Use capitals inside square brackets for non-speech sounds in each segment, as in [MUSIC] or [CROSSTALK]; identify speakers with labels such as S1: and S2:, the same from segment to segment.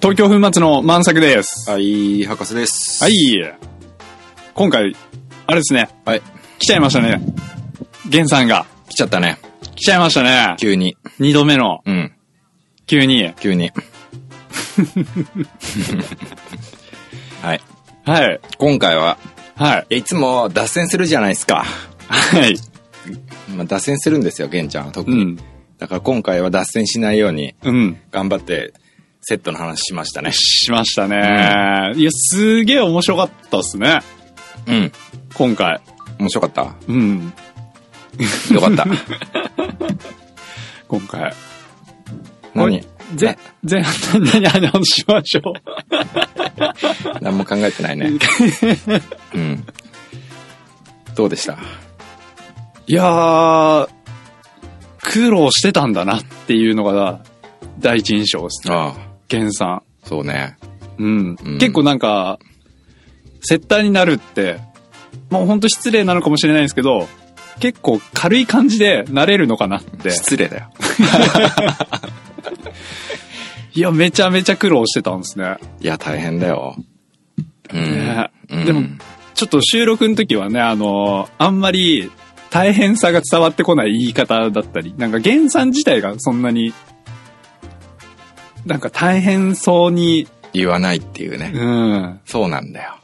S1: 東京粉末の満作です。
S2: はい、博士です。
S1: は。い。今回、あれですね。
S2: はい。
S1: 来ちゃいましたね。ゲンさんが。
S2: 来ちゃったね。
S1: 来ちゃいましたね。
S2: 急に。
S1: 二度目の、
S2: うん。
S1: 急に。
S2: 急に。はい。
S1: はい。
S2: 今回は、
S1: はい。
S2: いやいつも脱線するじゃないですか。
S1: はい。
S2: まあ、脱線するんですよ、玄ちゃんは特
S1: う
S2: に。
S1: ん。
S2: だから今回は脱線しないように、
S1: うん。
S2: 頑張って、セットの話しましたね。
S1: しましたね。いや、すげえ面白かったっすね。
S2: うん。
S1: 今回。
S2: 面白かった
S1: うん。
S2: よ
S1: [LAUGHS]
S2: かった。
S1: 今回。
S2: 何
S1: ぜ、前半何話しましょ
S2: な何も考えてな
S1: [LAUGHS]
S2: いね。うん。どうでした
S1: う。いやー、苦労してたんだなっていうのが、第一印象ですね。
S2: ああ、
S1: ゲンさん。
S2: そうね。
S1: うん。
S2: うん
S1: 結構なんか、接待になるって、もうほんと失礼なのかもしれないんですけど、結構軽い感じでなれるのかなって。
S2: 失礼だよ。
S1: いや、めちゃめちゃ苦労してたんですね。
S2: いや、大変だよ。うん。
S1: ねでも
S2: うん
S1: ちょっと収録の時はね、あの、あんまり大変さが伝わってこない言い方だったり、なんか原産自体がそんなに、なんか大変そうに、
S2: 言わないっていうね。
S1: うん、
S2: そうなんだよ。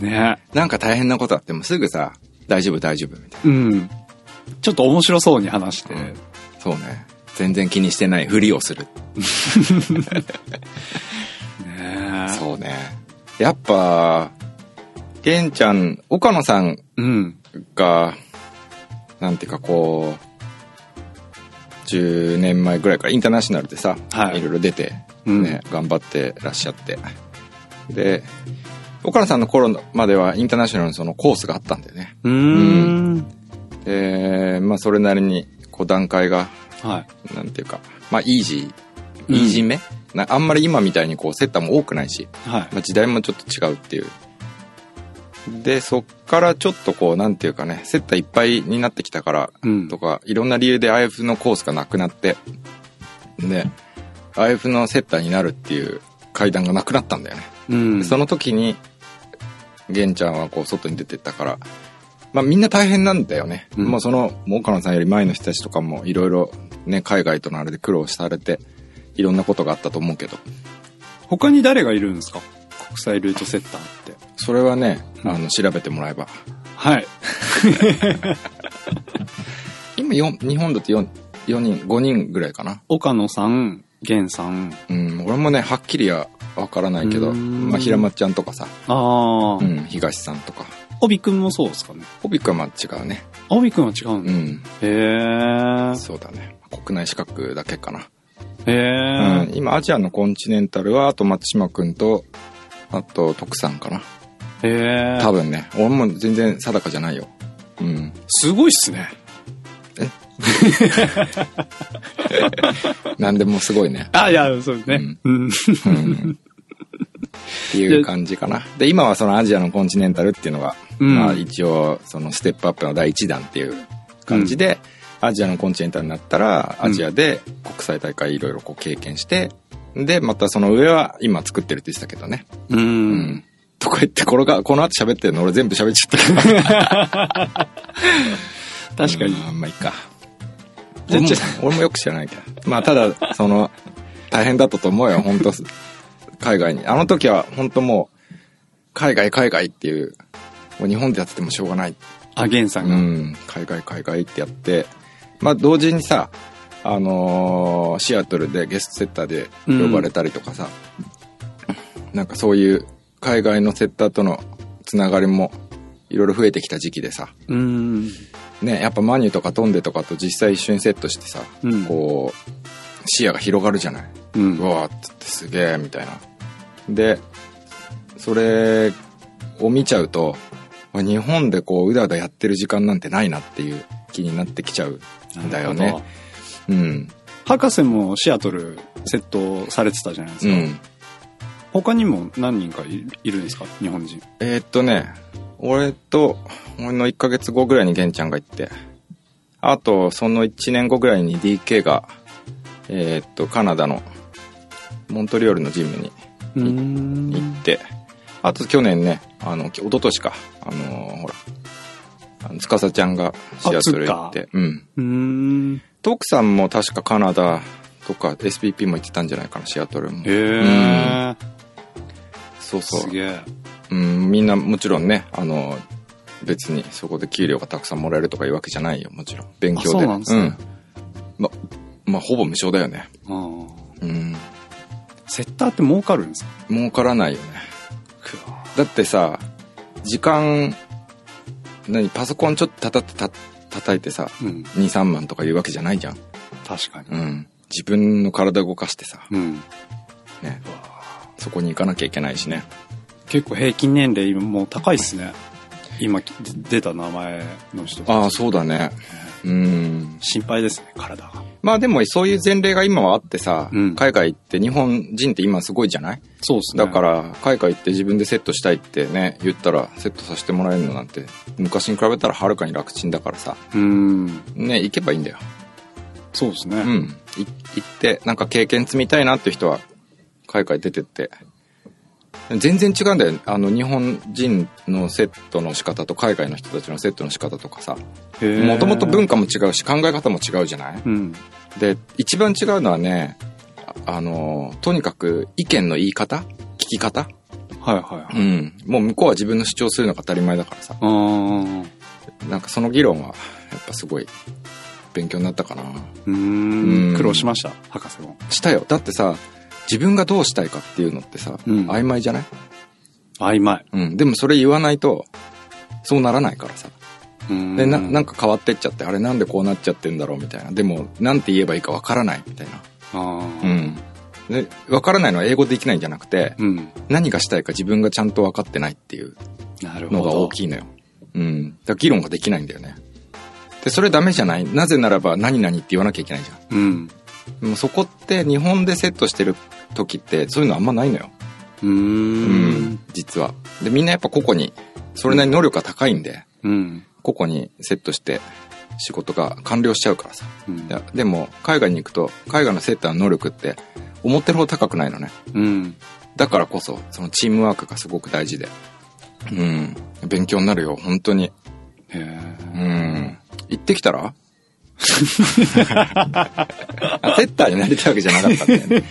S1: ね、
S2: なんか大変なことあってもすぐさ、大丈夫大丈夫みたい
S1: うん。ちょっと面白そうに話して、
S2: うんな。そうね。全然気にしてないふりをす [LAUGHS] る。
S1: ね
S2: そうね。やっぱ、げんちゃん、岡野さん
S1: うん。
S2: が、なんていうかこう、10年前ぐらいからインターナショナルでさ、
S1: はい
S2: いろいろ出て、
S1: うん
S2: ね、頑張ってらっしゃって。で、岡野さんの頃まではインターナショナルのそのコースがあったんだよね。
S1: うーん。
S2: で、まあそれなりに、こう段階が、
S1: はい。
S2: なんていうか、まあイージ
S1: う
S2: ー、
S1: ん
S2: イージーめ、なあんまり今みたいにこうセッターも多くないし、
S1: はい。
S2: まあ時代もちょっと違うっていう。で、そっからちょっとこう、なんていうかね、セッターいっぱいになってきたから、
S1: うん
S2: とか、いろんな理由で IF のコースがなくなって、で、IF のセッターになるっていう階段がなくなったんだよね。
S1: うん。
S2: そ
S1: の、
S2: の時に、玄ちゃんはこう外に出てったから、まあみんな大変なんだよね。
S1: うん
S2: もうその、もう岡野さんより前の人たちとかもいろいろね、海外とのあれで苦労されて、いろんなことがあったと思うけど、
S1: 他に誰がいるんですか国際ルートセッターって。
S2: それはね、
S1: うん
S2: あの、調べてもらえば。
S1: はい。
S2: 今四日本だと 4, 四人、5人ぐらいかな。
S1: 岡野さん、源さん。
S2: うん、俺もね、はっきりはわからないけ
S1: う
S2: ど、
S1: ーん
S2: まあ平松ちゃんとかさ、
S1: ああ、
S2: うん、東さんとか。
S1: 帯くんもそうですかね。
S2: ホビックはまあ違うね。
S1: 帯くんは違うん
S2: う
S1: だ。
S2: ん、
S1: へ
S2: そうだね。国内資格だけかな。
S1: え。へ
S2: うん、今アジアのコンチネンタルはあと松島君とあと徳さんかな
S1: え。へえ。
S2: 多分ね俺も全然定かじゃないようん
S1: すごいっすね。
S2: 何でもすごいね
S1: あ、いや、そうですね。うん。
S2: うんっていう感じかなで今はそのアジアのコンチネンタルっていうのが、
S1: うん
S2: まあ、一応そのステップアップの第一弾っていう感じで、アジアのコンチネンタルになったらアジアで国際大会いろいろこう経験してでまたその上は今作ってるって言ってたけどね
S1: う。
S2: うんんとか言ってこれがこの後喋ってるの俺全部喋っちゃった
S1: 確かに
S2: う。んあんまあいいか。
S1: じゃ
S2: 俺も
S1: じゃ
S2: 俺もよく知らないけど。まあ、ただ、その、大変だったと思うよ、本当海外に。あの時は、本当もう、海外、海外っていう、もう日本でやっててもしょうがない。
S1: あ、源さん
S2: う
S1: が。
S2: ん、海外、海外ってやって、まあ、同時にさ、あのーシアトルでゲストセッターで呼ばれたりとかさ、なんかそういう海外のセッターとのつながりもいろいろ増えてきた時期でさ、
S1: うん。
S2: ね、やっぱマニュとかトンデとかと実際一緒にセットしてさ、
S1: うん
S2: こう、視野が広がるじゃない。
S1: う。
S2: うんわーっつってすげえみたいな。で、それを見ちゃうと、あ日本でこう、うだうだやってる時間なんてないなっていう気になってきちゃうんだよ
S1: なる
S2: ね
S1: ほど。。
S2: うん。
S1: 博士もシアトルセットされてたじゃないです
S2: う
S1: か。
S2: ん。
S1: 他にも何人かいいるんですか日本人。
S2: えーっとね、俺と、俺の1ヶ月後ぐらいに玄ちゃんが行って、あと、その1年後ぐらいに DK が、えーっと、カナダの、モントリオールのジムに
S1: うー
S2: 行
S1: ん。
S2: って、あと去年ね、あの、き一昨年か、あのーほら、あの、つかさちゃんがシアトル行って、うん。
S1: うーん。
S2: 徳さんも確かカナダとか SPP も行ってたんじゃないかな、シアトル
S1: へ
S2: も。
S1: え。
S2: そうそ
S1: す
S2: う。
S1: げえ。
S2: うん、みんなもちろんね、あの、別にそこで給料がたくさんもらえるとかいうわけじゃないよ、もちろん。勉強で。
S1: あそうなんですね
S2: うんま、まあ、ほぼ無償だよね。
S1: うん。
S2: うん。
S1: セッターって儲かるんですか
S2: 儲からないよね。だってさ時間何パソコンちょっとたたた叩いてさ
S1: うん。
S2: 23万とか言うわけじゃないじゃん、
S1: 確かに。
S2: うん、自分の体動かしてさ、
S1: うん。
S2: ね、そこに行かなきゃいけないしね
S1: 結構平均年齢もう高いっすね。今き出た名前の人たち
S2: ああそうだねうん
S1: 心配ですね、体が。
S2: まあでもそういう前例が今はあってさ、
S1: うん
S2: 海外行って日本人って今すごいじゃない
S1: そうですね。
S2: だから海外行って自分でセットしたいってね言ったらセットさせてもらえるのなんて昔に比べたらはるかに楽ちんだからさ
S1: うん。
S2: ね行けばいいんだよ
S1: そうです
S2: う
S1: ね。
S2: ん、い行ってなんか経験積みたいなって人は海外出てって全然違うんだよあの日本人のセットの仕方と海外の人たちのセットの仕方とかさもともと文
S1: 化。
S2: 化も違うし考え方も違うじゃない
S1: うん。
S2: で一番違うのはねああのとにかく意見の言い方聞き方
S1: はいはいは
S2: う
S1: い。
S2: んもう向こうは自分の主張するのが当たり前だからさ
S1: うん。
S2: なんかその議論はやっぱすごい勉強になったかな
S1: う
S2: う
S1: ー
S2: ん
S1: ん苦労しました、博士も。
S2: したよだってさ自分がどうしたいかっていうのってさ、
S1: うん
S2: 曖昧じゃない、
S1: 曖昧。
S2: うん、でもそれ言わないとそうならないからさ
S1: うん
S2: でななんか変わってっちゃってあれなんでこうなっちゃってんだろうみたいなでもなんて言えばいいかわからないみたいな
S1: あー
S2: うんでわからないのは英語できないんじゃなくて
S1: うん。
S2: 何がしたいか自分がちゃんと分かってないっていう
S1: なるほど。
S2: のが大きいのよ、うん、だから議論ができないんだよねでそれダメじゃないなぜならば何々って言わなきゃいけないじゃん
S1: うん。
S2: でもそこって日本でセットしてる時ってそういうのあんまないのよ
S1: うーん。
S2: 実は。で、みんなやっぱ個々に、それなりに能力が高いんで、
S1: うん。
S2: 個々にセットして仕事が完了しちゃうからさ。
S1: うん
S2: いやでも、海外に行くと、海外のセッターの能力って、思ってるほど高くないのね。
S1: うん。
S2: だからこそ、そのチームワークがすごく大事で。うん。勉強になるよ、本当に。
S1: へ
S2: う
S1: え。
S2: ん。行ってきたら [LAUGHS] あセッターになりたいわけじゃなかったんだよね。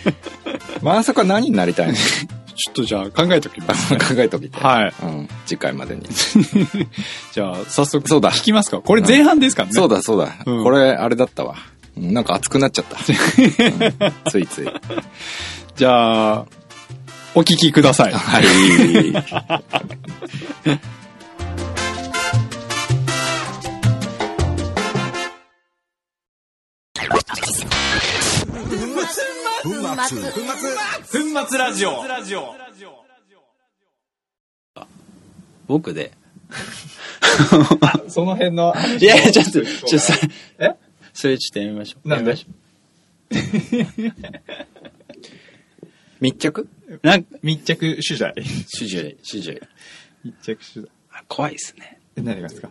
S2: まさか何になりたいの
S1: ちょっとじゃあ考えときます。
S2: 考えときて。
S1: [LAUGHS] はい。
S2: うん。次回までに。
S1: じゃあ、早速。
S2: そうだ
S1: 聞きますか。これ前半ですからね。
S2: そうだそうだ。
S1: うん
S2: これ、あれだったわ。うんなんか熱くなっちゃった。うんついつい。
S1: じゃあ、お聞きくだ
S3: [LAUGHS]
S1: さい。
S2: はい。
S1: 粉末ラジオ。
S3: 僕で。
S1: その辺の。
S3: いやいや、ちょっと、ちょっとそれ、それちょっとやめましょう。
S1: なんで
S3: やめましょ
S2: 密着
S3: うなんか、
S4: 密着取材
S3: 主従、主従。
S4: 密着取材
S3: あ怖いですね。
S4: え何がですか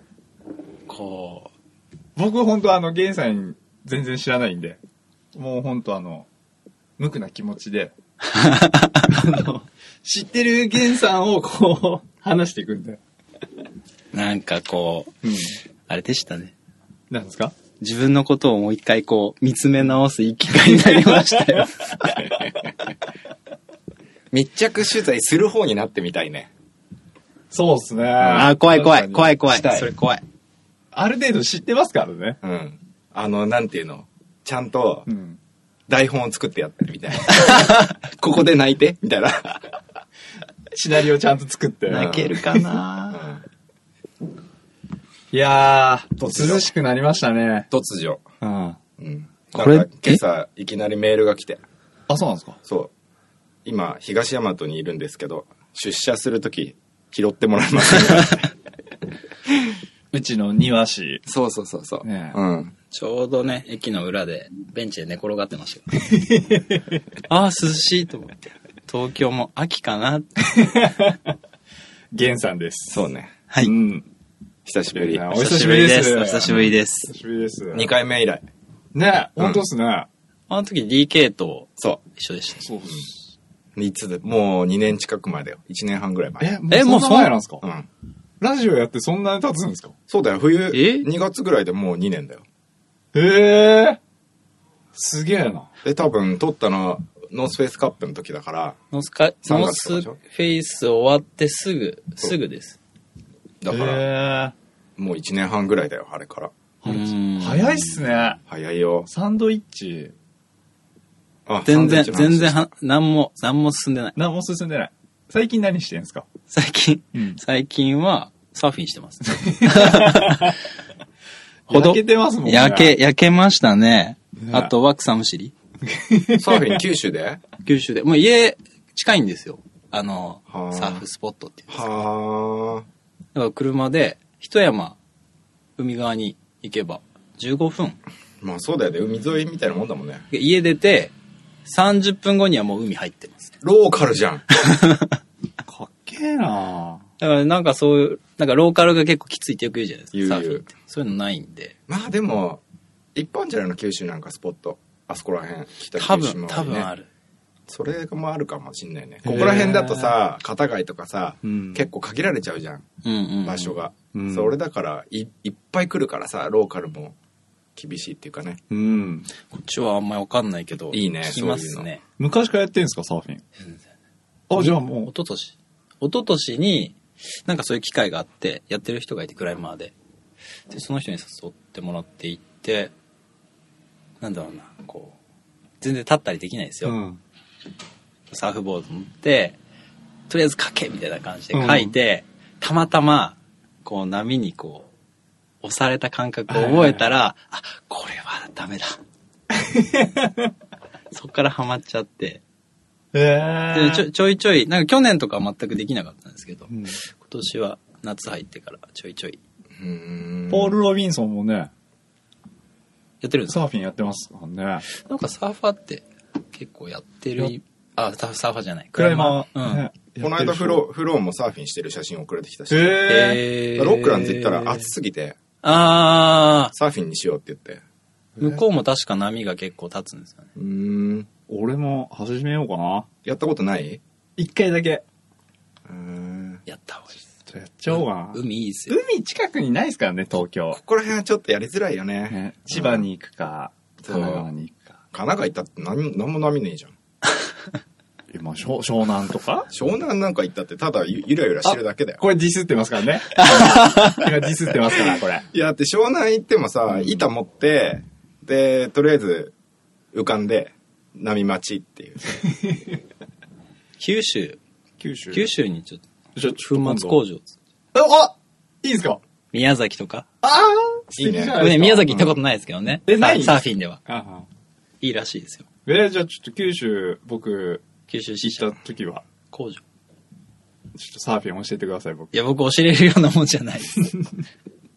S3: こう、
S4: 僕本当あのゲンさん全然知らないんでもう本当あの無垢な気持ちで [LAUGHS] あの知ってるゲンさんをこう話していくんで
S3: なんかこう、
S4: うん
S3: あれでしたね。
S4: なんですか
S3: 自分のことをもう一回こう、見つめ直す生き方になりました
S1: [LAUGHS]
S3: よ。
S2: 密着取材する方になってみたいね。
S4: そうっすね
S3: あー、怖い怖い、怖い怖い
S2: し。たい
S3: それ怖い。
S4: ある程度知ってますからね
S2: うん。あの、なんていうのちゃんと
S4: うん
S2: 台本を作ってやってるみたいな。ここで泣いてみたいな。
S4: シナリオちゃんと作って
S3: 泣けるかな、
S4: いやー涼しくなりましたね
S2: 突如。
S4: うん
S2: うん。
S3: これ
S2: なんか今朝、いきなりメールが来て。
S4: あそうなんですか
S2: そう。今、東大和にいるんですけど、出社するとき、拾ってもらえますか
S4: [LAUGHS] うちの庭師
S2: そうそうそうそう。
S4: ねえ
S2: うん。
S3: ちょうどね、駅の裏で、ベンチで寝転がってま [LAUGHS] したよ。ああ、涼しいと思って。東京も秋かなって
S4: ゲンさんです
S2: そうね。
S3: はい。
S4: うん
S2: 久しぶり。
S4: お久しぶりです
S3: お久しぶりです
S4: 久。しぶりです
S2: 2回目以来。
S4: ね
S2: うん
S4: 本当っすね。
S3: あの時 DK と
S2: そ
S3: 一緒でした。
S4: そう
S2: いつで、もう2年近く前だよ。1年半ぐらい前。
S4: え、
S3: え
S4: も
S3: も
S4: う
S3: う
S4: そん
S3: そん
S4: な前なんですか
S2: うん。
S4: ラジオやってそんなに経つんですか
S2: そうだよ、冬、
S3: え
S2: 2月ぐらいでもう2年だよ。
S4: へえ。すげえな。
S2: で、多分、撮ったのは、ノースフェイスカップの時だから、
S3: ノースカ、
S2: 三
S3: ノー
S2: 月とかで
S3: ス
S2: し
S3: フ
S2: ょ
S3: ェイス終わってすぐ、すぐです。
S2: だから、
S4: ら、
S2: もう1年半ぐらいだよ、あれから。
S3: うん
S4: 早いっすね。
S2: 早いよ。
S4: サンドイッチ、
S2: あ
S3: 全然、
S2: サンドイッチの話
S3: 全然は、何も、何も進んでない。
S4: 何も進んでない。最近何してんですか
S3: 最近、
S4: うん
S3: 最近は、サーフィンしてます。ほど
S4: [LAUGHS] 焼けてますもんね。
S3: 焼け、焼けましたね。
S4: ね
S3: あとは草むしり。
S2: サーフィン九州で
S3: [LAUGHS] 九州で。もう家、近いんですよ。あの
S2: はあ、
S3: サーフスポットっていうんですか。
S2: はあ。
S3: だから車で、一山、海側に行けば、15分。
S2: まあそうだよね、海沿いみたいなもんだもんね。
S3: で家出て、30分後にはもう海入ってます。
S2: ローカルじゃ
S3: [LAUGHS]
S2: ん。
S4: かっけえな
S3: だからなんかそういう、なんかローカルが結構きついってよく言うじゃない
S2: 言
S3: で
S2: う
S3: すか。
S2: 言う
S3: サーフィンって。そういうのないんで。
S2: まあでも、一般じゃないの、九州なんかスポット。あそこら辺、北
S3: 多
S2: 九州周り、
S3: 分、
S2: ね、
S3: 多分ある。
S2: それもあるかもしんないね。ここら辺だとさ、片貝とかさ、
S4: うん
S2: 結構限られちゃうじゃん、
S3: うんうんうん。
S2: 場所が。
S4: うん
S2: それだからい、いっぱい来るからさ、ローカルも厳しいっていうかね。
S4: うん。
S3: こっちはあんまりわかんないけど。
S2: いいね
S3: 聞きますね。
S4: 昔からやってんですかサーフィン。あ、じゃあも
S3: 一昨年一昨年に、なんかそういう機会があって、やってる人がいて、クライマーで。で、その人に誘ってもらって行って、なんだろうな、こう、全然立ったりできないんです
S4: う。
S3: よ。
S4: ん。
S3: サーフボード持って、とりあえず書けみたいな感じで
S4: うん
S3: 書いて、たまたま、こう波にこう、押された感覚を覚えたら、あ、これは
S4: [LAUGHS]
S3: ダメだ。そっからハマっちゃって。
S4: へえ
S3: でちょちょいちょい、なんか去年とかは全くできなかったんですけど、
S4: うん
S3: 今年は夏入ってからちょいちょい。
S2: うーん
S4: ポール・ロビンソンもね、
S3: やってるんですか
S4: サーフィンやってますもんね。
S3: なんかサーファーって結構やってるい、あ、ササーファーじゃない。
S4: クライマ
S3: う
S4: ー。
S3: ん。
S4: ね
S2: この間フロー、フローもサーフィンしてる写真送られてきたし。
S4: へえ。
S3: え
S2: ロックランズ行ったら暑
S3: い。
S2: すぎて、
S3: あー
S2: サーフィンにしようって言って。
S3: 向こうも確か波が結構立つんですよね。
S2: うーん。
S4: 俺も始めようかな。
S2: やったことない
S4: 一回だけ。
S2: うーん。
S3: やった方がいいです。
S4: ちょっとやっちゃおうかな。
S3: 海いいですよ。
S4: 海近くにないですからね、東京
S2: こ。こら辺はちょっとやりづらいよね。
S4: ね千葉に行くか、神
S2: そう
S4: 奈川に行くか。
S2: 神奈川行ったって何何も波ねえじゃん。
S4: 今、湘湘南とか
S2: 湘南なんか行ったってただゆゆらゆらしてるだけだよ。
S4: これディスってますから
S3: [LAUGHS]
S4: ね。今ディスってますから、これ。
S2: いや、だって湘南行ってもさ、板持って、で、とりあえず浮かんで、波待ちっていう。
S3: 九州、
S4: 九州
S3: 九州にちょっと、
S4: じゃあ
S3: 粉末工場。
S4: あいいですか
S3: 宮崎とか。
S4: ああ
S2: いいね
S3: 僕ね、宮崎行ったことないですけどね。
S4: えない
S3: サーフィンでは。
S4: ああ
S3: いいらしいですよ。
S4: えーじゃあちょっと九州、僕、
S3: 九州支
S4: 行
S3: 社
S4: った時は、
S3: 工場。
S4: ちょっとサーフィン教えてください、僕。
S3: いや、僕教えれるようなもんじゃないです。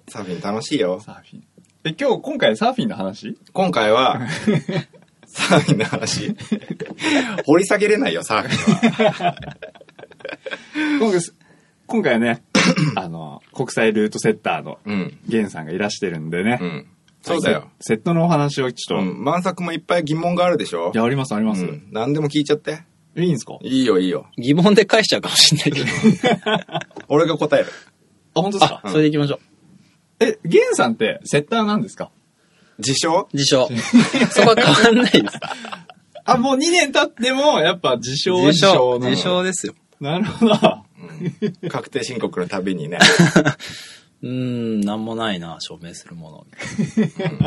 S2: サーフィン楽しいよ。
S4: サーフィン。え、今日、今回サーフィンの話
S2: 今回は、サーフィンの話。掘り下げれないよ、サーフィンは。
S4: 今回す、今回ね、 [COUGHS] あの、国際ルートセッターの、
S2: うん。
S4: ゲンさんがいらしてるんでね。
S2: うん。そうだよ。
S4: セットのお話をち
S2: う
S4: ょっと、
S2: ん。満作もいっぱい疑問があるでしょ
S4: いや、あります、あり
S2: う
S4: ます。
S2: ん。何でも聞いちゃって。
S4: いいんですか
S2: いいよ、いいよ。
S3: 疑問で返しちゃうかもしれないけど。
S2: 俺が答える。
S4: あ、本当ですか
S3: それで行きましょ
S4: え、ゲンさんって、セッターなんですか
S2: 自称
S3: う。自 [LAUGHS] 称。そこは変わんないです。
S4: あ、もう2年経っても、やっぱ自称は自称なの
S3: 自称ですよ。
S4: なるほど。 [LAUGHS]
S2: うん確定申告のたびに [LAUGHS] ね。
S3: うーん、なんもないな、証明するもの。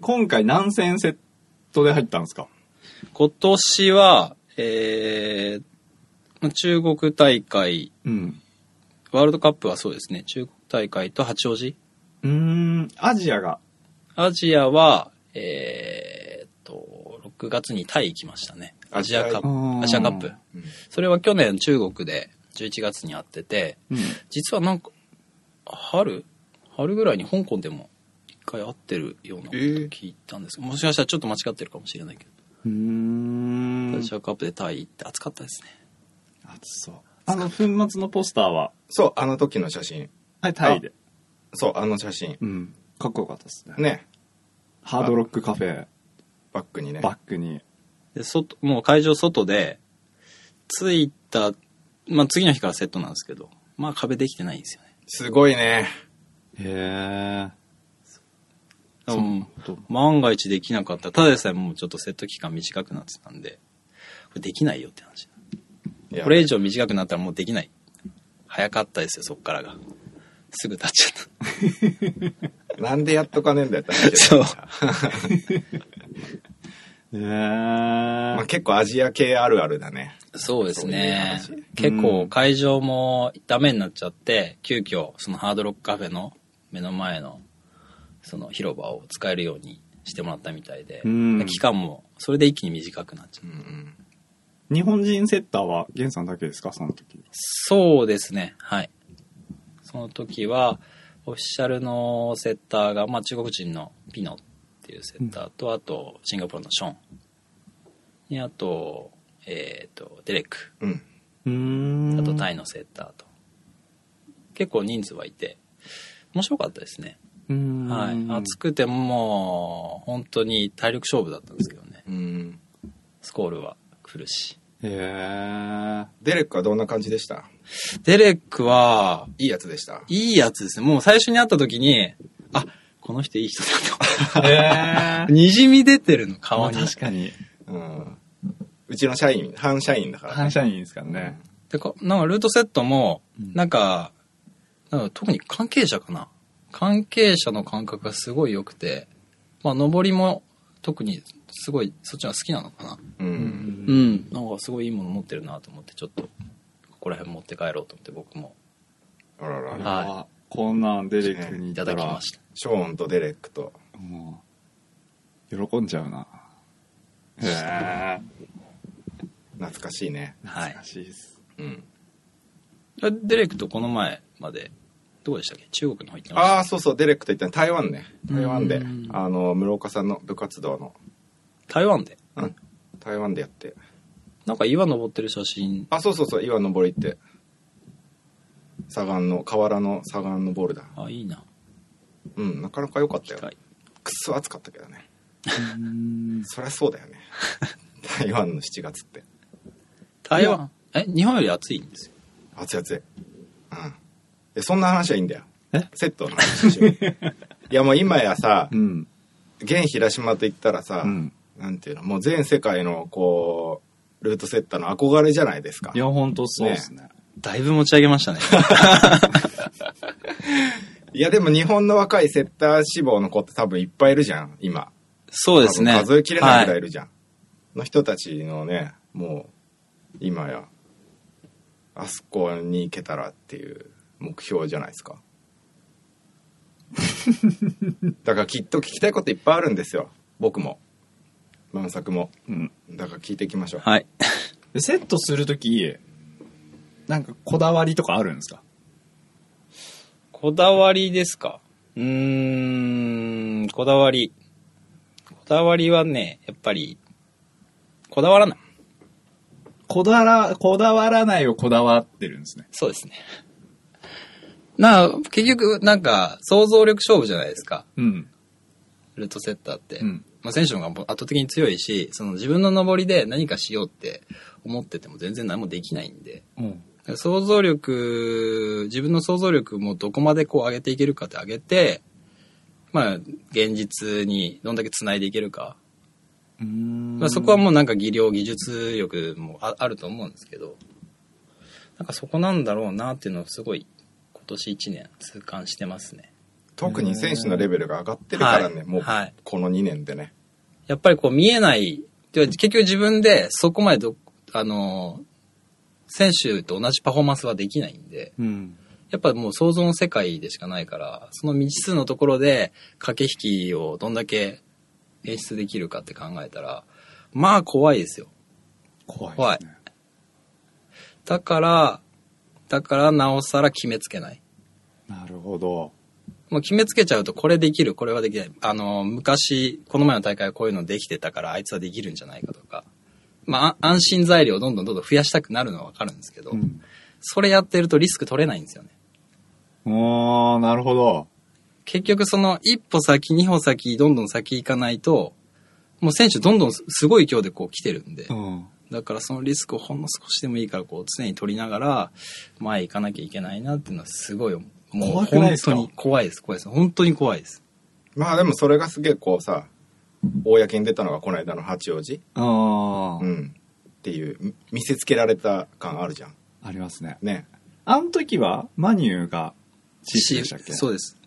S4: 今回何戦セットで入ったんですか
S3: 今年は、えー、中国大会、
S4: うん。
S3: ワールドカップはそうですね、中国大会と八王子。
S4: うーん、アジアが。
S3: アジアは、えーっと、6月にタイ行きましたね。アジアカ
S2: あ
S3: ップ。アジアカップ。
S2: うん
S3: それは去年中国で11月にあってて、
S4: うん。
S3: 実はなんか、春春ぐらいに香港でも一回会ってるようなことを聞いたんですけど、もしかしたらちょっと間違ってるかもしれないけ
S4: うー
S3: ど、ア
S4: ん。
S3: ジアカップでタイ行って暑かったですね。
S4: 暑そう。あの、粉末のポスターは、
S2: そう、あの時の写真。
S4: はい、タイで。
S2: そう、あの写真。
S4: うん。かっこよかったですね。
S2: ね。
S4: ハードロックカフェ、
S2: バックにね。
S4: バックに、
S3: で、外、もう会場外で、着いた、まあ次の日からセットなんですけど、まあ壁できてないんですよね。
S2: すごいね。
S1: へえ。
S3: だからもう
S4: そう
S3: 万が一できなかったら、ただでさえもうちょっとセット期間短くなってたんで、これできないよって話。
S4: いや
S3: これ以上短くなったらもうできない。早かったですよ、そっからが。すぐ経っちゃっ
S2: なんでやっとかねえんだよって話 [LAUGHS]
S3: た。
S2: だ
S3: そう。
S1: へえ。
S2: まあ、結構アジア系あるあるだね。
S3: そうですね
S2: そうい。
S3: 結構会場もダメになっちゃって、急遽そのハードロックカフェの目の前のその広場を使えるようにしてもらったみたいで、
S1: うん
S3: 期間もそれで一気に短くなっちゃう。
S1: 日本人セッターはゲンさんだけですかその時。
S3: そうですね。はい。その時は、オフィシャルのセッターが、まあ中国人のピノっていうセッターと、あとシンガポールのショーン。に、あと、えっ、と、デレック。
S2: うん。
S1: うん
S3: あとタイのセッターと。結構人数はいて、面白かったですね。
S1: うん
S3: はい。暑くてももう、本当に体力勝負だったんですけどね。
S2: うん。
S3: スコールは来るし。
S1: へえ。
S2: デレックはどんな感じでした
S3: デレックは、
S2: いいやつでした。
S3: いいやつですね。もう最初に会った時に、あ、この人いい人
S4: え
S3: だ
S4: ー
S3: と。にじみ出てるの、顔に。
S1: 確かに。
S2: うん。うちの社員、半社員だから、
S4: 反射員ですからね。
S3: でこなんかルートセットも、
S1: うん
S3: なんか、なんか特に関係者かな。関係者の感覚がすごい良くて、まあ、上りも特にすごい、そっちの方が好きなのかな。
S2: う。
S1: うん。
S3: うんん。なんかすごいいいもの持ってるなと思って、ちょっと、ここら辺持って帰ろうと思って僕も
S2: あららら。
S3: は
S4: こんなんデレックに
S3: い
S4: い
S3: た
S4: た
S3: だ
S4: ら
S3: きました。
S2: ショーンとデレックと。
S1: もう、喜んじゃうな。
S4: へえ
S2: 懐かしいね。
S3: はい
S4: ら。しいです。
S2: うん。
S3: デレクとこの前まで、どこでしたっけ中国の方行ってました。
S2: ああ、そうそう、デレックと言ったの台湾ね。台湾で
S3: うん、
S2: あの、室岡さんの部活動の、
S3: 台湾で。
S2: うん。台湾でやって。
S3: なんか岩登ってる写真。
S2: あ、そうそうそう、岩登りって。左岸の、河原の左岸のボルダー。
S3: あ、いいな。
S2: うん、なかなか良かったよ。
S3: 近い。
S2: くっそ暑かったけどね。
S1: うん
S2: そりゃそうだよね。台湾の7月って。
S3: 台湾え、日本より暑いんですよ。
S2: 熱い熱い。うん。で、そんな話はいいんだよ。
S1: え
S2: セットの話しようい
S1: [LAUGHS]
S2: や、もう今やさ
S1: う、ん。
S2: 現広島といったらさ、
S1: うん
S2: なんていうの、もう全世界の、こう、ルートセッターの憧れじゃないですか
S1: い。や、ほんとそうですね。
S3: だいぶ持ち上げましたね。
S2: いや、でも日本の若いセッター志望の子って多分いっぱいいるじゃん、今。
S3: そうですね。
S2: 多分数えきれないぐらい
S3: はい
S2: るじゃん。の人たちのね、もう、今や、あそこに行けたらっていう目標じゃないです
S3: [LAUGHS]
S2: か。だからきっと聞きたいこといっぱいあるんですよ。僕も。満作も。
S1: うん。
S2: だから聞いていきましょう。
S3: はい。
S4: でセットするとき、なんかこだわりとかあるんですか
S3: こだわりですかうーん、こだわり。こだわりはね、やっぱり、こだわらない。
S4: こだら、こだわらないをこだわってるんですね。
S3: そうですね。 [LAUGHS] なあ、結局、なんか、想像力勝負じゃないですか。
S4: うん。
S3: ルートセッターって。
S4: うん
S3: まあ、選手の方が圧倒的に強いし、その自分の登りで何かしようって思ってても全然何もできないんで。
S1: うん。
S3: 想像力、自分の想像力もどこまでこう上げていけるかって上げて、まあ、現実にどんだけ繋いでいけるか。
S1: うん
S3: まあ、そこはもうなんか技量、技術力もああると思うんですけど、なんかそこなんだろうなっていうのをすごい今年1年痛感してますね。
S2: 特に選手のレベルが上がってるからね、
S3: はい
S2: もう
S3: はい
S2: この2年でね。
S3: やっぱりこう見えない、で結局自分でそこまでど、あの、選手と同じパフォーマンスはできないんで、
S1: うん。
S3: やっぱもう想像の世界でしかないから、その未知数のところで駆け引きをどんだけ演出できるかって考えたら、まあ怖いですよ。
S1: 怖い。
S3: 怖い。だから、だからなおさら決めつけない。
S1: なるほど。
S3: もう決めつけちゃうとこれできる、これはできない。あの、昔、この前の大会はこういうのできてたからあいつはできるんじゃないかとか。まあ、安心材料をどんどんどんどん増やしたくなるのはわかるんですけど、
S1: うん。
S3: それやってるとリスク取れないんですよね。
S1: ああ、なるほど。
S3: 結局その一歩先二歩先どんどん先行かないともう選手どんどんすすごい勢いでこう来てるんで、
S1: ん。
S3: だからそのリスクをほんの少しでもいいからこう常に取りながら前行かなきゃいけないなっていうのはすごい思う。もう
S4: 怖くない
S3: 本
S4: ですか
S3: 当に怖いです、怖いです。本当に怖いです。
S2: まあでもそれがすげえこうさ、公に出たのがこの間の八王子、
S1: ああ、
S2: うん、っていう、み見せつけられた感あるじゃん。
S1: ありますね。
S2: ね。
S4: あの時は、マニューがチーフでしたっけ
S3: そうです。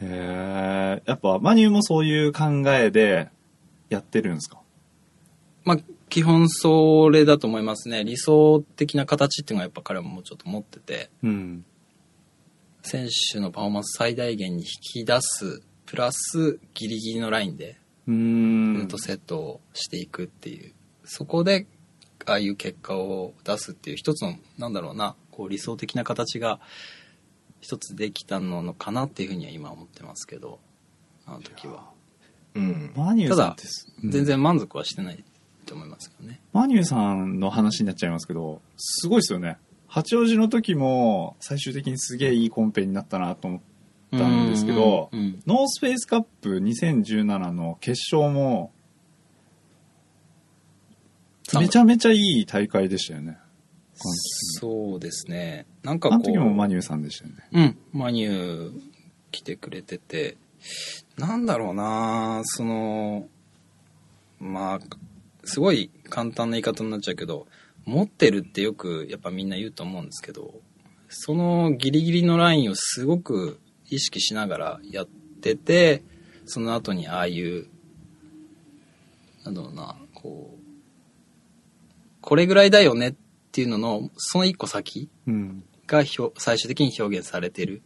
S4: へえ、やっぱマニューもそういう考えでやってるんですか
S3: まあ、基本それだと思いますね。理想的な形っていうのがやっぱ彼ももうちょっと持ってて、
S1: うん。
S3: 選手のパフォーマンス最大限に引き出す、プラスギリギリのラインで、
S1: う
S3: うんんと。セットをしていくっていう。そこで、ああいう結果を出すっていう一つの、なんだろうな、こう理想的な形が一つできたのかなっていうふうには今思ってますけど、あの時は。
S2: うん。
S4: マニューさんってす、うん
S3: 全然満足はしてないと思いますけどね。
S4: マニューさんの話になっちゃいますけど、すごいですよね。八王子の時も最終的にすげえいいコンペになったなと思って、んなんですけど
S3: うんうん
S4: ノースフェイスカップ2017の決勝も、めちゃめちゃいい大会でしたよね。
S3: そうですね。なんか
S4: あ
S3: こう。
S4: の時もマニューさんでしたよね。
S3: うん、マニュー来てくれてて、なんだろうなその、まあ、すごい簡単な言い方になっちゃうけど、持ってるってよくやっぱみんな言うと思うんですけど、そのギリギリのラインをすごく意識しながらやってて、その後にああいう、なんだろうな、こう、これぐらいだよねっていうのの、その一個先、
S1: うん。
S3: がひょ最終的に表現されてる。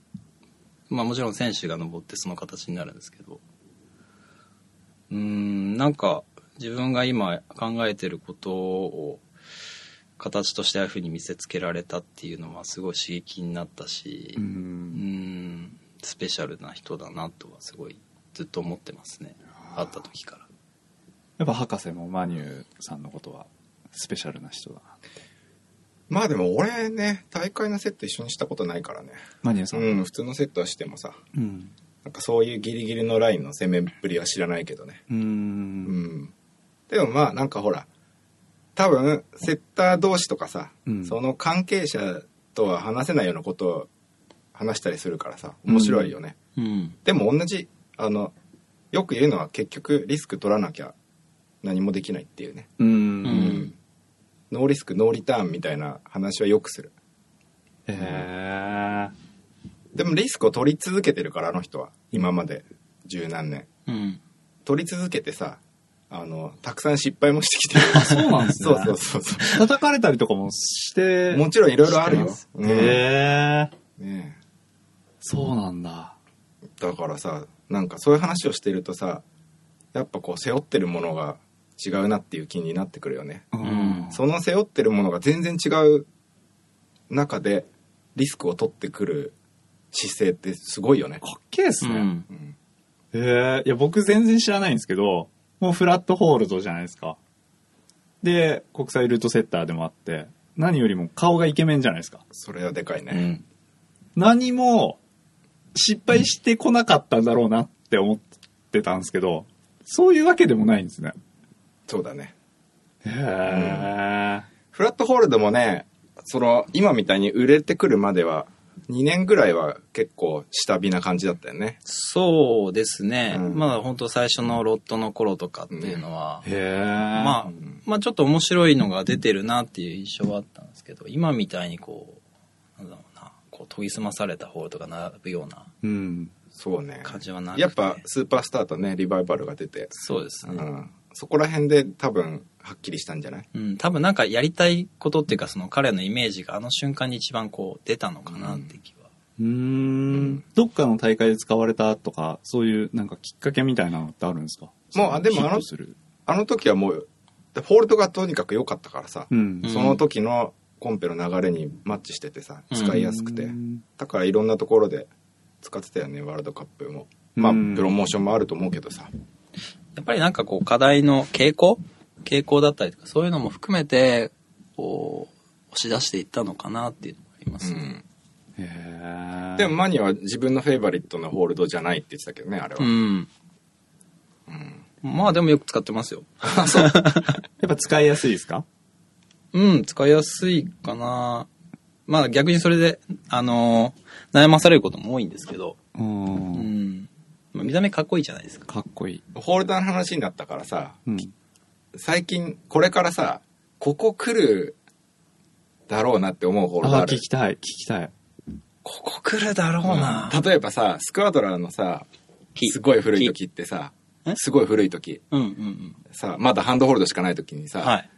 S3: まあもちろん選手が登ってその形になるんですけど。うーん、なんか自分が今考えてることを形としてああいう風に見せつけられたっていうのはすごい刺激になったし、
S1: う
S3: うんーん、スペシャルな人だなとはすごいずっと思ってますね。会った時から。
S4: やっぱ博士もマニューさんのことはスペシャルな人だな。
S2: まあでも俺ね、大会のセット一緒にしたことないからね。
S4: マニューさん。
S2: うん、普通のセットはしてもさ、
S1: うん。
S2: なんかそういうギリギリのラインの攻めっぷりは知らないけどね。
S1: う。
S2: うんん。でもまあなんかほら、多分、セッター同士とかさ、
S1: うん
S2: その関係者とは話せないようなことを話したりするからさ、面白いよね。
S3: うん。
S2: でも同じ、あの、よく言うのは結局リスク取らなきゃ何もできないっていうね。
S1: う。
S3: うんん。
S2: ノーリスク、ノーリターンみたいな話はよくする。
S4: へえ。
S2: でもリスクを取り続けてるから、あの人は。今まで十何年。
S3: うん。
S2: 取り続けてさ、あの、たくさん失敗もしてきて
S4: [LAUGHS]
S2: る。
S4: そうなんですね。
S2: そうそうそうそ
S4: 叩かれたりとかもして
S2: う。、もちろんいろいろあるよ。うん
S4: へえ。
S2: ね
S4: そうなんだ。
S2: えだからさ、なんかそういう話をしてるとさ、やっぱこう背負ってるものが違うなっていう気になってくるよね。
S1: う
S3: うん
S1: ん。
S2: その背負ってるものが全然違う中でリスクを取ってくる姿勢ってすごいよね。
S4: かっけえっす
S3: う
S4: ね。
S3: ん。
S2: うん
S4: えーいや、僕全然知らないんですけど、もうフラットホールドじゃないですか。で、国際ルートセッターでもあって、何よりも顔がイケメンじゃないですか。
S2: それはでかいうね。
S3: ん。
S4: 何も失敗してこなかったんだろうなって思ってたんですけど、そういうわけでもないんですね。
S2: そうだね。
S4: へえ。
S2: フラットホールドもね、その今みたいに売れてくるまでは2年ぐらいは結構下火な感じだったよね。
S3: そうですね。
S2: うん
S3: まだ本当最初のロットの頃とかっていうのは、
S4: へえ。
S3: まあ、まあちょっと面白いのが出てるなっていう印象はあったんですけど、今みたいにこう、なんだろうな、こう研ぎ澄まされたホールとか並ぶような
S1: うん。
S2: そうね。
S3: 感じはなくて。
S2: やっぱスーパースターとね、リバイバルが出て、
S3: そうです
S2: う
S3: ね。
S2: ん、そこら辺で多分はっきりしたんじゃない
S3: うん、多分なんかやりたいことっていうか、その彼のイメージがあの瞬間に一番こう出たのかなって気は。
S1: う
S2: うん
S1: ん。
S4: どっかの大会で使われたとか、そういうなんかきっかけみたいなのってあるんですか
S2: もうあでもあの
S4: ヒットする
S2: あの時はもう、フォールドがとにかく良かったからさ、
S1: うん。
S2: その時のコンペの流れにマッチしててさ、
S3: うん
S2: 使いやすくて。
S1: うん
S2: だからいろんなところで使ってたよね、ワールドカップも。まあ、
S1: うん
S2: プロモーションもあると思うけどさ。
S3: やっぱりなんかこう課題の傾向傾向だったりとか、そういうのも含めて、こう、押し出していったのかなっていうのがありますね。
S1: へえ。
S2: でも、マニは自分のフェイバリットのホールドじゃないって言ってたけどね、あれは。
S3: うん。まあでもよく使っ
S4: [LAUGHS]
S3: てますよ。
S4: やっぱ使いやすいですか
S3: うん、使いやすいかな。まあ逆にそれで、あのー悩まされることも多いんですけど、
S1: う。
S3: うんん。まあ、見た目かっこいいじゃないですか。
S1: かっこいい。
S2: ホールダーの話になったからさ、
S1: うん。
S2: 最近これからさ、ここ来るだろうなって思うホールダー
S4: あ
S2: あ
S4: あ、
S2: る
S4: 聞きたい、聞きたい。
S3: ここ来るだろうな。
S2: 例えばさ、スクワドラーのさ、
S3: 木
S2: すごい古い時ってさ
S3: 木え、
S2: すごい古い時、
S3: うんうんうん。
S2: さ、まだハンドホールドしかない時にさ、
S3: はい。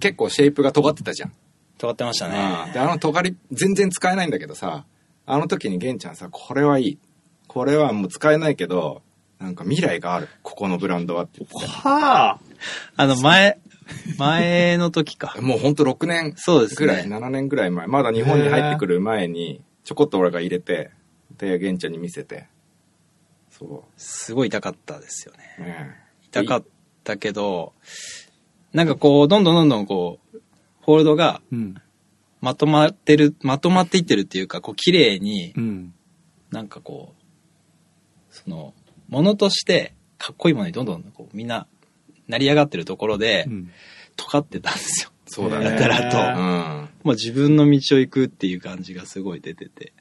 S2: 結構シェイプが尖ってたじゃん。
S3: 尖ってました
S2: あで、
S3: ね。
S2: あの尖り、全然使えないんだけどさ、あの時に玄ちゃんさ、これはいい。これはもう使えないけど、なんか未来がある。ここのブランドはって言って
S4: はあ
S3: あの、前、前の時
S4: [LAUGHS]
S3: か
S2: た。。もうほんと6年
S3: そうです
S2: ぐらい、
S3: ね。
S2: 7年ぐらい前、まだ日本に入ってくる前に、ちょこっと俺が入れて、で、玄ちゃんに見せて。そ
S3: すごい痛かったですよね。
S2: う。ね
S3: 痛かったけど、なんかこう、どんどんどんどんこう、ホールドが
S1: うん。
S3: まとまってる、まとまっていってるっていうか、こう、綺麗に
S1: う、ん。
S3: なんかこう、その、ものとして、かっこいいものにどんどん、こう、みんな、成り上がってるところで
S1: う、ん。
S3: 尖ってたんですよ。
S2: そうだ
S3: や
S2: ね。
S3: たらと。
S2: うん。
S3: まあ自分の道を行くっていう感じがすごい出てて。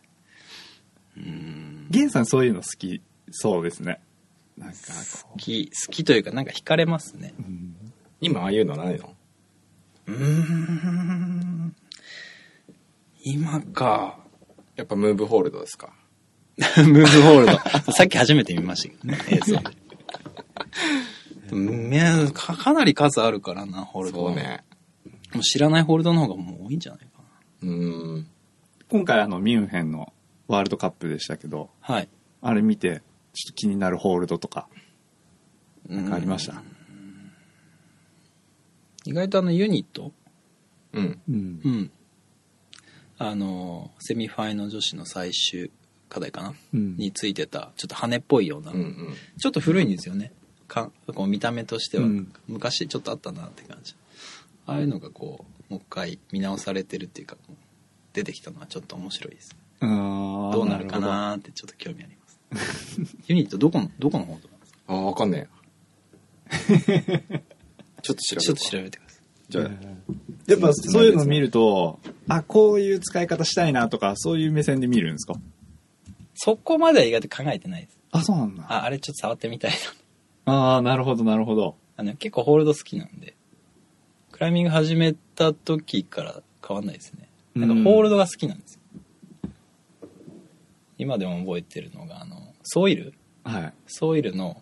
S3: うーん。
S4: ゲンさんそういうの好きそうですね。なんかこ
S3: 好き、好きというかなんか惹かれますね。
S2: 今ああいうのないの
S3: うーん。今 [LAUGHS] か。
S2: やっぱムーブホールドですか
S3: ムーブホールド。さっき初めて見ましたけどね、映像で。うん [LAUGHS] いやかかなり数あるからな、ホールド
S2: そ
S3: は
S2: う。ね。
S3: もう知らないホールドの方がもう多いんじゃないかな。
S2: うん。
S4: う今回あの、ミュンヘンのワールドカップでしたけど、
S3: はい。
S4: あれ見て、ちょっと気になるホールドとか、なんかありました。
S3: 意外とあのユニット
S2: うん。
S1: うん。
S3: うん。あの、セミファイの女子の最終課題かな、
S1: うん
S3: についてた、ちょっと羽っぽいような、
S2: うんうん。
S3: ちょっと古いんですよね。かこう見た目としては、
S1: うん
S3: 昔ちょっとあったなって感じ。ああいうのがこう、もう一回見直されてるっていうか、出てきたのはちょっと面白いです。
S4: あー
S3: どうなるか。なーってちょっと興味あります。ユニットどこの、どこの方となんですか
S2: ああ、わかんね [LAUGHS] え。ちょっと調べ
S3: ちょっと調べてください。
S2: じゃあ、
S4: やっぱそういうの見ると、あ、こういう使い方したいなとか、そういう目線で見るんですか
S3: そこまでは意外と考えてないです。
S4: あ、そうなんだ。
S3: あ、あれちょっと触ってみたいな。 [LAUGHS]
S4: ああ、なるほど、なるほど。
S3: あの、結構ホールド好きなんで、クライミング始めた時から変わんないですね。なんかホールドが好きなんですよ。今でも覚えてるのが、あの、ソイル
S4: はい。
S3: ソイルの、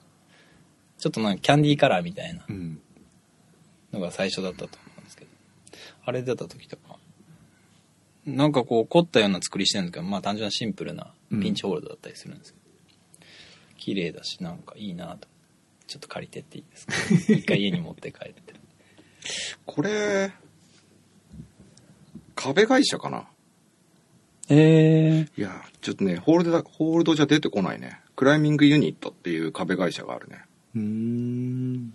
S3: ちょっとなんかキャンディーカラーみたいな
S4: うん。
S3: のが最初だったと思うんですけど、あれ出た時とか、なんかこう凝ったような作りしてるんですけど、まあ単純なシンプルなピンチホールドだったりするんですけど、綺麗だしなんかいいなと。ちょっと借りてっていい [LAUGHS] ですか一回家に持って帰って。
S2: これ、壁会社かな
S3: え
S2: いや、ちょっとね、ホールドだ、ホールドじゃ出てこないね。クライミングユニットっていう壁会社があるね。
S1: うーん。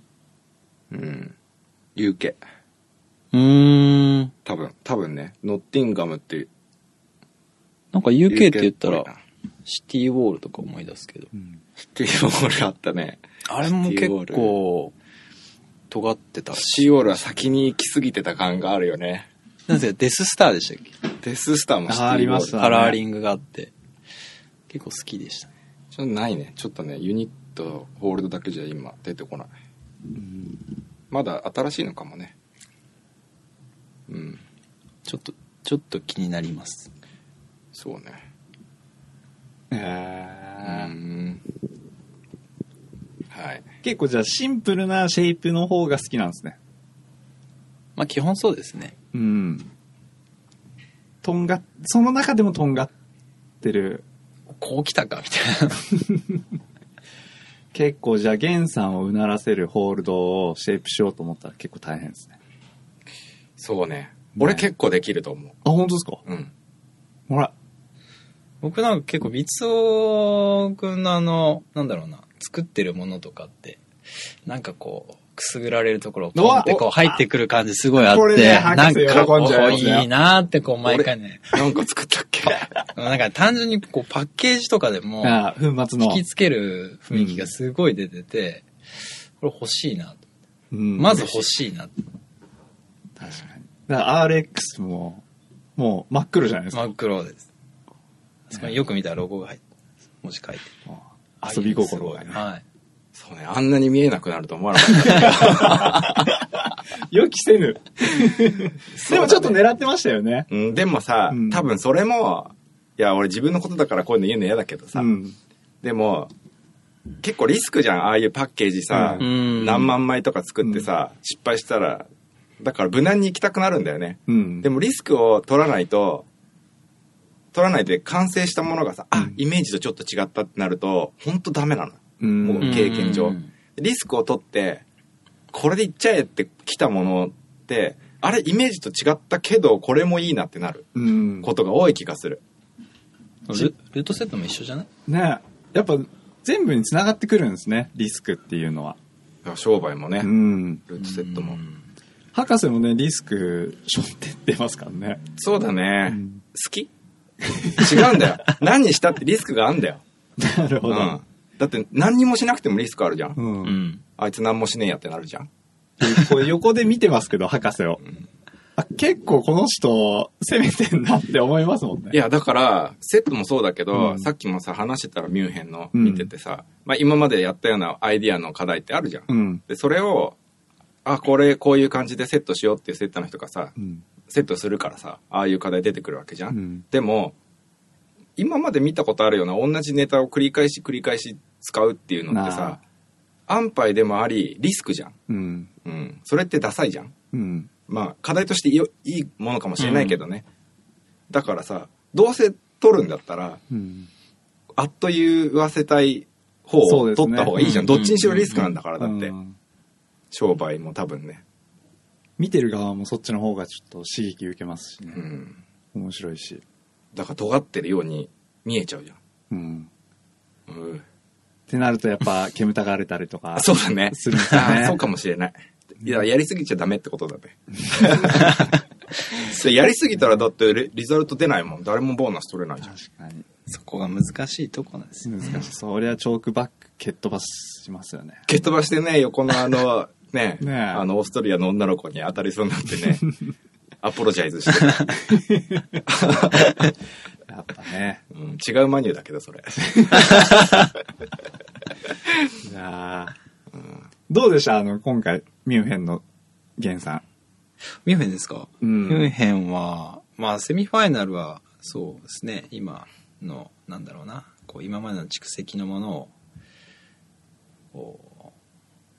S2: うん。UK。
S3: ー、うーん。
S2: 多分、多分ね、ノッティンガムっていう。
S3: なんか UK って言った
S2: っ
S3: ら
S2: ぽいな、
S3: シティウォールとか思い出すけど。
S2: シティウォールあったね。
S3: あれも結
S2: シティウォ
S3: 構、尖ってた。
S2: シーウォールは先に行き過ぎてた感があるよね。
S3: なんですか、デススターでしたっけ
S2: デススターもシティウォール。
S4: あありました
S3: カラーリングがあって。結構好きでしたね。
S2: ちょっとないね。ちょっとね、ユニット、ホールドだけじゃ今出てこない。まだ新しいのかもね。うん、
S3: ちょっと、ちょっと気になります。
S2: そうね。う
S4: え
S2: ん。はい。
S4: ー、結構じゃあシンプルなシェイプの方が好きなんですね。
S3: まあ基本そうですね。
S4: うん。とんが、その中でもとんがってる。
S3: こう来たかみたいな。
S4: [LAUGHS] 結構じゃあゲンさんをうならせるホールドをシェイプしようと思ったら結構大変ですね。
S2: そうね。俺結構できると思
S4: あ、本当ですか
S2: う。うん。
S4: ほら。
S3: 僕なんか結構、三尾くんのあの、なんだろうな、作ってるものとかって、なんかこう、くすぐられるところをポンってこう入ってくる感じすごいあっ
S4: これ
S3: て、
S4: ね
S3: なん
S4: 博士
S3: かこ
S4: 喜んじゃいますよ
S3: ういいなーってこう毎回ね、
S2: なんか作ったっ [LAUGHS] け
S3: なんか単純にこうパッケージとかでも
S4: あ粉末の
S3: 引。きつける雰囲気がすごい出てて、これ欲しいなと。
S4: うん
S3: まず欲しいなと。
S4: 確かに。だから RX も、もう真っ黒じゃないですか。
S3: 真っ黒です。そこによく見たらロゴが入ってます、文字書いて。
S4: 遊び心がね。
S3: はい。
S2: そうね、あんなに見えなくなると思わなかった。
S4: 予期せぬ。でもちょっと狙ってましたよね。
S2: うん、でもさ、
S4: うん
S2: 多分それも、いや、俺自分のことだからこういうの言うの嫌だけどさ、
S4: うん。
S2: でも、結構リスクじゃん、ああいうパッケージさ、
S3: うん
S2: 何万枚とか作ってさ、失敗したら、だから無難に行きたくなるんだよね。
S4: うん。
S2: でもリスクを取らないと、取らないで完成したものがさ、あ、イメージとちょっと違ったってなると、ほんとダメなの。
S4: うん、
S2: もう経験上
S3: うん。
S2: リスクを取って、これでいっちゃえって来たものって、あれイメージと違ったけど、これもいいなってなる
S4: うん。
S2: ことが多い気がする。
S3: ルルートセットも一緒じゃない
S4: ねやっぱ全部に繋がってくるんですね。リスクっていうのは。
S2: 商売もね、
S4: うん。
S2: ルートセットも。
S4: 博士もね、リスク背負ってってますからね。
S2: そうだね。
S4: うん
S2: 好き違うん
S4: [LAUGHS]
S2: だよ。何にしたってリスクがあんだよ。
S4: なる
S2: う
S4: ほ
S2: ん
S4: ど。。
S2: だって何にもしなくてもリスクあるじゃん。
S4: うん。
S3: うん。
S2: あいつ何もしねえやってなるじゃん。
S4: これ横で見てますけど、博士を。あ結構この人、攻めてんなって思いますもんね。
S2: いや、だから、セットもそうだけど、
S4: うん
S2: さっきもさ、話してたらミュンヘンの
S4: うん
S2: 見ててさ、まあ今までやったようなアイディアの課題ってあるじゃん。
S4: うん。
S2: で、それを、あ、これこういう感じでセットしようっていうセッターの人がさ
S4: う、ん。
S2: セットするからさ、ああいう課題出てくるわけじゃ。
S4: うんん。
S2: でも、今まで見たことあるような同じネタを繰り返し繰り返し使うっていうのってさ、安牌でもあり、リスクじゃん。
S4: うん。
S2: うん。それってダサいじゃん。
S4: うん。
S2: まあ、課題としてよいいものかもしれないけどね。だからさ、どうせ取るんだったら、
S4: うん。
S2: あっと言わせたい方
S4: そう
S2: を
S4: ですね
S2: 取った方がいいじゃん。
S3: うんうん
S2: どっちにしろリスクなんだから、だって
S4: う。ん
S2: 商売も多分ね。
S4: 見てる側もそっちの方がちょっと刺激受けますし
S2: う
S4: ね。
S2: ん。
S4: 面白いし。
S2: だから尖ってるように見えちゃうじゃ
S4: うん。
S2: ん。うん。
S4: ってなるとやっぱ煙たがれたりとか。
S2: あそうだね。
S4: するんですよね
S2: あそうかもしれない。いや、やりすぎちゃダメってこと [LAUGHS] だね。それやりすぎたらだってリリザルト出ないもん。誰もボーナス取れないじゃん。
S4: 確かに。
S3: そこが難しいとこなんですよ。
S4: 難しい。そりゃチョークバック蹴っ飛ばしますよね。
S2: [LAUGHS] 蹴っ飛ばしてね、横のあの、 [LAUGHS] ね、
S4: ねえ
S2: あの、オーストリアの女の子に当たりそうになって [LAUGHS] ね、アポロジャイズして、
S4: やっぱね。
S2: うん、違うマニューだけど、それ。
S4: いやーどうでしたあの、今回、ミュンヘンのゲンさ
S3: ミュンヘンですか、
S4: うん
S3: ミュンヘンは、まあ、セミファイナルは、そうですね、今の、なんだろうな、こう、今までの蓄積のものを、こ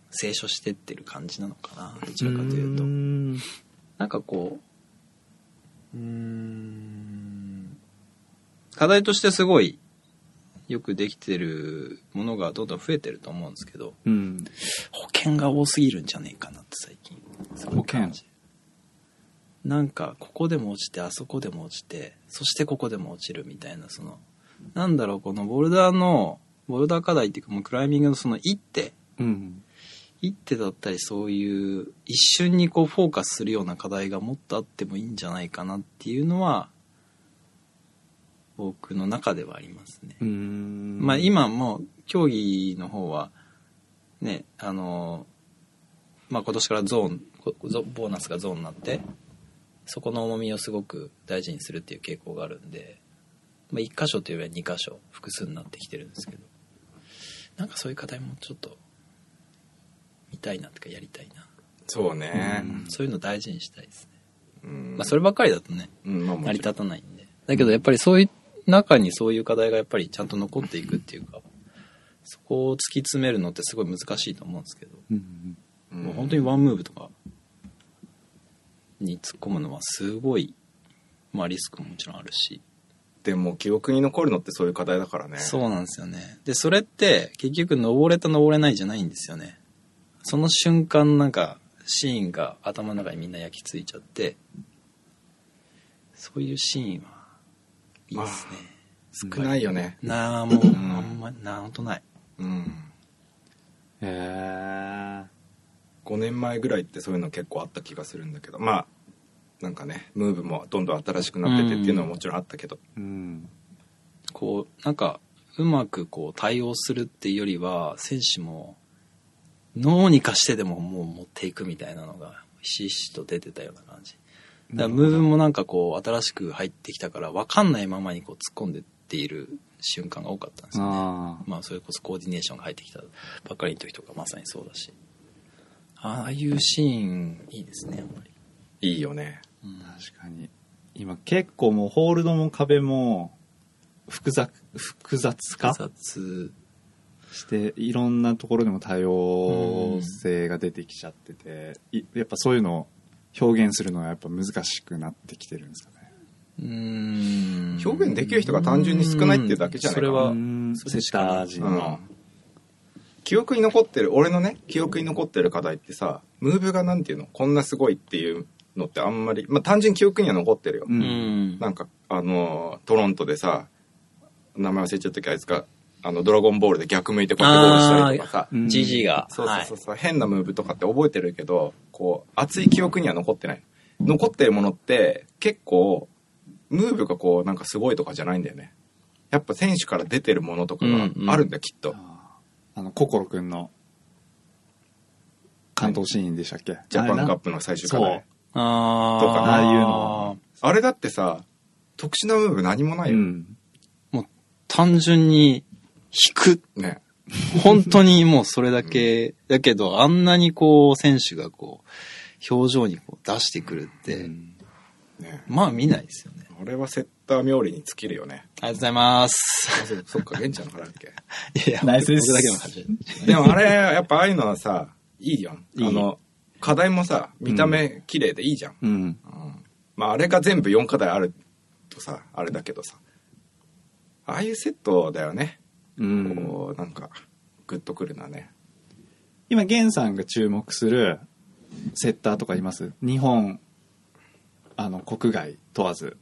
S3: う、清書してってる感じなのかな、どちらかというと。
S4: ん。
S3: なんかこう、うーん、課題としてすごい、よくできてるものがどんどん増えてると思うんですけど、
S4: うん。
S3: 保険が多すぎるんじゃねえかなって最近
S4: 保険
S3: なんかここでも落ちてあそこでも落ちてそしてここでも落ちるみたいなそのなんだろうこのボルダーのボルダー課題っていうかもうクライミングのその一手
S4: うん。
S3: 一手だったりそういう一瞬にこうフォーカスするような課題がもっとあってもいいんじゃないかなっていうのは僕の中ではありますね。
S4: うん
S3: まあ、今もう競技の方はねあのまあ今年からゾーンこゾボーナスがゾーンになってそこの重みをすごく大事にするっていう傾向があるんで、まあ、1箇所というよりは2箇所複数になってきてるんですけどなんかそういう課題もちょっと見たいなとかやりたいな、
S2: そうね。
S3: そういうの大事にしたいです
S2: う
S3: ね、
S2: ん
S3: まあ、そればっかりだとね
S2: うん、まあ
S3: 成
S2: も
S3: り
S2: ちろん
S3: 立たないんで。だけどやっぱりそういう中にそういう課題がやっぱりちゃんと残っていくっていうか、そこを突き詰めるのってすごい難しいと思うんですけど、
S4: うん。
S2: うん
S3: もう本当にワンムーブとかに突っ込むのはすごい、まあリスクももちろんあるし、
S2: でも記憶に残るのってそういう課題だからね。
S3: そうなんですよね。で、それって結局登れた登れないじゃないんですよね。その瞬間なんかシーンが頭の中にみんな焼き付いちゃって、そういうシーンはいいですね。
S2: 少ないよね。
S3: なあ、もう、あんま、なんとない。
S2: うん。
S4: へえ。
S2: 5年前ぐらいってそういうの結構あった気がするんだけど、まあ、なんかね、ムーブもどんどん新しくなっててっていうのはもちろんあったけど。
S4: うん。
S3: こう、なんか、うまくこう対応するっていうよりは、選手も、脳に貸してでももう持っていくみたいなのがひしひしと出てたような感じだからムーブもなんかこう新しく入ってきたから分かんないままにこう突っ込んでっている瞬間が多かったんですよね
S1: あ
S3: まあそれこそコーディネーションが入ってきたばっかりの時とかまさにそうだしああいうシーンいいですねやっぱり、
S2: いいよね。
S3: うん
S1: あ。確かに。
S4: 今結構もうホールドも壁も複雑、複雑化
S3: 複雑
S4: して、いろんなところでも多様性が出てきちゃってて、いやっぱそういうのを表現するのはやっぱ難しくなってきてるんですかね。
S3: うーん
S2: 表現できる人が単純に少ないっていうだけじゃないかな
S3: それは
S4: うんセッター人の。
S2: 記憶に残ってる、俺のね、記憶に残ってる課題ってさ、ムーブがなんていうのこんなすごいっていうのってあんまり、まあ単純に記憶には残ってるよ。
S4: う
S3: うんん
S2: なんか、あの、トロントでさ、名前忘れちゃったけど、あいつが、あの、ドラゴンボールで逆向いてこうやってゴールしたりとかさ、
S4: うん
S3: GG が
S2: そうそうそうそう、変なムーブとかって覚えてるけど、こう、熱い記憶には残ってない。残ってるものって、結構、ムーブがこう、なんかすごいとかじゃないんだよね。やっぱ選手から出てるものとかがあるんだよ、きっと。
S4: あの、心くんの関東シーンでしたっけ
S2: ジャパンカップの最終課題。
S3: あ
S2: とかあ
S4: あいう
S3: の
S4: の
S2: あれだってさ、特殊なムーブ何もな
S4: あ
S2: い
S4: れな
S2: よ。
S4: うん。
S3: 単純に引く
S2: ね。
S3: 本当にもうそれだけ、だけどあんなにこう選手がこう表情にこう出してくるって、
S2: ね。
S3: まあ見ないですよね
S2: 俺はセッター冥利に尽きるよね。
S3: ありがとうございます
S2: あそうそっか、玄ちゃんのからだっけ。
S3: いや
S4: ナイスです
S3: 僕だけの話
S2: [LAUGHS] でもあれ、やっぱああいうのはさ、いいよ。あ
S4: いい
S2: の、課題もさ、見た目綺麗でいいじゃん。
S4: うん。
S2: うんまあ、あれが全部4課題あるとさ、あれだけどさ。ああいうセットだよね。
S4: うん。
S2: こう、なんか、グッとくるのはね。
S4: 今、源さんが注目するセッターとかいます日本、あの、国外問わず。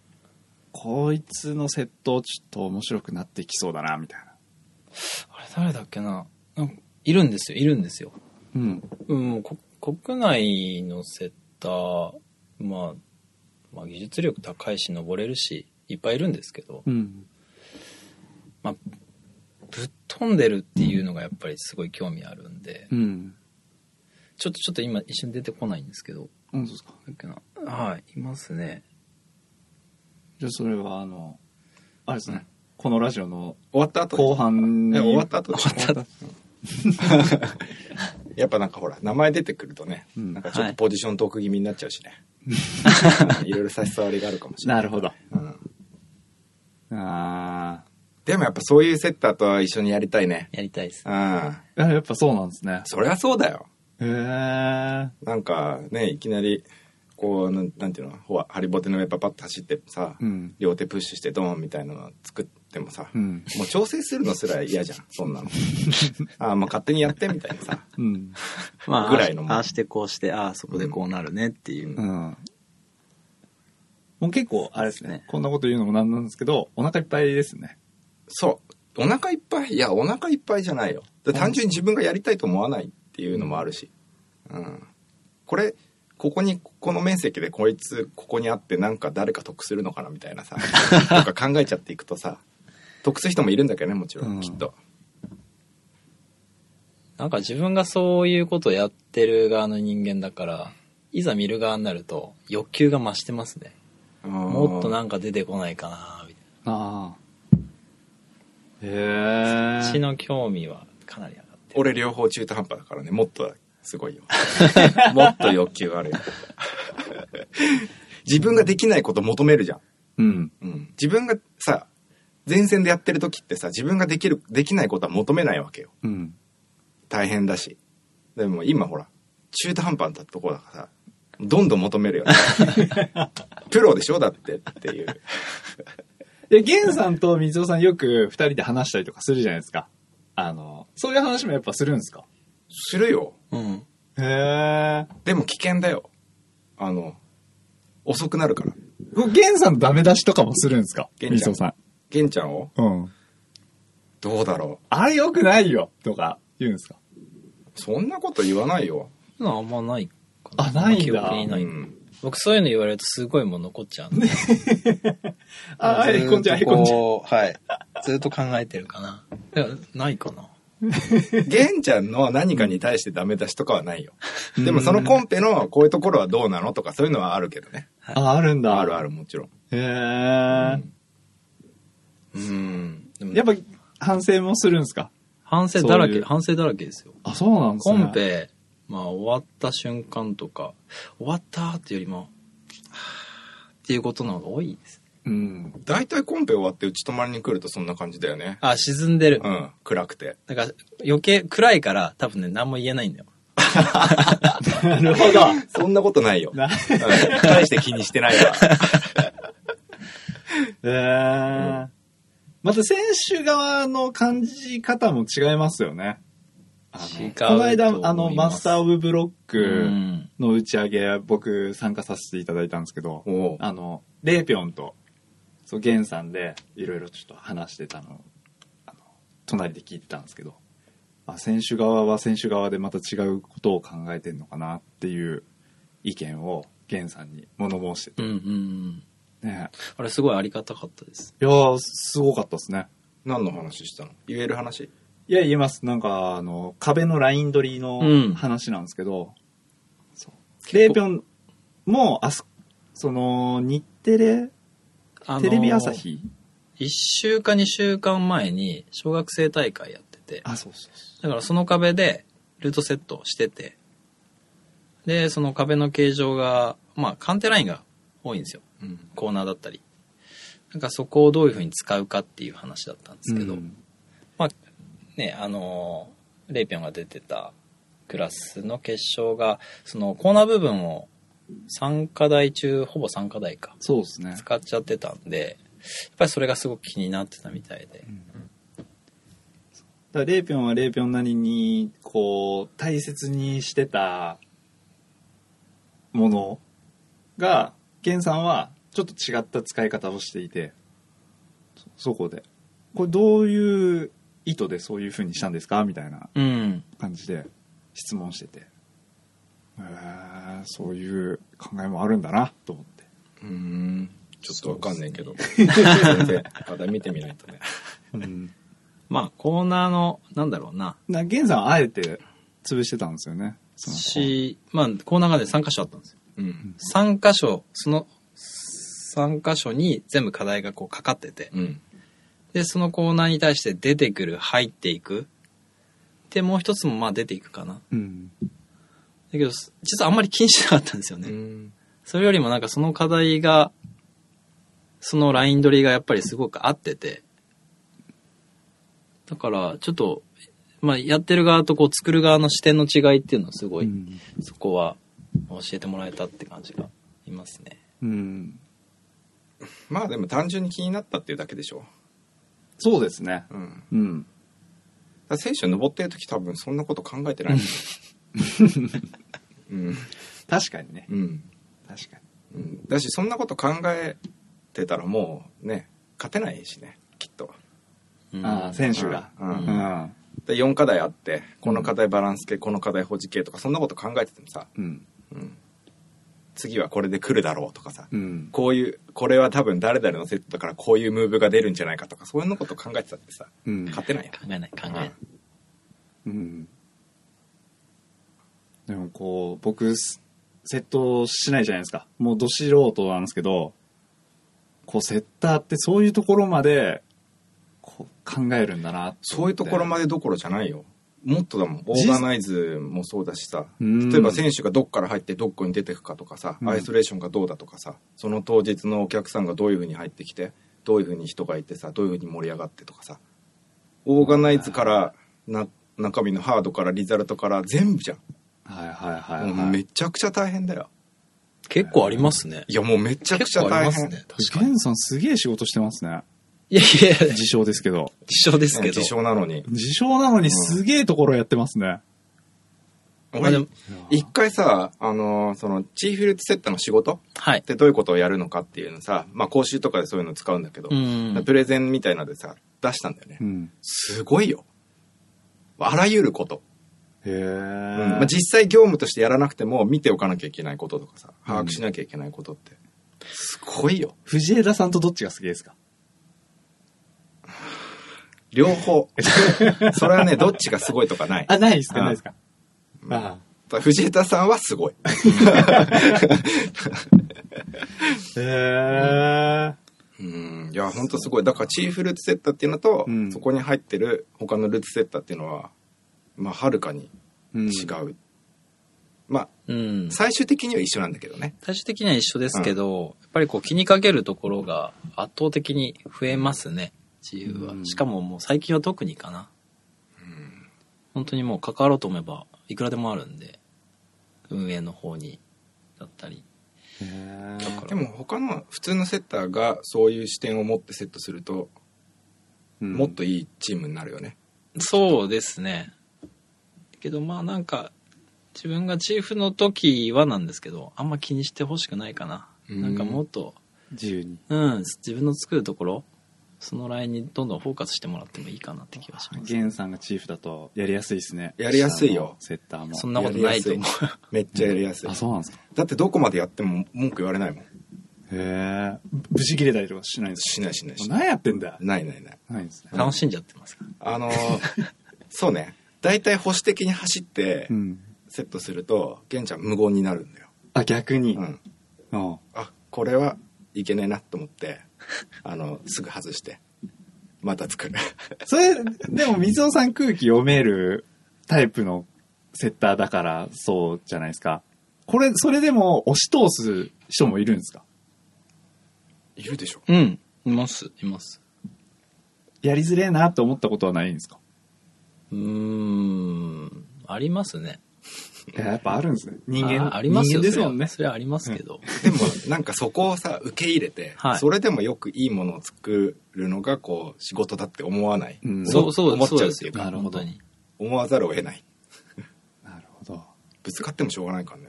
S4: こいつのセット、ちょっと面白くなってきそうだな、みたいな。
S3: あれ誰だっけななんかいるんですよいるんですよ
S4: うん。
S3: うん、もうこ国内のセッター、まあ、まあ技術力高いし登れるしいっぱいいるんですけど
S4: うん。
S3: ぶっ飛んでるっていうのがやっぱりすごい興味あるんで
S4: うん。
S3: ちょっとちょっと今一瞬出てこないんですけど
S4: うん、そうですか。
S3: だっけなはいいますね
S4: じゃあ、それは、あの、あれですね。このラジオの
S2: 終わった後で
S4: 後半に。
S2: え終わった後で
S3: 終わっ
S2: やっぱなん [LAUGHS] かほら、名前出てくるとね、
S4: うん
S2: なんかちょっ
S3: は
S2: と
S3: い
S2: ポジショントーク気味になっちゃう
S4: [LAUGHS]
S2: しね。いろいろ差し障りがあるかもしれない。
S4: なるほど。
S2: うん
S4: あ
S2: でもやっぱそういうセッターとは一緒にやりたいね。
S3: やりたいです
S2: うん。
S4: あ。やっぱそうなんですね。
S2: そりゃそうだよ。
S4: へえ。
S2: なんかね、いきなり、こう、なんなんていうの、ほら、ハリボテの上パパッと走ってさ、
S4: うん。
S2: 両手プッシュしてドーンみたいなの作ってもさ、
S4: うん。
S2: もう調整するのすら嫌じゃん、そん
S4: [LAUGHS]
S2: なの。ああ、まあ勝手にやってみたいなさ。
S4: うん。
S3: まあ
S2: ぐらいのもん
S3: ああしてこうしてああそこでこうなるねっていう、
S4: うん。もう結構、あれです
S3: そうです
S4: ね
S3: ね。
S4: こんなこと言うのもなんなんですけど、お腹いっぱいですね。
S2: そう。お腹いっぱいいや、お腹いっぱいじゃないよ。で単純に自分がやりたいと思わないっていうのもあるし。うん。これ、ここに、この面積でこいつ、ここにあって、なんか誰か得するのかなみたいな
S4: [LAUGHS]
S2: さ、とか考えちゃっていくとさ、得する人もいるんだけどね、もちろん、
S4: うん
S2: きっと。
S3: なんか自分がそういうことをやってる側の人間だからいざ見る側になると欲求が増してますねも
S2: も
S3: っとなんか出てこないかなみたいな
S4: ああ。へ
S3: 血の興味はかなり上がってる
S2: 俺両方中途半端だからね、もっとす
S3: [LAUGHS]
S2: ごいよ。もっと欲求があるよ。 [LAUGHS] 自分ができないこと求めるじゃん。
S4: うん。
S2: うん、自分がさ前線でやってる時ってさ自分ができるできないことは求めないわけよ
S4: うん。
S2: 大変だしでも今ほら中途半端なとこだからさどんどん求めるよね
S3: [LAUGHS]
S2: プロでしょだってっていう
S4: で、ゲンさんと水尾さんよく二人で話したりとかするじゃないですか。あの、そういう話もやっぱするんですか
S2: するよ
S3: うん
S4: へえ。
S2: でも危険だよあの遅くなるから
S4: これゲンさんのダメ出しとかもするんですか
S2: 源ち
S4: 水
S2: ゃん
S4: 尾さ
S2: 玄ちゃんを
S4: ん。うん。
S2: どうだろ
S4: あれ良くないよとか言うんですか
S2: うそんなこと言わないよ、
S3: あんまないか
S4: あないんだ
S3: 記憶に
S2: う
S3: ない、
S2: ん、
S3: 僕そういうの言われるとすごいもう残っちゃうんで。
S4: あ、アイコンちゃん、アイコンちゃん。
S3: ん。はい。ずっと考えてるかな。いや、ないかな。
S2: [LAUGHS] 玄ちゃんの何かに対してダメ出しとかはないよ。でもそのコンペのこういうところはどうなのとかそういうのはあるけどね。
S4: あ、あるんだ。
S2: あるあるもちろん。
S4: へえ、
S2: うん。でも
S4: やっぱ反省もするんですか
S3: 反省だら
S4: そうい
S3: け、
S4: う
S3: 反省だらけですよ。
S4: あ、そうなんです
S3: コ
S4: ね。
S3: ン。ペ、まあ終わった瞬間とか、終わったーっていうよりも、はーっていうことの方が多いです。
S4: うん。
S2: 大体コンペ終わってうち泊まりに来るとそんな感じだよね。
S3: あ、沈んでる。
S2: うん。暗くて。
S3: だから余計暗いから多分ね、何も言えないんだよ。
S4: なるほど。
S2: [LAUGHS] そんなことないよ。うん
S4: な
S2: 大して気にしてないわ。
S4: えーまた選手側の感じ方も違いますよね。あ
S3: 違う
S4: の
S3: と
S4: こ
S3: 思
S4: の間
S3: い、ます
S4: あの、マスター・オブ・ブロッ
S3: う
S4: ク。の打ち上げ、僕参加させていただいたんですけど、
S2: おう
S4: あの、レイピョンと、そう、ゲンさんで、いろいろちょっと話してたのを、あの隣で聞いてたんですけど、あ、選手側は選手側でまた違うことを考えてんのかなっていう意見を、ゲンさんに物申して
S3: うんうんう
S4: て。
S3: ん。
S4: ね
S3: あれすごいありがたかったです。
S4: いやー、すごかったですね。
S2: 何の話したの言える話
S4: いや、言えます。なんか、あの、壁のライン取り
S3: うん
S4: の話なんですけど、そうレイピョンも、あそ、その、日テレ、
S3: あのー
S4: テレビ朝日、
S3: 一週か二週間前に小学生大会やってて、
S4: あ、そうそうそ
S3: だからその壁でルートセットをしてて、で、その壁の形状が、まあ、鑑定ラインが多いんですよ。
S2: うん。
S3: コーナーだったり。なんかそこをどういうふうに使うかっていう話だったんで
S4: う。
S3: すけど、
S4: うん
S3: ね、あのーレイピョンが出てたクラスの決勝が、そのコーナー部分を3課題中、ほぼ3課題か、
S4: そうですね。
S3: 使っちゃってたんで、やっぱりそれがすごく気になってたみたいで。
S4: だからレイピョンはレイピョンなりにこう大切にしてたものがゲンさんはちょっと違った使い方をしていてそそこでこれどういう意図でそういう風にしたんですかみたいな
S3: うん。
S4: 感じで質問してて、えー、そういう考えもあるんだなと思って
S2: うん。ちょっとわかんないけど。 [LAUGHS] 全然。まだ見てみないとね。
S3: まあ、コーナーの、なんだろうな、
S4: なゲンさんはあえて潰してたんですよねその
S3: し、まあ、コーナーがね、3箇所あったんですよ。
S2: うん。
S3: 3箇所、その、3箇所に全部課題がこうかかってて、
S2: うん。
S3: で、そのコーナーに対して出てくる、入っていく。で、もう一つもまあ出ていくかな。
S4: うん
S3: だけど、す実はあんまり気にしなかったんですよね。
S2: ん。
S3: それよりもなんかその課題が、そのライン取りがやっぱりすごく合ってて、だからちょっと、まあやってる側とこう作る側の視点の違いっていうのはすごい、
S4: うん
S3: そこは教えてもらえたって感じがいますね。
S4: うん
S2: まあでも単純に気になったっていうだけでしょ。
S4: そうですね
S2: うん。
S4: うん
S2: だから選手登ってる時多分そんなこと考えてない。うん。
S4: 確かにね
S2: うん。
S4: 確かに
S2: うんだしそんなこと考えてたらもうね勝てないしねきっと
S3: うん
S4: ああ選手が
S2: うん
S4: うん
S2: で4課題あってこの課題バランス系この課題保持系とかそんなこと考えててもさ、
S4: うん
S2: うん、次はこれで来るだろうとかさ
S4: うん
S2: こういうこれは多分誰々のセットだからこういうムーブが出るんじゃないかとかそういうのこと考えてたってさ
S4: うん
S2: 勝てないよ
S3: 考、えない、考えない。
S4: うんでもこう僕セットしないじゃないですかもうど素人なんですけどこうセッターってそういうところまでこう考えるんだなって
S2: そういうところまでどころじゃないよもっとだもんオーガナイズもそうだしさ
S4: うん
S2: 例えば選手がどっから入ってどこに出てくかとかさ、
S4: うん
S2: アイソレーションがどうだとかさその当日のお客さんがどういうふうに入ってきてどういうふうに人がいてさどういうふうに盛り上がってとかさオーガナイズからな中身のハードからリザルトから全部じゃん、
S4: はいはいはい
S2: もう
S4: は
S2: め
S4: い
S2: ちゃくちゃ大変だよ
S3: 結構ありますね
S2: い。やもうめちゃくちゃ
S3: 結構あ
S2: 大
S3: ります
S2: 変、
S3: ね。確か
S4: ゲ
S3: に。
S4: ンさんすげえ仕事してますね
S3: いやいや、
S4: 自称ですけど
S3: 自称ですけど
S2: 自。称なのに
S4: 自称なのにすげえところやってますね、
S3: まあでも
S2: 俺一回さあのーそのチーフィルドセッターの仕事
S3: はい
S2: っ。てどういうことをやるのかっていうのさ、まあ、講習とかでそういうの使うんだけど、
S3: うん。
S2: プレゼンみたいのでさ出したんだよね、
S4: うん
S2: すごいよあらゆること、
S4: へえ、
S2: うんまあ、実際業務としてやらなくても見ておかなきゃいけないこととかさ把握しなきゃいけないことって、すごいよ
S4: 藤枝さんとどっちがすげえですか
S2: 両方。それはね、どっちがすごいとかない。
S4: あ、ないですか、
S2: うん
S4: ないですか。あ
S2: 藤枝さんはすごい。
S4: あ。へ
S2: う
S4: え。
S2: ん。いや、ほんとすごい。だから、チーフルーツセッターっていうのと、
S1: うん
S2: そこに入ってる他のルーツセッターっていうのは、まあ、はるかに
S1: うん
S2: 違う。まあ、
S3: うん。
S2: 最終的には一緒なんだけどね。
S3: 最終的には一緒ですけど、やっぱりこう気にかけるところが圧倒的に増えますね、自由は。
S1: うん
S3: しかももう最近は特にかな。本当にもう関わろうと思えばいくらでもあるんで、運営の方に、だったり。だから
S2: でも、他の普通のセッターがそういう視点を持ってセットすると、
S1: うん
S2: もっといいチームになるよね。
S3: そうですね。けどまあなんか、自分がチーフの時はなんですけど、あんま気にしてほしくないかな。
S2: うん
S3: なんかもっと、
S1: 自由に。
S3: うん、自分の作るところ、そのラインにどんどんフォーカスしてもらってもいいかなって気がします。
S1: ゲンさんがチーフだとやりやすいですね。
S2: やりやすいよ
S1: 下のセッターも。
S3: そんなことないと思う。
S2: めっちゃやりやすい
S1: あ、。そうなんですか。
S2: だってどこまでやっても文句言われないもん。
S1: へえ。
S4: 無事切れたりとかしないんです
S2: しないしないしない。
S4: 何やってんだ
S2: ないないない。
S1: ないんですね。
S3: 楽しんじゃってますから。
S2: あのーそうね。大体保守的に走って
S1: うん。
S2: セットすると、玄ちゃん無言になるんだよ。
S4: あ、逆に
S2: う。ん。
S1: あ
S2: あ、これはいけねえなと思って、あの、すぐ外して、また作る。
S4: それ、でも、水尾さん空気読めるタイプのセッターだから、そうじゃないですか。これ、それでも押し通す人もいるんですか
S2: いるでしょ。
S3: うん。います、います。
S4: やりづれえなって思ったことはないんですか
S3: うーん。ありますね。
S4: いややっぱあるんですね。人間、
S3: あありますよ
S4: 人間ですもんね。
S3: それはそれはありますけど。
S2: でも、なんかそこをさ、受け入れて、
S3: はい
S2: それでもよくいいものを作るのが、こう、仕事だって思わない。
S4: うん
S3: そう、そう、
S2: 思っ
S3: そう
S2: ちゃう
S3: で
S2: っ
S3: す
S2: てい
S3: よ
S2: う。か、
S4: なるほど
S3: 本当に。
S2: 思わざるを得ない。
S4: なるほど。
S2: ぶつかってもしょうがないからね。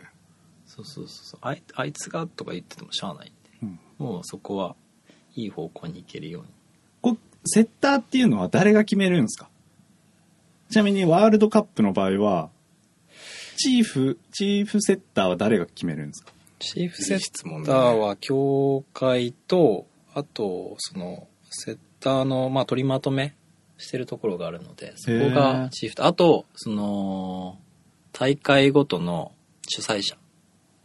S3: そうそうそうそうあい。あいつがとか言っててもしゃあないんで。
S4: うん
S3: もうそこはいい方向に行けるように。
S4: こうセッターっていうのは誰が決めるんですかちなみにワールドカップの場合は、チーフ、チーフセッターは誰が決めるんですか
S3: チーフ
S2: い
S3: セ
S2: い
S3: ッ
S2: 質問
S3: ター
S2: だね。
S3: は協会と、あと、その、セッターの、まあ、取りまとめしてるところがあるので、そこ
S4: へー
S3: がチーフと、あと、その、大会ごとの主催者。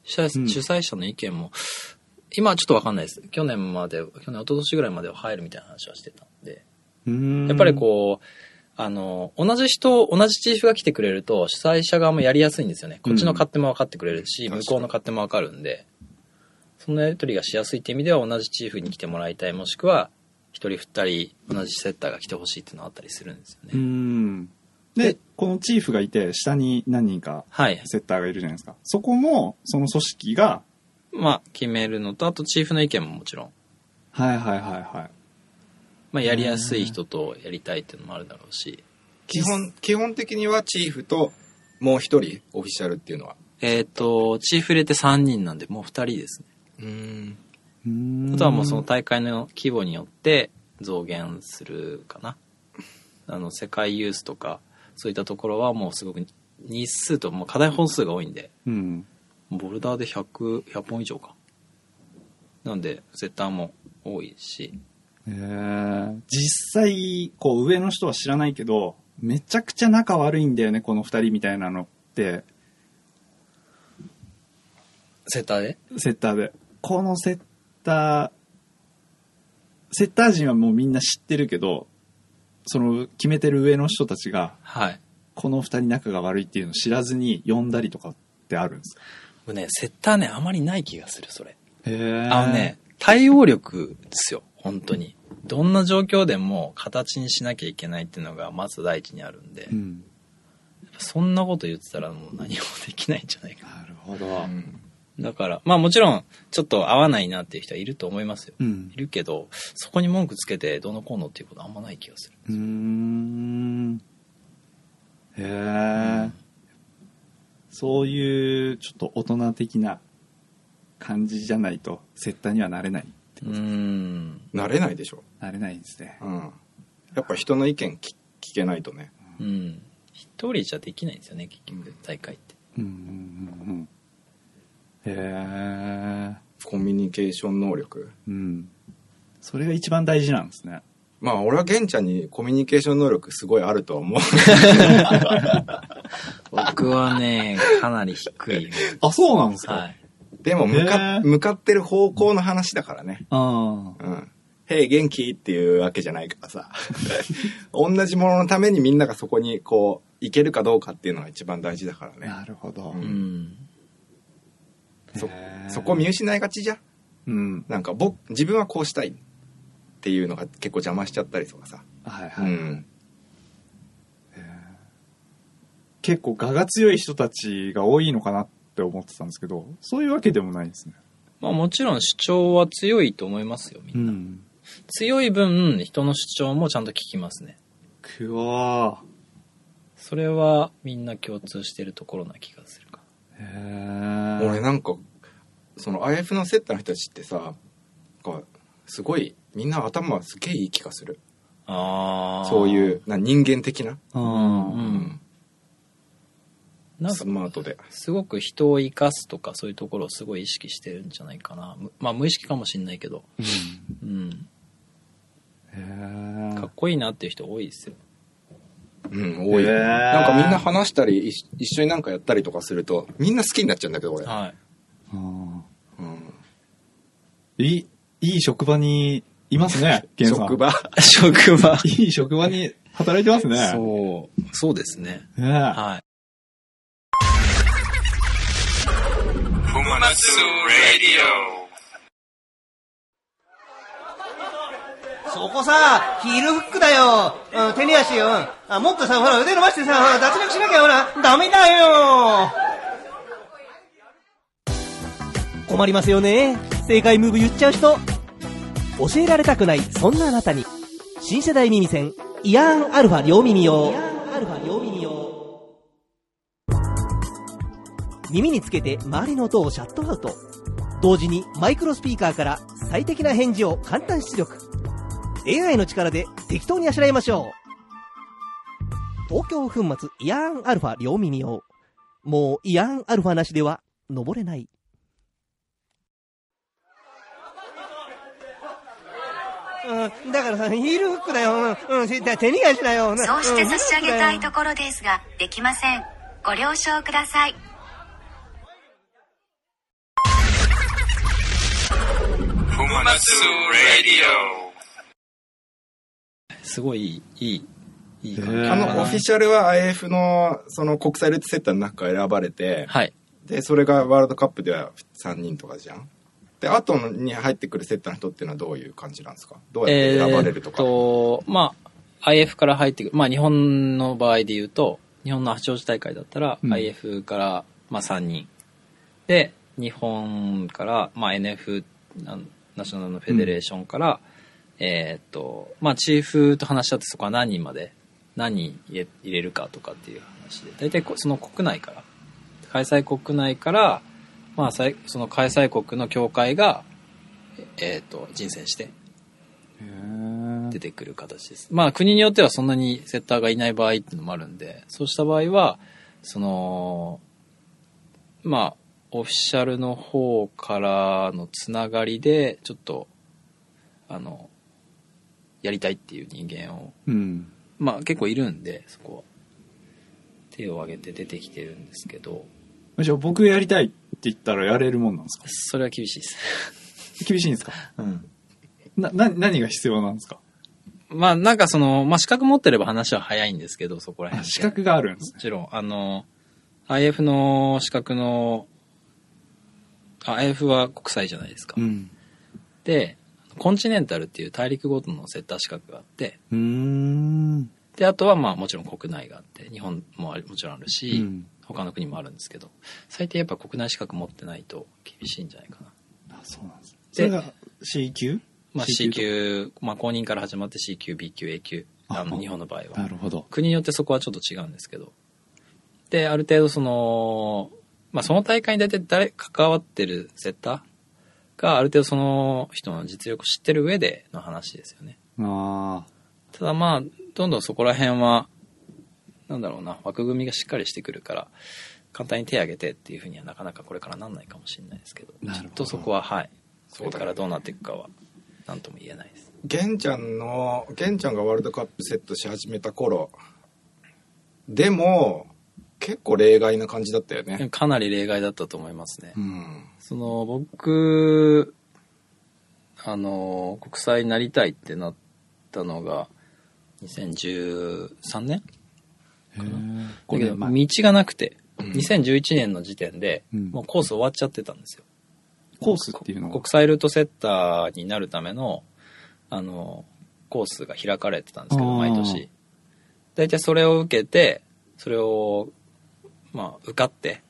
S3: 主催,、
S4: うん
S3: 主催者の意見も、今はちょっとわかんないです。去年まで、去年、一昨年ぐらいまでは入るみたいな話はしてたんで。や
S4: や
S3: っぱりこう、あの、同じ人、同じチーフが来てくれると、主催者側もやりやすいんですよね。こっちの勝手も分かってくれるし、
S2: うん
S3: 向こうの勝手も分かるんで、そのやり取りがしやすいって意味では、同じチーフに来てもらいたい、もしくは、一人二人、同じセッターが来てほしいっていうのはあったりするんですよね。
S4: う。うん。で、このチーフがいて、下に何人か
S3: はい。
S4: セッターがいるじゃないですか。そこも、その組織が、
S3: まあ、決めるのと、あとチーフの意見ももちろん、
S4: はいはいはいはい。
S3: まあ、やりやすい人とやりたいっていうのもあるだろうし、
S2: 基本、基本的にはチーフと、もう一人、オフィシャルっていうのは。
S3: えっ、と、チーフ入れて3人なんで、もう2人ですね。
S2: うん。
S3: あとはもうその大会の規模によって増減するかな。あの、世界ユースとか、そういったところはもうすごく日数と、もう課題本数が多いんで、
S4: うん。
S3: ボルダーで100、100本以上か。なんで、セッターも多いし、
S4: えー、実際、こう上の人は知らないけど、めちゃくちゃ仲悪いんだよね、この二人みたいなのって、
S3: セッターで
S4: セッターで。このセッター、セッター陣はもうみんな知ってるけど、その決めてる上の人たちが、
S3: はい。
S4: この二人仲が悪いっていうのを知らずに呼んだりとかってあるんですか
S3: 僕ね、セッターね、あまりない気がする、それ。
S4: へえ
S3: あのね、対応力ですよ、本当に。どんな状況でも形にしなきゃいけないっていうのが、まず第一にあるんで。
S4: うん。
S3: そんなこと言ってたらもう何もできないんじゃないかな。
S4: なるほど。
S3: だから、まあもちろん、ちょっと合わないなっていう人はいると思いますよ。
S4: うん
S3: い。るけど、そこに文句つけてどうのこうのっていうことあんまない気がする。
S4: うーん。へえ。そういう、ちょっと大人的な感じじゃないと、セッターにはなれない。
S3: うーん。
S2: なれないでしょ。
S4: なれないですね。
S2: うん。やっぱ人の意見聞聞けないとね。
S3: うん。一人じゃできないんですよね、結局、大会って。
S4: うんうんうんうん。へえ。
S2: コミュニケーション能力。
S4: うん。それが一番大事なんですね。
S2: まあ俺は玄ちゃんにコミュニケーション能力すごいあるとは
S4: [LAUGHS]
S2: 思う。
S3: 僕は [LAUGHS] ね、かなり低い。
S4: あ、そうなんですか、
S3: はい。
S2: でも向
S4: へ
S2: か
S4: ー
S2: 向かってる方向の話だからね。
S4: あ
S2: うん。へい元気っていうわけじゃないから
S4: [LAUGHS]
S2: さ。同じもののためにみんながそこにこう、行けるかどうかっていうのが一番大事だから
S4: あ。
S2: ね。
S4: なるほど
S2: う
S3: うんん。
S2: そ
S4: へー
S2: そこ見失いがちじゃん。
S4: うん。
S2: なんか僕、自分はこうしたいっていうのが結構邪魔しちゃったりとかさ。
S4: はいは
S2: う
S4: い。
S2: ん。
S4: 結構我が強い人たちが多いのかなって思ってたんですけど、そういうわけでもないんですね。
S3: まあもちろん主張は強いと思いますよ、みんな。
S4: ん。
S3: 強い分、人の主張もちゃんと聞きますね。
S4: くわ
S3: それはみんな共通してるところな気がするか。
S4: ー。へ
S2: 俺なんか、その IF のセッターの人たちってさ、なんかすごい、みんな頭すげえいい気がする。
S3: あ。
S2: そういうう、な人間的な。
S4: う。
S3: うんん。なんか
S2: スマートで。
S3: すごく人を生かすとかそういうところをすごい意識してるんじゃないかな。むまあ無意識かもしんないけど。うん。
S4: へ
S3: か
S4: ー
S3: っこいいなっていう人多いですよ。
S2: うん、多い。
S4: へー
S2: なんかみんな話したり、一一緒になんかやったりとかすると、みんな好きになっちゃうんだけど、俺。
S3: はい。
S4: うん
S2: うん、
S4: いい、いい職場にいます
S3: [LAUGHS]
S4: ね、ゲンさん。
S2: 職。 [LAUGHS] 場。
S3: 職場。 [LAUGHS]
S4: いい職場に働いてますね。
S3: そう。そうですね。
S4: う。ねえ。
S3: はい。
S5: そこさ、ヒールフックだよ。うん、手に足よ。うんあ、もっとさ、ほら、腕伸ばしてさ、ほら、脱力しなきゃ、ほら、ダメだよ。困りますよね。正解ムーブ言っちゃう人。教えられたくない、そんなあなたに。新世代耳栓、イヤーンアルファ両耳用。イヤーンアルファ両耳用。耳につけて周りの音をシャットアウト。同時にマイクロスピーカーから最適な返事を簡単出力。AI の力で適当にあしらいましょう。東京粉末イヤーンアルファ両耳用。もうイヤーンアルファなしでは登れない。うん、だからさ、ヒールフックだよ。うん、手に足だよ。
S6: そうして差し上げたいところですが、できません。ご了承ください。
S3: すごいいい、いい、いい環境
S4: へー
S2: あの、オフィシャルは IF の、その国際レッドセッターの中から選ばれて、
S3: はい。
S2: で、それがワールドカップでは3人とかじゃん。で、後に入ってくるセッターの人っていうのはどういう感じなんですかどうやって選ばれるとか。
S3: えーっと、まあ、IF から入ってくる。まあ、日本の場合で言うと、日本の八王子大会だったら、
S4: うん
S3: IF から、まあ、3人。で、日本から、まあ、NF、なナショナルのフェデレーションから、えーっと、まあ、チーフと話し合ってそこは何人まで、何人入れ入れるかとかっていう話で、大体こその国内から、開催国内から、まあ、さいその開催国の協会が、えーっと、人選して、出てくる形です。まあ国によってはそんなにセッターがいない場合っていうのもあるんで、そうした場合は、その、まあ、オフィシャルの方からのつながりで、ちょっと、あの、やりたいっていう人間を、
S4: うん。
S3: まあ結構いるんで、そこは。手を挙げて出てきてるんですけど、
S4: じゃあ僕やりたいって言ったらやれるもんなんですか
S3: それは厳しいです。
S4: 厳しいんですか
S3: うん。
S4: な、な、何が必要なんですか
S3: [LAUGHS] まあなんかその、まあ資格持ってれば話は早いんですけど、そこら
S4: あ
S3: 辺って
S4: 資格があるんですね
S3: も。ちろん、あの、IF の資格の、あ IF は国際じゃないですか。
S4: ん。
S3: で、コンチネンタルっていう大陸ごとのセッター資格があって、
S4: うん。
S3: で、あとはまあもちろん国内があって、日本もありもちろんあるし、他の国もあるんですけど、最低やっぱ国内資格持ってないと厳しいんじゃないかな。
S4: あ、そうなんです。それが C 級
S3: まあ
S4: C
S3: C
S4: 級
S3: 級、まあ公認から始まって C 級、B 級、A 級、あの
S4: あ
S3: 日本の場合は。
S4: なるほど。
S3: 国によってそこはちょっと違うんですけど。で、ある程度その、まあ、その大会に大体誰関わってるセッターがある程度その人の実力を知ってる上での話ですよね。
S4: あ
S3: ただまあ、どんどんそこら辺は、なんだろうな、枠組みがしっかりしてくるから、簡単に手挙げてっていうふうにはなかなかこれからなんないかもしれないですけど、
S4: なるほ
S3: ち
S4: ど
S3: ょっとそこははい、
S2: そ
S3: こ
S2: うだね
S3: れからどうなっていくかはなんとも言えないです。
S2: 玄ちゃんの玄ちゃんがワールドカップセットし始めた頃でも結構例外な感じだったよね
S3: かなり例外だったと思いますね。
S2: うん
S3: その、僕、あの、国際になりたいってなったのが、2013年だけど、道がなくて、2011年の時点で、
S1: うん
S3: もうコース終わっちゃってたんですよ。
S1: コースっていうの
S3: 国
S1: は。
S3: 際ルートセッターになるための、あの、コースが開かれてたんですけど、
S1: あー
S3: 毎年。大体それを受けて、それを、まあ、受かって、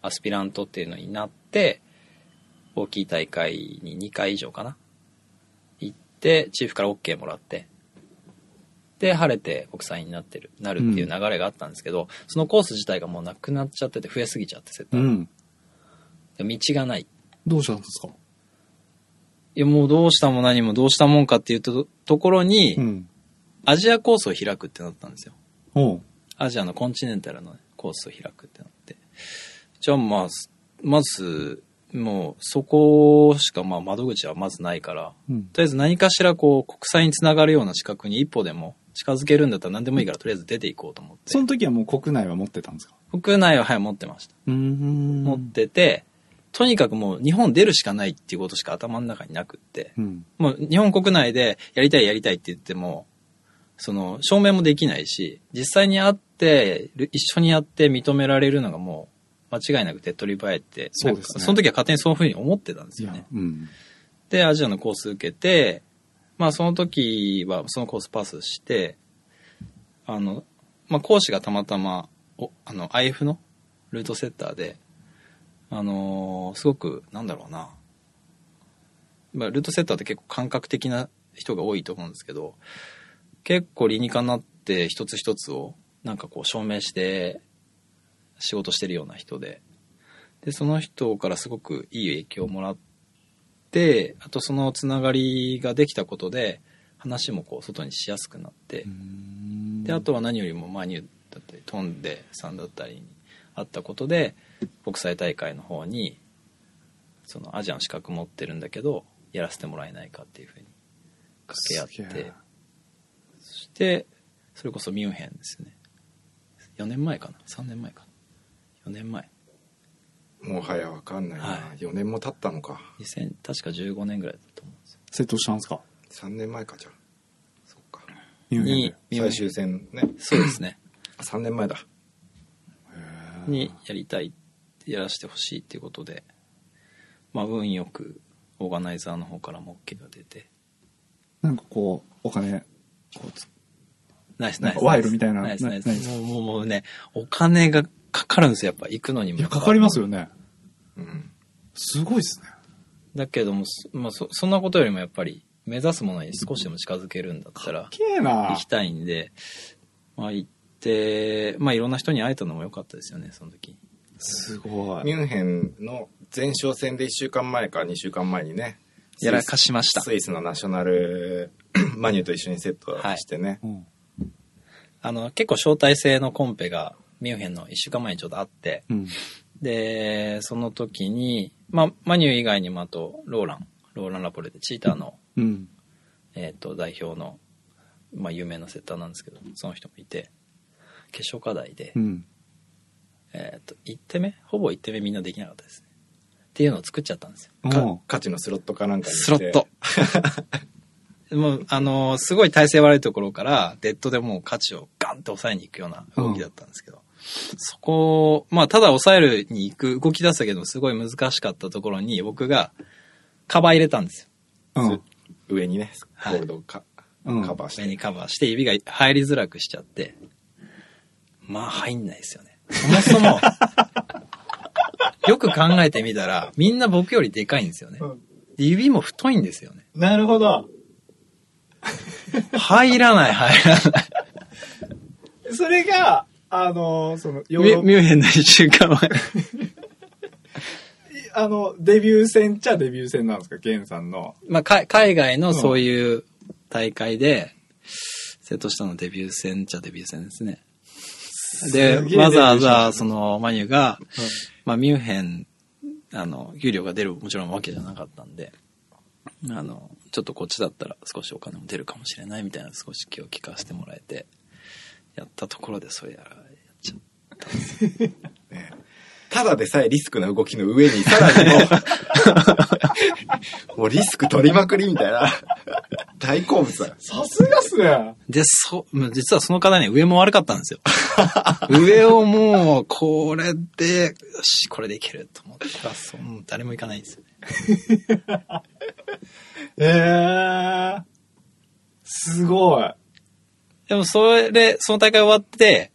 S3: アスピラントっていうのになって、大きい大会に2回以上かな。行って、チーフから OK もらって、で、晴れて国際になってる、なるっていう流れがあったんですけど、そのコース自体がもうなくなっちゃってて、増えすぎちゃって、セッタ
S1: う
S3: ーが
S1: ん。
S3: 道がない。
S1: どうしたんですか
S3: いや、もうどうしたも何もどうしたもんかっていうとところに、
S1: うん。
S3: アジアコースを開くってなったんですよ。
S1: おう。
S3: アジアのコンチネンタルのコースを開くってなって。じゃあ、まあ、すまず、もう、そこしか、まあ、窓口はまずないから、
S1: うん。
S3: とりあえず何かしら、こう、国際につながるような資格に一歩でも近づけるんだったら何でもいいから、とりあえず出ていこうと思って
S1: そ。の時はもう国内は持ってたんですか
S3: 国内は、はい、持ってました。
S1: うん
S3: 持ってて、とにかくもう、日本出るしかないっていうことしか頭の中になくって。
S1: うん。
S3: もう日本国内でやりたいやりたいって言っても、その、証明もできないし、実際に会って、一緒にやって認められるのがもう、間違いなく手っ取り早いって、
S1: そうですね
S3: なんかその時は勝手にそういうふうに思ってたんですよね。
S1: うん。
S3: で、アジアのコース受けて、まあその時はそのコースパスして、あの、まあ講師がたまたま、おあの、IF のルートセッターで、あのーすごく、なんだろうな、まあルートセッターって結構感覚的な人が多いと思うんですけど、結構理にかなって一つ一つをなんかこう証明して仕事してるような人で、で、その人からすごくいい影響をもらってであとそのつながりができたことで話もこう外にしやすくなって、であとは何よりもマニューだったりトンデさんだったりにあったことで国際大会の方にそのアジアの資格持ってるんだけどやらせてもらえないかっていうふうに掛け合っ
S1: すげえ
S3: てそしてそれこそミュンヘンですよね4年前かな3年前かな4年前
S2: もはやわかんないな、
S3: は
S2: 4年も経ったのか
S3: 2000確か15年ぐらいだったと思うんですよ
S1: セットしたんですか
S2: 3年前かじゃあそっか
S3: にミュン
S2: 最
S3: ヘン
S2: 終戦ね
S3: そうですね
S2: 3年前だ
S3: にやりたいやらせてほしいっていうことで、まあ、運よくオーガナイザーの方からも OK が出て
S1: なんかこう、お金、こうつ
S3: ナイス
S1: なん
S3: ナイ
S1: か
S3: ス
S1: 賄賂みたいな
S3: ナイス
S1: な
S3: ナイス
S1: ないです
S3: もうもうもうねお金がかかるんですよやっぱ行くのにも
S1: いや、かかります
S3: よ
S1: よね。
S2: うん
S1: すごいですね。
S3: だけども、そまあ、そそんなことよりもやっぱり目指すものに少しでも近づけるんだったら
S1: けえ
S3: 行
S1: な
S3: きたいんで、まあ、行って、まあ、いろんな人に会えたのも良かったですよねその時
S1: すご
S2: ミ。ュンヘンの前哨戦で1週間前か2週間前にね
S3: やらかしました
S2: スイスのナショナル [COUGHS] マニューと一緒にセットしてね、
S1: うん。
S3: あの結構招待制のコンペがミュンヘンの1週間前にちょうどあって
S1: うん。
S3: で、その時に、まあ、マニュー以外にもあと、ローラン、ローラン・ラポレでチーターの、
S1: うん。
S3: えっ、と、代表の、まあ、有名なセッターなんですけど、その人もいて、決勝課題で、
S1: うん。
S3: えっ、と、1手目ほぼ1手目みんなできなかったですね。っていうのを作っちゃったんですよ。
S1: うん
S2: か価値のスロットかなんかに
S3: ス
S2: して
S3: ロット。 [LAUGHS] もう、あのーすごい体勢悪いところから、デッドでもう価値をガンって抑えに行くような動きだったんですけど、そこを、まあ、ただ抑えるに行く、動き出したけど、すごい難しかったところに、僕が、カバー入れたんですよ。
S1: うん。
S2: 上にねゴ
S3: はい
S2: ールドをか、
S1: うん
S2: カバーして
S3: 上にカバーして、指が入りづらくしちゃって、まあ、入んないですよね。そもそも、 [LAUGHS] よく考えてみたら、みんな僕よりでかいんですよね。で指も太いんですよね。
S4: なるほど。
S3: 入らない、入らない。
S4: それが、あの、その、ヨ
S3: ミ
S4: ー
S3: ュ
S4: ロッ
S3: ミュンヘンの一週間前。
S4: パあの、デビュー戦っちゃデビュー戦なんですか、ゲンさんの。
S3: まあ、か海外のそういう大会で、瀬戸下のデビュー戦っちゃデビュー戦ですね。で
S4: げ、え
S3: わざわざ、その、マニュが、まあ、ミュンヘン、あの、給料が出る、もちろんわけじゃなかったんで、あの、ちょっとこっちだったら少しお金も出るかもしれないみたいな少し気を利かせてもらえて、やったところでそれやら、やっちゃう。
S7: ただでさえリスクな動きの上に、さらにも
S2: [LAUGHS]
S7: う、もうリスク取りまくりみたいな、大好物だよ。
S4: さすがっすね。
S3: で、そ、まあ実はその方ね、上も悪かったんですよ。上をもう、これで、よし、これでいけると思ったら、そう、もう誰も行かないんですよね。
S4: ええー。すごい。
S3: でも、それで、その大会終わって、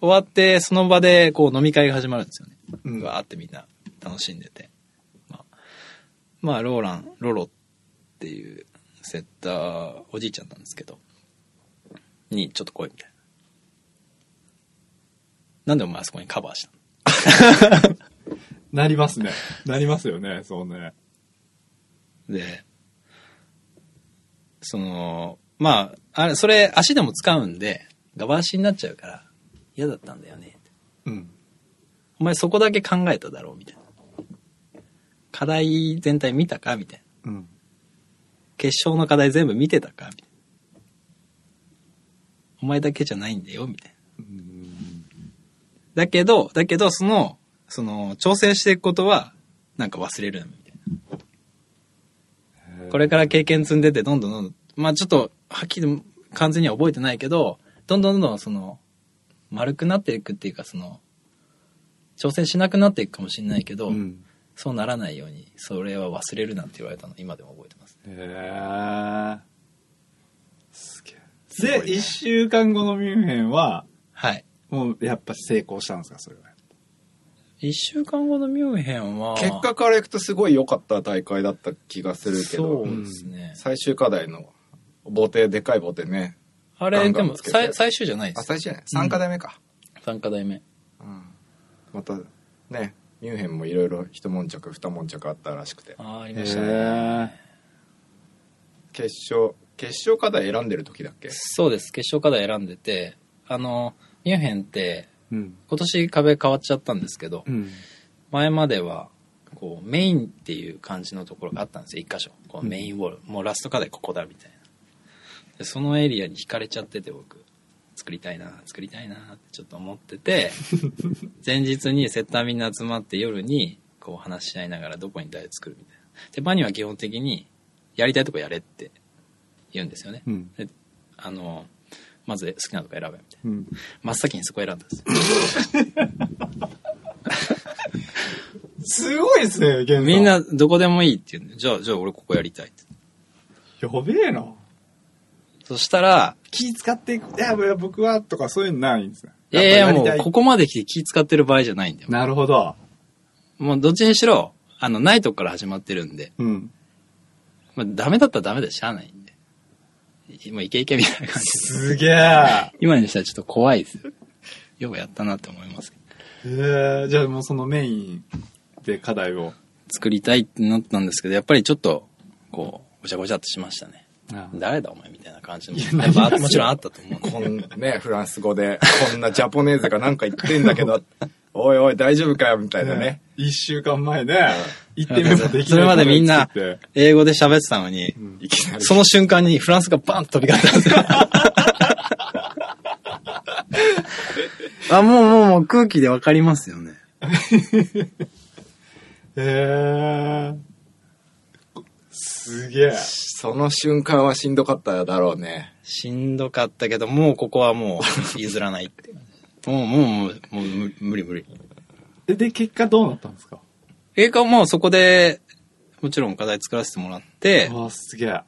S3: 終わって、その場で、こう、飲み会が始まるんですよね。
S4: うん
S3: わーってみんな、楽しんでて。まあ、まあ、ローラン、ロロっていう、セッター、おじいちゃんなんですけど、に、ちょっと来い、みたいな。なんでお前あそこにカバーしたの
S4: なりますね。なりますよね、そうね。
S3: で、その、まあ、あれ、それ足でも使うんで、ガバ足になっちゃうから、嫌だったんだよね。
S4: うん。
S3: お前そこだけ考えただろうみたいな。課題全体見たかみたいな。
S4: うん。
S3: 決勝の課題全部見てたかみたいな。お前だけじゃないんだよみたいな。だけど、だけど、その、その、挑戦していくことは、なんか忘れるなみたいな。これから経験積んでて、どんどんどんどん、まあちょっと、はっきり完全には覚えてないけど、どんどんどんどん、その、丸くなっていくっていうか、その、挑戦しなくなっていくかもしれないけど、
S4: うん。
S3: そうならないように、それは忘れるなって言われたの、今でも覚えてます。
S4: へえー。すげえ。で、一週間後のミュンヘンは、
S3: はい。
S4: もうやっぱ成功したんですか、それは。
S3: 一週間後のミュンヘンは、
S2: 結果からいくとすごい良かった大会だった気がするけ
S3: そ
S2: ど、
S3: うですね。
S2: 最終課題の母艇、でかい母艇ね。
S3: あれ、で
S2: ガンガ
S3: も
S2: ンつけて
S3: 最、最終じゃないで
S2: あ、
S3: す。
S2: 最終じゃない ?3 課題目か。
S3: 3課題目。
S2: また、ね、ミュンヘンもいろいろ一悶着、二悶着あったらしくて。
S3: あー、あり
S4: へ
S3: ましたね。
S2: 決勝、決勝課題選んでる時だっけ
S3: そうです。決勝課題選んでて、あの、ミュンヘンって、
S4: うん。
S3: 今年壁変わっちゃったんですけど、
S4: うん。
S3: 前までは、こう、メインっていう感じのところがあったんですよ、一箇所。こうメインウォール、もうラスト課題ここだ、みたいな。で、そのエリアに惹かれちゃってて、僕、作りたいな、作りたいな、ってちょっと思ってて、前日にセッターみんな集まって夜に、こう話し合いながらどこに台作るみたいな。で、場には基本的に、やりたいとこやれって言うんですよね。
S4: うん。
S3: であの、まず好きなとこ選べ、みたいな。
S4: うん。
S3: 真っ先にそこ選んだんですよ
S4: すごいですね、現在。
S3: みん。などこでもいいって言うんで、じゃあ、じゃあ俺ここやりたいって。
S4: やべえな。
S3: そしたら、
S4: 気使っていく。いや、いや僕は、とかそういうのないんですね。
S3: いやいや、
S4: っぱ
S3: も
S4: りりた
S3: う、ここまで来て気使ってる場合じゃないんだよ。
S4: なるほど。
S3: もう、どっちにしろ、あの、ないとこから始まってるんで、
S4: うん。
S3: まあ、ダメだったらダメでしゃあないんで。いもう、いけいけみたいな感じ。
S4: すげえ。
S3: 今にしたらちょっと怖いですよ。よくやったなって思いますけど。
S4: えー、じゃあもうそのメインで課題を。
S3: 作りたいってなったんですけど、やっぱりちょっと、こう、ごちゃごちゃってしましたね。誰だお前みたいな感じの。やっぱもちろんあったと思うんで
S2: こんね、フランス語で、こんなジャポネーゼがなんか言ってんだけど、おいおい大丈夫かよ、みたいなね。
S4: 一週間前で、行ってみれ
S3: [LAUGHS]
S4: ばでき
S3: それまでみんな
S4: 作って、
S3: 英語で喋ってたのに、
S2: いきなり。
S3: その瞬間にフランスがバンと飛び交ったんですよ。 [LAUGHS] あ、もうもうもう空気でわかりますよね。
S4: えー、すげえ。
S2: その瞬間はしんどかっただろうね。
S3: しんどかったけど、もうここはもう譲らないって。もうもうもう、もう無無理無理。
S4: えで、結果どうなったんですか
S3: 映画はもうそこで、もちろん課題作らせてもらって、
S4: わあ、すげえ。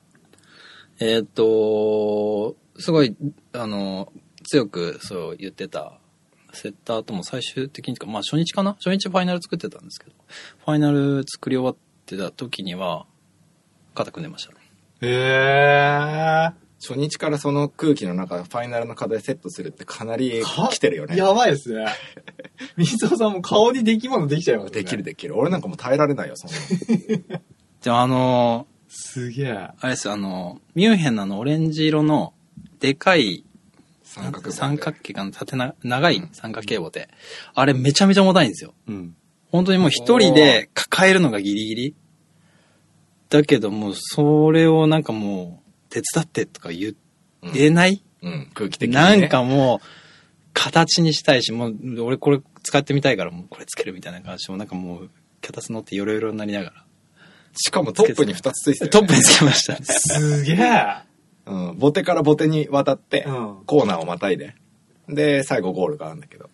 S3: えーっと、すごい、あの、強くそう言ってた、セッターとも最終的にというか、まあ初日かな初日ファイナル作ってたんですけど、ファイナル作り終わってた時には、肩組んでましたね。
S4: え
S2: 初日からその空気の中、ファイナルの課題セットするってかなり
S4: ー。か
S2: 来てるよね。
S4: やばいですね。水尾さんも顔に出来物できちゃいますね。
S2: できる。できる。俺なんかもう耐えられないよ、そんなの。
S3: でもあの、
S4: すげえ。
S3: あれですよあの、ミュンヘンのあのオレンジ色の、でかい、
S2: 三角
S3: 三角形かな縦な、長い三角形棒で、あれめちゃめちゃ重たいんですよ。
S4: うん。
S3: 本当にもう一人で抱えるのがギリギリ。だけどもう、それをなんかもう、手伝ってとか言えない、
S2: うん、空気的に、ね。
S3: なんかもう、形にしたいし、もう、俺これ使ってみたいから、もうこれつけるみたいな感じも、なんかもう、脚立乗ってヨロヨロになりなが
S2: しかもトップに2つついて
S3: ら。
S2: る、
S3: トップにつけました。
S4: すげえ。
S2: うん、ボテからボテに渡って、
S4: うん
S2: コーナーをまたいで。で、最後ゴールがあるんだけど。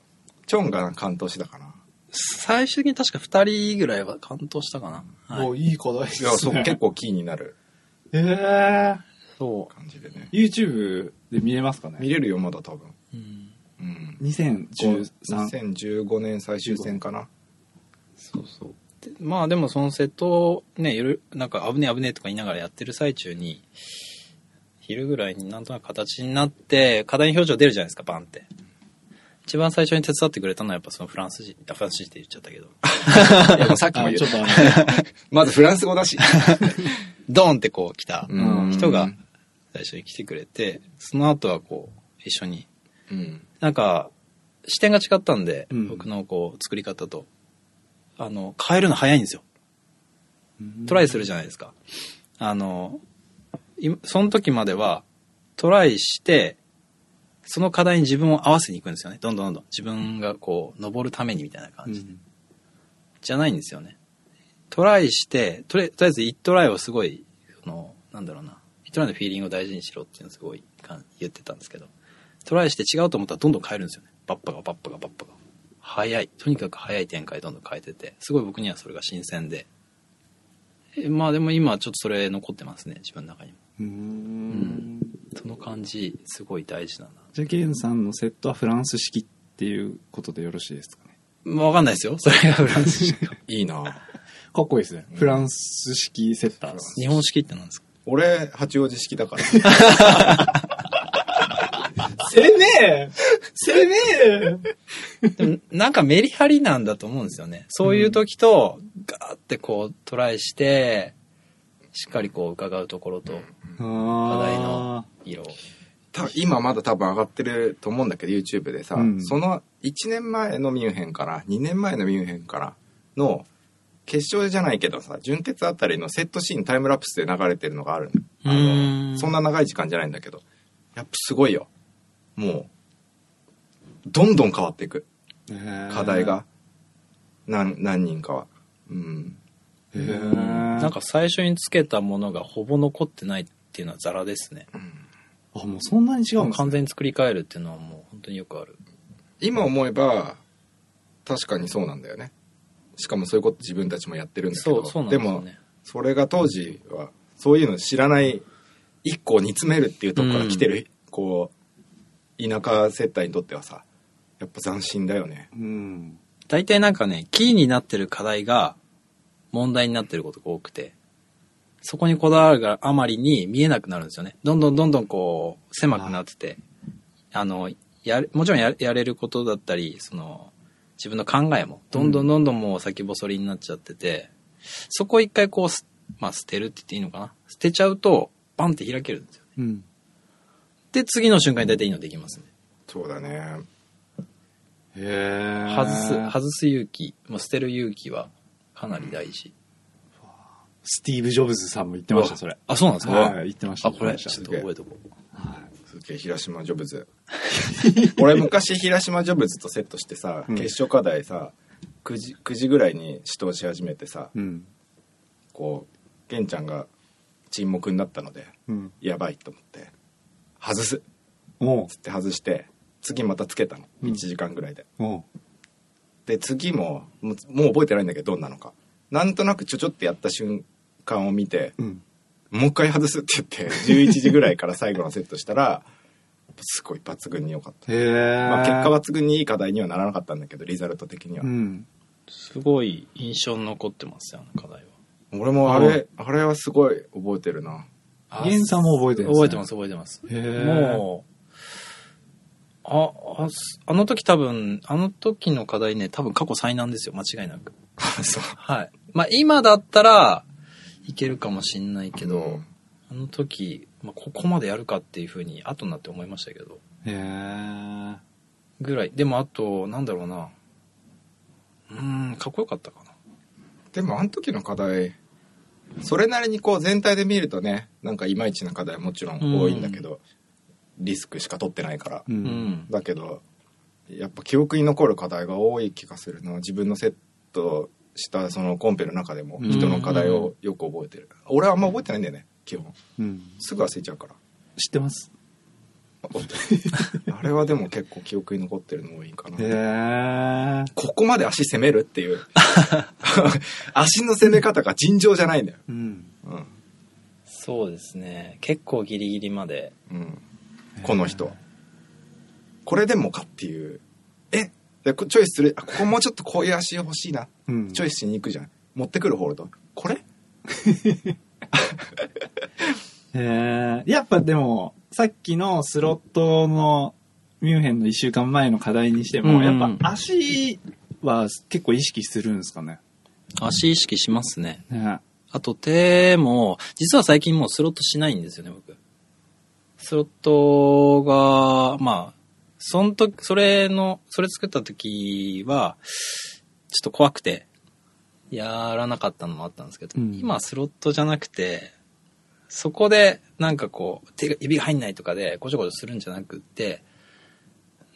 S2: チョンが関東しだかな。
S3: 最終的に確か2人ぐらいは完登したかな。はい
S4: もういい課題で
S2: いや、
S4: す
S2: そう、
S4: ね。
S2: 結構キーになる
S4: えー、
S3: そ
S2: 感じでね。
S4: YouTube で見れますかね
S2: 見れるよ、まだ多分。
S3: う。うん
S2: うん。
S4: 2013
S2: 2015年最終戦かな。
S3: そうそう。でまあでもその瀬戸をね、いろいろなんか危ねえ危ねえとか言いながらやってる最中に、昼ぐらいになんとなく形になって、課題の表情出るじゃないですか、バンって。一番最初に手伝ってくれたのはやっぱそのフランス人、あフランス人って言っちゃったけど、
S2: [LAUGHS] いや、もうさっきも
S4: あ
S2: 言っ
S4: ちょ
S2: た
S4: っ。とあ
S2: まずフランス語だし。
S3: ドーンってこう来た
S2: うん
S3: 人が最初に来てくれて、その後はこう、一緒に
S2: うん。
S3: なんか、視点が違ったんで、
S4: うん
S3: 僕のこう、作り方と。あの、変えるの早いんですよ。トライするじゃないですか。あの、いその時までは、トライして、その課題に自分を合わせに行くんですよね。どんどんどんどん。自分がこう、登るためにみたいな感
S4: の
S3: じで。じゃないんですよね。トライして、とりとりあえず1トライをすごい、その、なんだろうな、1トライのフィーリングを大事にしろっていうのをすごいかん言ってたんですけど、トライして違うと思ったらどんどん変えるんですよね。バッパがバッパがバッパが。早い。とにかく早い展開どんどん変えてて、すごい僕にはそれが新鮮で。えまあでも今はちょっとそれ残ってますね、自分の中にも。
S4: う
S3: うんん。その感じ、すごい大事だな。
S4: じゃあ、ゲンさんのセットはフランス式っていうことでよろしいですかね。
S3: まあわかんないですよ。それがフランス [LAUGHS] 式か。
S2: いいな
S4: かっこいいですね。フランス式セッターです。
S3: 日本式って何ですか
S2: 俺、八王子式だから。
S4: せねえせねえ
S3: でもなんかメリハリなんだと思うんですよね。そういう時と、ガーってこうトライして、しっかりこう伺うところと、課題の色を。
S2: た今まだ多分上がってると思うんだけど YouTube でさ、
S4: うん
S2: その1年前のミュンヘンから2年前のミュンヘンからの決勝じゃないけどさ準決あたりのセットシーンタイムラプスで流れてるのがあるのあ
S3: うー
S2: の
S3: ん
S2: そんな長い時間じゃないんだけどやっぱすごいよもうどんどん変わっていく課題。が、何何人かはうん
S4: へえ
S3: なんか最初につけたものがほぼ残ってないっていうのはザラですね。
S4: あ、もうそんなに違うんです
S3: 完
S4: ね
S3: 全に作り変えるっていうのはもう本当によくある。
S2: 今思えば確かにそうなんだよねしかもそういうこと自分たちもやってるんだけ
S3: そ
S2: ど
S3: う、そうなんですよ
S2: も
S3: ね。
S2: それが当時はそういうの知らない一個を煮詰めるっていうところから来てる、こう田舎接待にとってはさやっぱ斬新だよね
S4: うん。
S3: 大体なんかね、キーになってる課題が問題になってることが多くて、そこにこだわるがあまりに見えなくなるんですよね。どんどんどんどんこう、狭くなってて、あの、やる、もちろんややれることだったり、その、自分の考えも、どんどんどんどんもう先細りになっちゃってて、そこを一回こうす、まあ捨てるって言っていいのかな捨てちゃうと、バンって開けるんですよ。
S4: うん。
S3: で、次の瞬間に大体いいのできますね。
S2: そうだね
S4: へえ
S3: 外す、外す勇気、もう捨てる勇気はかなり大事。
S4: スティーブ・ジョブズさんも言ってました、それ。
S3: あ、そうなんですか
S4: はい、言ってました。
S3: あ、こ
S4: 言
S3: れ、
S4: ってま
S3: ちょ
S4: し
S3: ったと覚えとこう。
S2: すげえ平島ジョブズ俺昔平島ジョブズとセットしてさ
S4: うん
S2: 決勝課題さ9時 ,9 時ぐらいに指導し始めてさ
S4: うん。
S2: こう玄ちゃんが沈黙になったので
S4: うん。
S2: やばいと思って外す
S4: おう
S2: つって外して次またつけたの
S4: うん
S2: 1時間ぐらいで、
S4: おう
S2: で次ももうもう覚えてないんだけどどんなのかなんとなくちょちょってやった瞬間を見て、
S4: うん。
S2: もう一回外すって言って11時ぐらいから最後のセットしたらやっぱすごい抜群に良かった、
S4: へえ。
S2: まあ、結果、抜群にいい課題にはならなかったんだけどリザルト的には
S4: う、ん。
S3: すごい印象に残ってますよ、あの課題は。
S2: 俺もあれあれはすごい覚えてるな
S4: ゲンさんも覚えてるんですね
S3: 覚えてます、覚えてます。
S4: へえ。
S3: もう、あ、あすあの時多分、あの時の課題ね、多分過去最難ですよ、間違い [LAUGHS] なく。
S2: そう
S3: はい。まあ今だったらいけるかもしんないけど、
S2: うん
S3: あの時、まあ、ここまでやるかっていうふうに後になって思いましたけど、
S4: へえ。
S3: ぐらい。でもあと、なんだろうな。うーん、かっこよかったかな。
S2: でもあの時の課題それなりにこう全体で見るとねなんかいまいちな課題はもちろん多いんだけど、リスクしか取ってないから、
S8: うん
S3: うん。
S2: だけどやっぱ記憶に残る課題が多い気がするの自分のセットしたそのコンペの中でも
S8: うん
S2: 人の課題をよく覚えてる、俺はあんま覚えてないんだよね基本
S8: うん。
S2: すぐ忘れちゃうから
S8: 知ってます。 [LAUGHS]
S2: あれはでも結構記憶に残ってるの多いかな、
S8: へえ。
S2: ここまで足攻めるっていう [LAUGHS] 足の攻め方が尋常じゃないんだよ、
S8: うん。
S2: うん
S3: そうですね。結構ギリギリまで。
S2: うん、この人はこれでもかっていうえでこチョイスするあここもうちょっとこういう足欲しいな
S8: うん。
S2: チョイスしに行くじゃん持ってくるホールドこれ
S1: えーやっぱでも、さっきのスロットのミュンヘンの一週間前の課題にしても、
S3: うんうん
S1: やっぱ足は結構意識するんですかね。
S3: 足意識しますね。
S1: ね
S3: あと手も、実は最近もうスロットしないんですよね、僕。スロットが、まあ、その時、それの、それ作った時は、ちょっと怖くて、やらなかったのもあったんですけど、
S8: うん
S3: 今スロットじゃなくて、そこでなんかこう、手が、指が入んないとかでごちょごちょするんじゃなくって、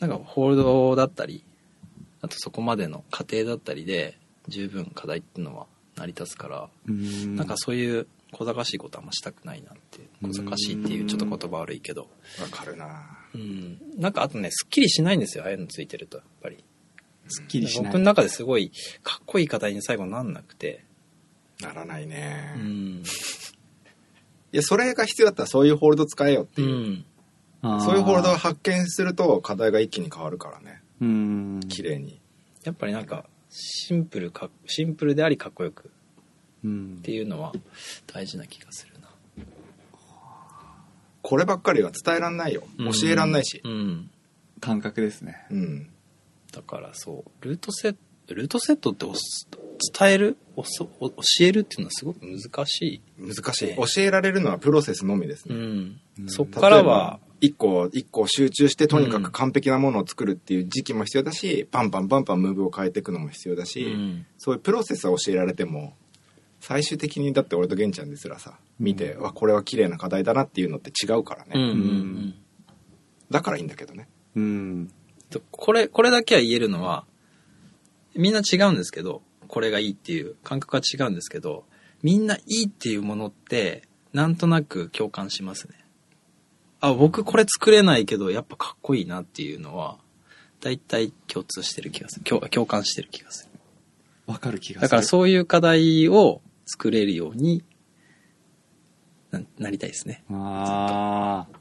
S3: なんかホールドだったり、あとそこまでの過程だったりで、十分課題っていうのは成り立つから、
S8: うん。
S3: なんかそういう小賢しいことあんましたくないなって、小賢しいっていうちょっと言葉悪いけど、
S2: わかるな
S3: うん。なんかあとね、すっきりしないんですよ、ああいうのついてると、やっぱり。
S1: すっきりしない
S3: 僕の。中ですごい、かっこいい課題に最後なんなくて、
S2: ならないね、
S3: う
S2: い
S3: ん。
S2: やそれが必要だったらそういうホールド使えよって
S3: う
S2: いう、
S3: ん。
S1: あ
S2: そういうホールドを発見すると課題が一気に変わるからね
S8: うん。
S2: 綺麗に
S3: やっぱりなんか、シンプルか、シンプルでありかっこよくっ
S8: うん。
S3: ていうのは大事な気がするな。
S2: こればっかりは伝えらんないよ教えらんないし
S3: うん。
S1: 感覚ですね。
S2: うん、
S3: だからそう、ルートセット、ルートセットっておす伝えるおそお教えるっていうのはすごく難しい。
S2: 難しい教えられるのはプロセスのみです
S3: う
S2: ね、
S3: ん。そっからは、
S2: 一個一個集中してとにかく完璧なものを作るっていう時期も必要だし、パンパンパンパンムーブを変えていくのも必要だし、
S3: うん
S2: そういうプロセスは教えられても最終的にだって俺と玄ちゃんですらさ見て、わこれは綺麗な課題だなっていうのって違うからね、
S3: うんうんうん
S2: だからいいんだけどね
S8: うん。
S3: とこれ、これだけは言えるのは、みんな違うんですけど、これがいいっていう、感覚は違うんですけど、みんないいっていうものって、なんとなく共感しますね。あ、僕これ作れないけど、やっぱかっこいいなっていうのは、大体共通してる気がする。共共感してる気がする。
S1: わかる気がする。
S3: だからそういう課題を作れるようにななりたいですね。
S1: ああ。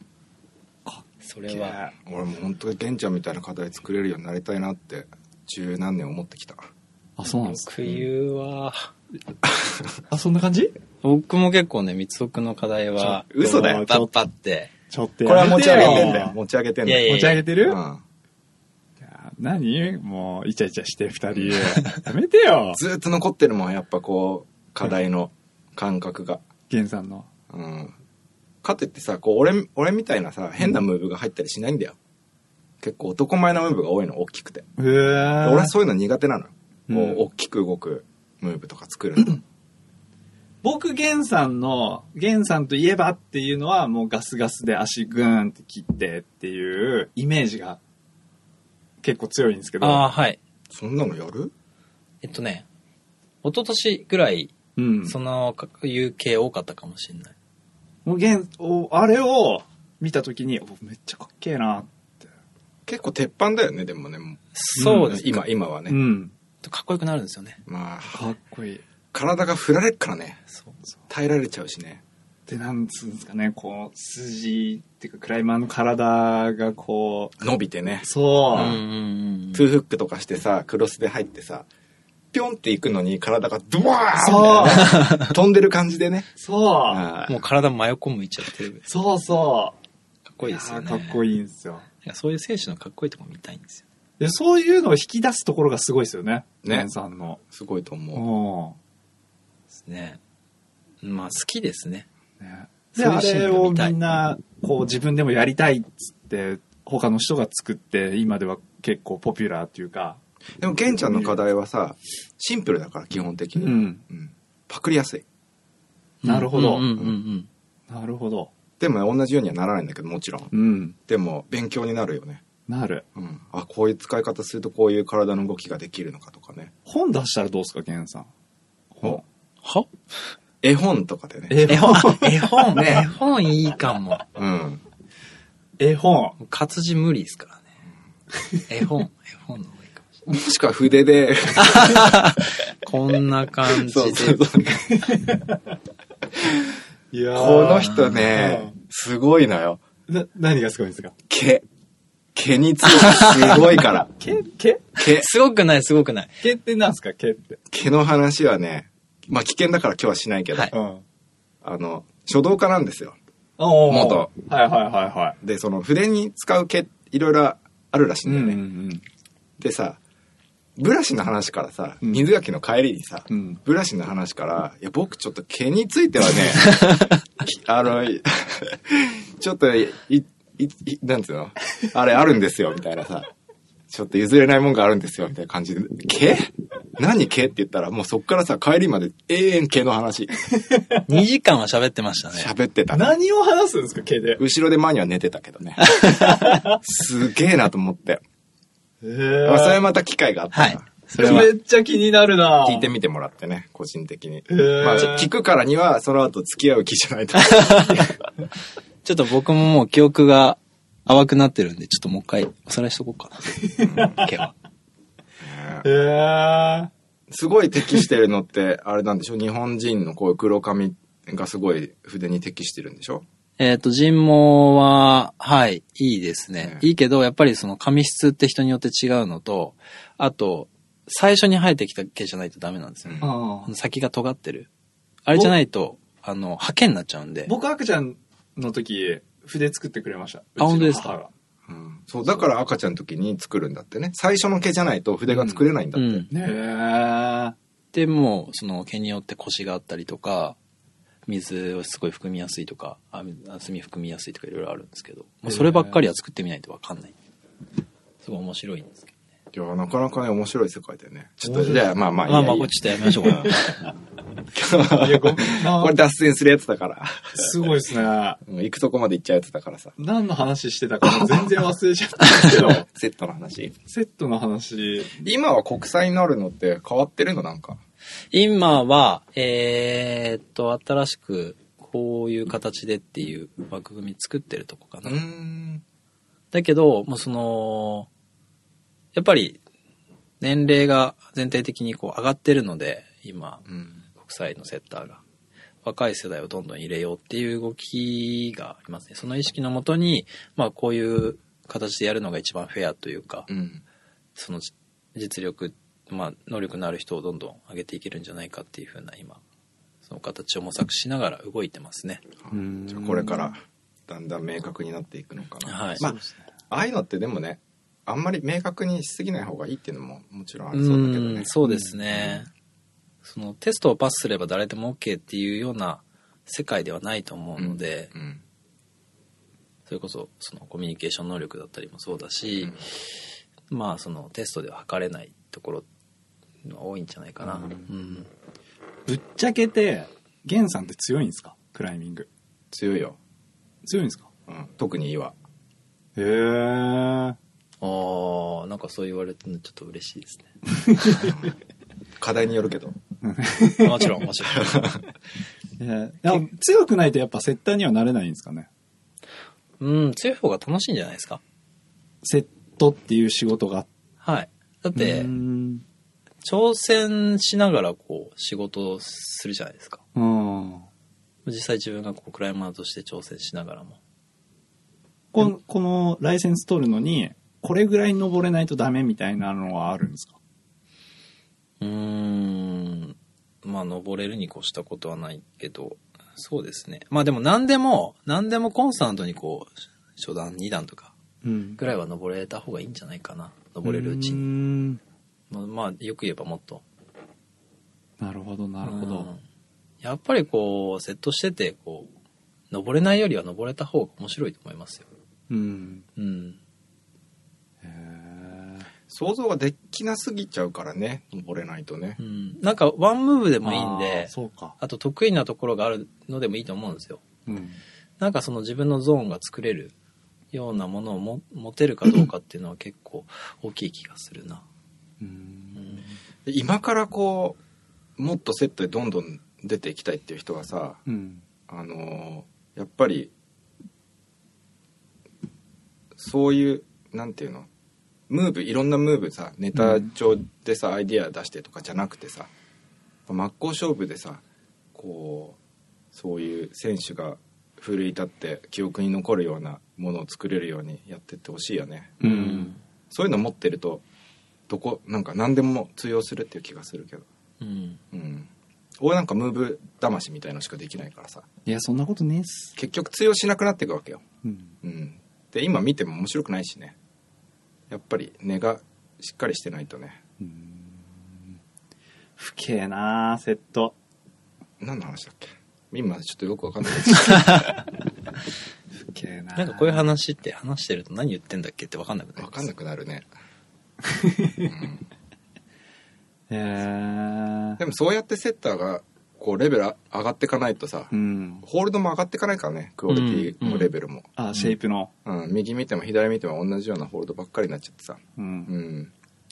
S3: それは。
S2: 俺も本当に玄ちゃんみたいな課題作れるようになりたいなって十何年思ってきた
S1: あ、そうなんですか。
S3: 僕言うわ。
S1: あ、そんな感じ
S3: 僕も結構ね、三つ奥の課題は、
S2: ちょ嘘だよ
S3: パッパって。
S1: ちょっと
S2: これは持ち上げ
S1: やめ
S2: てん
S1: よ
S2: だよ持ち上げてんだよ
S3: いやい
S1: 持ち上げてる
S2: うん
S1: いや何もう、イチャイチャして、二 [LAUGHS] 人。やめてよ。
S2: ずーっと残ってるもんやっぱこう課題の感覚が
S1: ゲンさんの。
S2: うんかといってさこう俺俺みたいなさ変なムーブが入ったりしないんだよ結構男前のムーブが多いの大きくて
S1: へえ。
S2: 俺はそういうの苦手なのよ、
S8: うん
S2: もう大きく動くムーブとか作るの、
S1: 僕、ゲンさんの、ゲンさんといえばっていうのは、もうガスガスで足グーンって切ってっていうイメージが結構強いんですけど。
S3: ああ、はい。
S2: そんなのやる
S3: えっとね、一昨年ぐらい、
S1: うん。
S3: その、かいう系多かったかもしれない。
S1: もうゲン、おあれを見たときに、おめっちゃかっけえな。
S2: 結構鉄板だよねでもねもう
S3: そうです。
S2: 今今はね、
S1: うん。
S3: かっこよくなるんですよね。
S2: まあ
S1: かっこいい。
S2: 体が振られるからね
S3: そうそう。
S2: 耐えられちゃうしね
S1: で、なんつうんですかね、こう、筋っていうか、クライマーの体がこ
S2: 伸びてね
S1: う、そうう、
S3: んうんうん。
S2: トゥーフックとかしてさクロスで入ってさピョンっていくのに体がドワ
S1: そう
S2: ーンって [LAUGHS] 飛んでる感じでね
S1: そう、
S2: ああ
S3: もう体真横向いちゃってる。
S1: そうそう。
S3: かっこいいですよね。
S1: やーかっこいいんですよ。
S3: いやそういう選手のかっこいいとこ見たいんですよ。
S1: で、そういうのを引き出すところがすごいですよね。
S2: ね
S1: ゲンさんの。
S2: すごいと思う
S1: う
S3: ですね。まあ好きですね。
S1: ん。ね、
S3: そ
S1: で、
S3: ういう
S1: あ
S3: シーン
S1: れ
S3: が
S1: を
S3: 見たい
S1: みんな、こう自分でもやりたいっつって、他の人が作って、今では結構ポピュラーっていうか。
S2: でも、玄ちゃんの課題はさ、シンプルだから、基本的に。
S1: ん。
S2: うんパクりやすい。
S4: なるほど
S3: うんうんうんうん。
S4: なるほど。
S2: でもね、同じようにはならないんだけど、もちろん。
S4: うん。
S2: でも、勉強になるよね。
S4: なる。
S2: うん。あ、こういう使い方するとこういう体の動きができるのかとかね。
S4: 本出したらどうすか、ゲンさん。
S2: 本
S3: は
S2: 絵本とかでね。
S4: 絵
S3: 絵本、絵本、絵本いいかも。
S2: うん。
S4: 絵本。
S3: 活字無理ですからね。絵本、絵本の方がいいかもし
S2: も
S3: れ
S2: しくは筆で、
S3: ない。こんな感じ
S2: そうそ
S3: で
S2: う。そう
S4: いや
S2: この人ね、すごいのよ。
S4: な、何がすごいんですか
S2: 毛。毛に強くすごいから。
S4: 毛、毛
S2: 毛、
S3: すごくない、すごくない。
S4: 毛ってなんですか毛って。
S2: 毛の話はね、まあ危険だから今日はしないけど、
S3: はい
S4: うん。
S2: あの、書道家なんですよ。
S4: おー
S2: 元
S4: はいはいはいは
S2: で、その筆に使う毛、いろいろあるらしい
S4: い。
S2: んだよね。
S4: ん
S2: でさ、ブラシの話からさ、
S4: うん
S2: 水垣の帰りにさ、
S4: うん
S2: ブラシの話から、いや、僕ちょっと毛についてはね、きあの、 [LAUGHS] いちょっと、い、い、いなんつうのあれあるんですよ、みたいなさ。ちょっと譲れないもんがあるんですよ、みたいな感じで。毛何毛って言ったら、もうそっからさ、帰りまで永遠毛の話、
S3: 2時間は喋ってましたね。
S2: 喋ってた。
S4: 何を話すんですか毛で。
S2: 後ろで前には寝てたけどね。すげえなと思って。
S4: え
S2: まあそれ
S4: ー。
S2: また機会があったら、
S3: はい
S2: それは
S4: めっちゃ気になるな
S2: 聞いてみてもらってね、個人的に。
S4: ー
S2: まあ、聞くからには、その後付き合う気じゃないと。
S3: ちょっと僕ももう記憶が淡くなってるんで、ちょっともう一回おさらいしとこうかな。毛は。
S4: えー。
S2: すごい適してるのって、あれなんでしょ日本人のこういう黒髪がすごい筆に適してるんでしょ
S3: えっ、と、人毛は、はい、いいですね。
S2: うん
S3: いいけど、やっぱりその髪質って人によって違うのと、あと、最初に生えてきた毛じゃないとダメなんですよね。
S4: あ
S3: あの先が尖ってる。あれじゃないと、あの、ハケになっちゃうんで。
S4: 僕、赤ちゃんの時、筆作ってくれました。
S3: あ本当で
S4: う
S3: すか
S4: ちの母が
S2: うん、そう、だから赤ちゃんの時に作るんだってね。最初の毛じゃないと筆が作れないんだ
S3: う
S2: って。
S3: ん。
S4: ねえ。
S3: で、もう、その毛によって腰があったりとか、水をすごい含みやすいとか、あ水あ墨含みやすいとかいろいろあるんですけど、もうそればっかりは作ってみないとわかんない。すごい面白いんですけ
S2: いや、なかなかね、面白い世界だよね。ちょっ
S4: 面
S2: と、
S4: 白い
S2: じゃあ、まあまあ、
S3: ど。
S2: いいや
S3: まあまあ、
S2: いい
S3: こ
S2: や
S3: れちょっとやめましょうか。
S2: [LAUGHS]
S4: いやごめん
S2: これ脱線するやつだから。
S4: すごいですね。
S2: うん行くとこまで行っちゃうやつだからさ。
S4: 何の話してたか
S3: [LAUGHS]
S4: も全然忘れちゃったんで
S1: [LAUGHS]
S4: すけど、
S2: セットの話。
S4: セットの話。
S2: 今は国際になるのって変わってるのなんか。
S3: 今は、えーっと、新しく、こういう形でっていう枠組み作ってるとこか
S2: う
S3: な。
S2: ん。
S3: だけど、もうその、やっぱり、年齢が全体的にこう上がってるので、今、
S2: うん。
S3: 国際のセッターが。若い世代をどんどん入れようっていう動きがありますね。その意識のもとに、まあこういう形でやるのが一番フェアというか、
S2: うん。
S3: そのじ実力、まあ、能力のある人をどんどん上げていけるんじゃないかっていうふうな今、その形を模索しながら動いてますね。
S2: じゃあこれからだんだん明確になっていくのかな、
S3: はい。
S2: まあああいうのってでもねあんまり明確にしすぎない方がいいっていうのももちろんありそうだけど
S3: う
S2: ね
S3: んそうですね。そのテストをパスすれば誰でも OK っていうような世界ではないと思うので、
S2: うん
S3: それこそそのコミュニケーション能力だったりもそうだし、まあそのテストでは測れないところが多いんじゃないかな。うん
S4: ぶっちゃけて、ゲンさんって強いんですかクライミング。
S2: 強いよ、
S4: 強いんですか
S2: うん、特に岩
S4: へえ。
S3: ああ、なんかそう言われてちょっと嬉しい [LAUGHS] ですね。
S2: 課題によるけど
S3: もちろん、もちろん。
S4: えーでも強くないとやっぱセッターにはなれないんですかね
S3: うん、強い方が楽しいんじゃないですか。
S4: セットっていう仕事があっ
S3: はい。だって
S4: て。、うん。
S3: 挑戦しながらこう、仕事をするじゃないですか。実際自分がこう、クライマーとして挑戦しながらも。
S4: この、このライセンス取るのに、これぐらい登れないとダメみたいなのはあるんですか
S3: うーん。まあ、登れるに越したことはないけど、そうですね。まあでも何でも、何でもコンスタントにこう、初段、二段とか
S4: うん。
S3: ぐらいは登れた方がいいんじゃないかな。登れるうちに。
S4: に。
S3: まあ、まあよく言えばもっと。
S4: なるほど、なるほ
S3: う
S4: ど。
S3: んやっぱりこう、セットしてて、こう、登れないよりは登れた方が面白いと思いますよ。
S4: うん。
S3: うん。
S4: へー
S2: 想像ができなすぎちゃうからね、登れないとね
S3: う。ん。なんか、ワンムーブでもいいんで、
S1: そうか。
S3: あと得意なところがあるのでもいいと思うんですよ。
S9: うん。
S3: なんかその自分のゾーンが作れるようなものをも持てるかどうかっていうのは結構大きい気がするな。うん
S2: で今からこう、もっとセットでどんどん出ていきたいっていう人はさ、
S9: うん。
S2: あのーやっぱりそういうなんていうのムーブいろんなムーブさネタ帳でさ、アイディア出してとかじゃなくてさ真っ向勝負でさこうそういう選手が奮い立って記憶に残るようなものを作れるようにやってってほしいよね
S9: うん。
S2: そういうの持ってるとどこなんか何でも通用するっていう気がするけど
S3: うん。
S2: うん俺なんかムーブ魂みたいのしかできないからさ
S9: いや、そんなことねえっす。
S2: 結局通用しなくなっていくわけよ、
S9: うん。
S2: うん、で今見ても面白くないしねやっぱり根がしっかりしてないとね
S1: 不景なセット。
S2: 何の話だっけ今ちょっとよくわかんない
S1: [LAUGHS]
S3: なんかこういう話って話してると何言ってんだっけって分かんなくなり
S2: わ
S3: ます
S2: かんなくなるね、うん
S1: へえ。
S2: でもそうやってセッターがこうレベルあ上がっていかないとさ、
S1: うん。
S2: ホールドも上がっていかないからねクオリティもレベルも、
S1: あ、シェイプの。
S2: うん右見ても左見ても同じようなホールドばっかりになっちゃってさ、
S1: うん。
S2: うん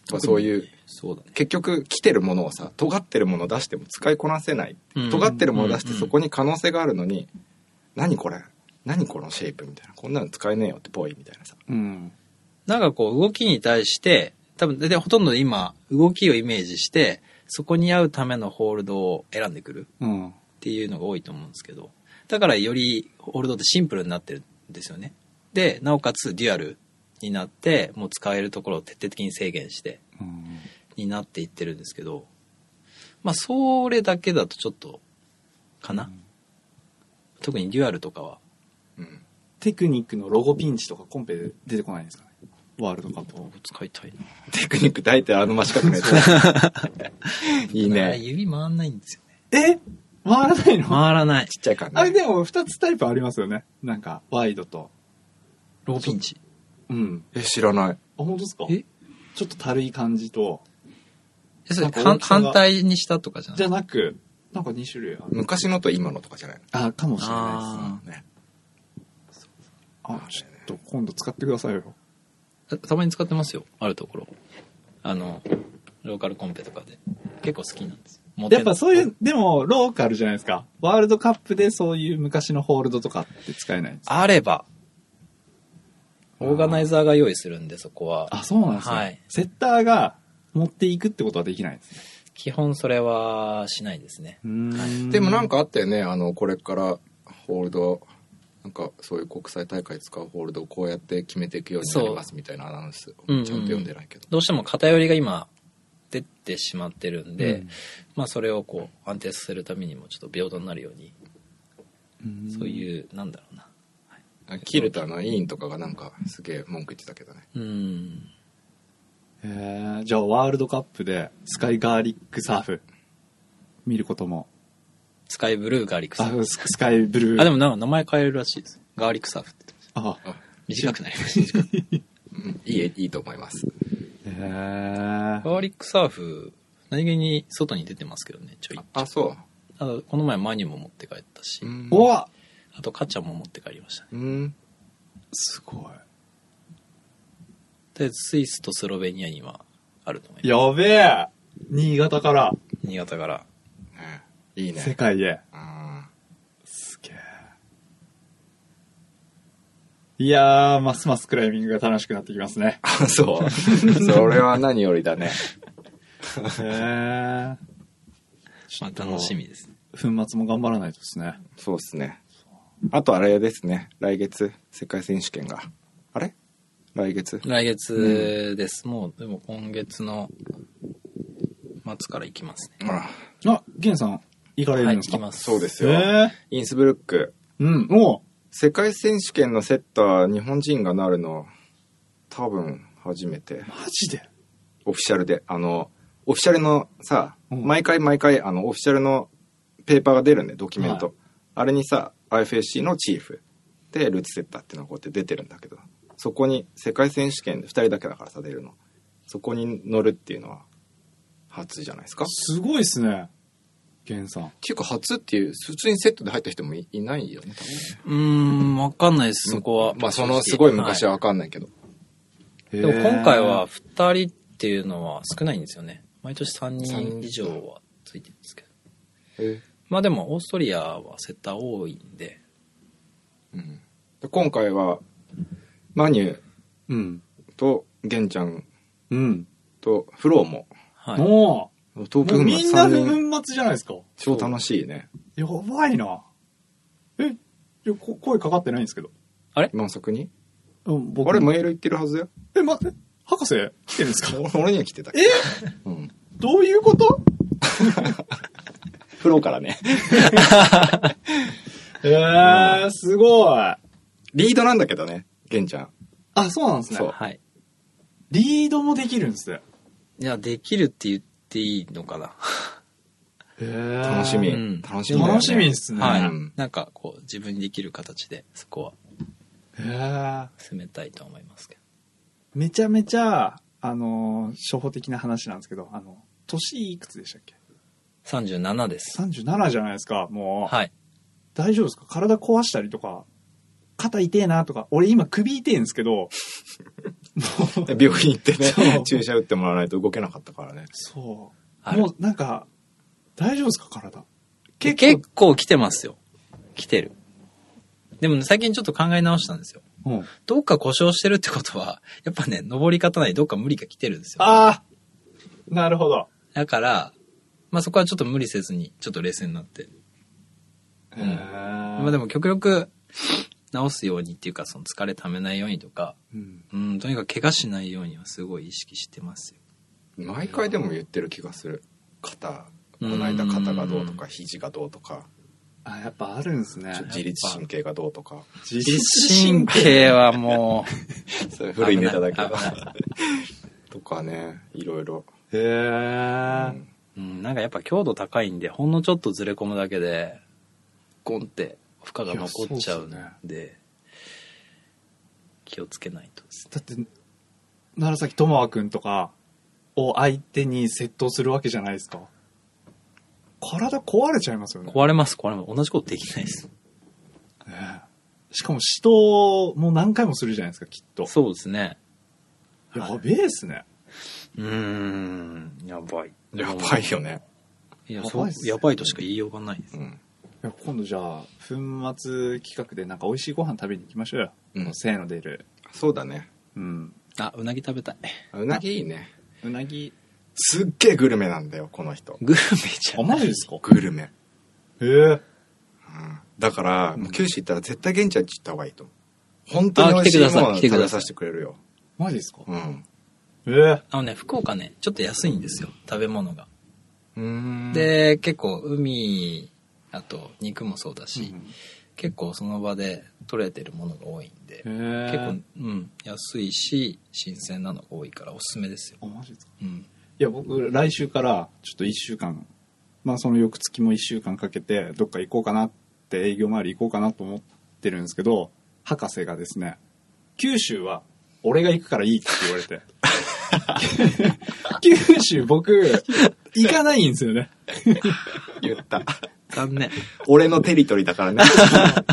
S2: まあ、そういう
S3: そうだね。
S2: 結局来てるものをさ尖ってるものを出しても使いこなせない、
S3: うん
S2: 尖ってるものを出して
S3: うん
S2: そこに可能性があるのに、何これ何このシェイプみたいなこんなの使えねえよってぽいみたいなさ
S1: うん。
S3: なんかこう動きに対して、多分、で、ほとんど今、動きをイメージして、そこに合うためのホールドを選んでくる
S9: うん。
S3: っていうのが多いと思うんですけど、だからよりホールドってシンプルになってるんですよね。で、なおかつデュアルになって、もう使えるところを徹底的に制限して、になっていってるんですけど、まあ、それだけだとちょっと、かな。特にデュアルとかは、
S2: うん
S1: テクニックのロゴピンチとかコンペで出てこないんですかね。ワールドカップとか。
S3: 使いたいな。
S2: テクニック大体あの真四角のやつ
S3: [LAUGHS]
S2: いい
S3: あれ
S2: ね
S3: 指回んないんですよ
S1: え
S3: ね。
S1: 回らないの
S3: 回らない。
S2: ちっちゃい感
S1: あれ
S2: じ、ね、
S1: でも二つタイプありますよね。なんか、ワイドと。
S3: ローピンチ。
S1: うん。
S2: え知らない
S1: あ、本当ですか
S3: え
S1: ちょっとたるい感じと、
S3: えそれ
S1: なんか大
S3: 反
S1: きさが
S3: 反対にしたとかじゃない
S1: じゃなく、なんか2種類ある。
S2: 昔のと今のとかじゃないの
S1: あ、かもしれないです。
S3: あ
S2: ね
S1: あ、ちょっと今度使ってくださいよ。
S3: ーたたまに使ってますよあるところあのローカルコンペとかで結構好きなんですモテ
S1: やっぱそういう、でも、ローカルじゃないですか。ワールドカップでそういう昔のホールドとかって使えないんですか
S3: あればオーガナイザーが用意するんでそこは
S1: あ、そうなんですね。
S3: はい
S1: セッターが持っていくってことはできないんですね。
S3: 基本それはしないですね
S2: でもなんんかあったよねあのこれからホールドなんかそういう国際大会使うホールドをこうやって決めていくようになりますみたいなアナウンスち
S3: う
S2: ゃ
S3: んうん
S2: んと読んでないけど、
S3: どうしても偏りが今出てしまってるんで、まあそれをこう安定させるためにもちょっと平等になるようにそういうなんだろうな
S2: キルタの委員とかがなんかすげえ文句言ってたけどね
S3: うん
S1: えー、じゃあワールドカップでスカイガーリックサーフ見ることも、
S3: スカイブルーガーリックサー
S1: あ
S3: フ
S1: ススカイブルー。
S3: あでもなんか名前変えるらしいですガーリックサーフって
S1: あ、
S3: 短くなりました。
S2: うんいいいいと思います
S1: えー、
S3: [LAUGHS] ガーリックサーフ、何気に外に出てますけどね、ちょい。
S2: あそ
S3: あと、この前マニュも持って帰ったし
S2: う、ん
S1: おわ
S3: あとカチャも持って帰りましたね。
S2: うん
S1: すご
S3: で、スイスとスロベニアにはあると思い
S1: い。
S3: ま
S1: やべえ新潟から
S3: す。新潟から。
S2: ねいい
S1: 世
S2: ね
S1: 界へ。
S2: あ
S1: すげえ。いやー、ますますクライミングが楽しくなってきますね。
S2: ーそう
S1: [LAUGHS]
S2: それは何よりだね
S1: へえ。
S3: [LAUGHS] まあ、楽しみですね。
S1: 粉末も頑張らないとですね。
S2: そうっすねあとあれですね来月世界選手権があれ来月
S3: 来月です。もう、でも今月の末から行きますね。
S2: あら
S1: あ、ゲンさん、行かれ
S3: は
S1: る
S3: い、
S1: んで
S3: 行
S1: す
S3: き
S1: か、
S3: ます。
S2: そうです
S1: へ
S2: よ、
S1: え。
S2: インスブルック
S1: うん、おう
S2: 世界選手権のセッター日本人がなるの多分初めて
S1: マジで
S2: オフィシャルであのオフィシャルの
S1: う
S2: さ、
S1: ん
S2: 毎回毎回あのオフィシャルのペーパーが出るんでドキュメント、
S1: は
S2: あれにさ IFSC のチーフでルーツセッターっていうのがこうやって出てるんだけどそこに世界選手権で2人だけだからさ出るのそこに乗るっていうのは初じゃないですかっ
S1: すごいっすね。ゲンさん。
S2: ていうか初っていう普通にセットで入った人もいいないよね多分ね
S3: うーん、わかんないです、そこは。
S2: まあそのすごい昔は
S3: は
S2: 分かんないけど、
S1: で
S3: い。でも今回は、2人っていうのは少ないんですよね。毎年3人以上はついてるんですけど。
S2: え
S3: まあでもオーストリアはセッター多いんで、
S2: うんで今回はマニュー
S1: うん。
S2: とゲンちゃん
S1: うん。
S2: とフローも
S3: はい。
S1: も
S2: 東
S1: う、も
S2: 京
S1: う
S2: の
S1: みんな
S2: 3
S1: 不
S2: 人
S1: 分末じゃないですか。
S2: 超楽しいね
S1: やばいな。え、いやこ声かかってないんですけど。
S2: 今作に
S1: うん、僕
S2: あれメール言ってるはずだよ
S1: え、待って、博士来てるんですか
S2: 俺には来てたけ
S1: え
S2: どうん
S1: どういうこと
S2: フローからね
S1: えー、すごい。
S2: リードなんだけどねゲンちゃん
S1: あ、そうなんですね
S2: そう。
S3: はい。
S1: リードもできるんですね。
S3: いや、できるって言っていいのかな。
S2: 楽
S1: 楽
S2: しみ、
S3: うん
S2: 楽しみだよね
S1: 楽しみですね。
S3: はい
S2: うん。
S3: なんかこう、自分にできる形で、そこは
S1: へー
S3: 進めたいと思いますけど。
S1: めちゃめちゃ、あのー、初歩的な話なんですけど、あの、年いくつでしたっけ
S3: 37です。
S1: ?37 じゃないですか、もう。
S3: はい。
S1: 大丈夫ですか体壊したりとか、肩痛えなとか、俺今首痛えんですけど、
S2: で病院行って
S1: そ
S2: ね
S1: う
S2: 注射打ってもらわないと動けなかったからね
S1: そ
S3: は
S1: う。
S3: い
S1: もうなんか、大丈夫ですか体。
S3: 結構来てますよ。来てる。でもね、最近ちょっと考え直したんですよ。
S1: うん。
S3: どっか故障してるってことは、 [LAUGHS] やっぱね、登り方ないどっか無理が来てるんですよ。
S1: ああなるほど。
S3: だから、まあそこはちょっと無理せずに、ちょっと冷静になって。
S1: へー
S3: まあでも極力、治すようにっていうか、その疲れためないようにとか、
S1: うん
S3: うん、とにかく怪我しないようにはすごい意識してますよ。
S2: 毎回でも言ってる気がする肩この間肩がどうとか肘がどうとか
S1: あ、やっぱあるんですね
S2: ちょ。自律神経がどうとか
S1: 自
S3: 自律神経はも
S2: そういう
S3: う、
S2: 古いネタだけど
S3: 危ない危ない
S2: [LAUGHS] とかねいろいろ
S1: へえ。
S3: うん、なんかやっぱ強度高いんで、ほんのちょっとずれ込むだけで、ゴンって負荷が残っちゃうん
S1: い
S3: で
S1: や、
S3: 気をつけないとですね。
S1: だって、楢崎智和くんとかを相手に窃盗するわけじゃないですか。体壊れちゃいますよね。
S3: 壊れます、壊れます。同じことできないです。
S1: ねしかも死闘も何回もするじゃないですか、きっと。
S3: そうですね。
S1: やべえっすね。
S3: うーん、やばい。
S2: やばいよね
S3: いや、
S1: や
S3: そ
S1: ば
S3: う
S1: いっす、ね
S3: やばいとしか言いようがないです。
S2: うん
S1: いや今度じゃあ、粉末企画でなんか美味しいご飯食べに行きましょうよ。
S2: うん
S1: このせーの出る。
S2: そうだね
S1: うん。
S3: あ、うなぎ食べたい。 [LAUGHS]
S2: うなぎいいね
S1: うなぎ。
S2: すっげえグルメなんだよこの人
S3: グルメじゃ
S1: あ、
S3: ん。
S1: マジですかへ
S2: グルメ、
S1: え。
S2: うん、だから、
S1: ん
S2: もう九州行ったら絶対現地は行った方がいいと本当に美味しい
S3: あ来てください
S2: ものを
S3: 来て
S2: 食
S3: く
S2: べ
S3: ださ
S2: さ
S3: い
S2: せてくれるよ、
S1: マジですか
S2: うん、
S1: ええ。
S3: あのね、福岡ね、ちょっと安いんですよ、食べ物が。
S2: うーん
S3: で、結構海、あと肉もそうだし、
S1: うん
S3: 結構その場で取れてるものが多いんで、
S1: へ
S3: 結
S1: え
S3: 構、うん、安いし、新鮮なのが多いからおすすめですよ。
S1: あ、マジですか
S3: うん。
S1: いや、僕、来週から、ちょっと一週間、まあ、その翌月も一週間かけて、どっか行こうかなって、営業回り行こうかなと思ってるんですけど、博士がですね、九州は、俺が行くからいいって言われて。
S3: [LAUGHS]
S1: 九州僕、行かないんですよね。
S2: 言った
S3: 残念。
S2: 俺のテリトリーだからね。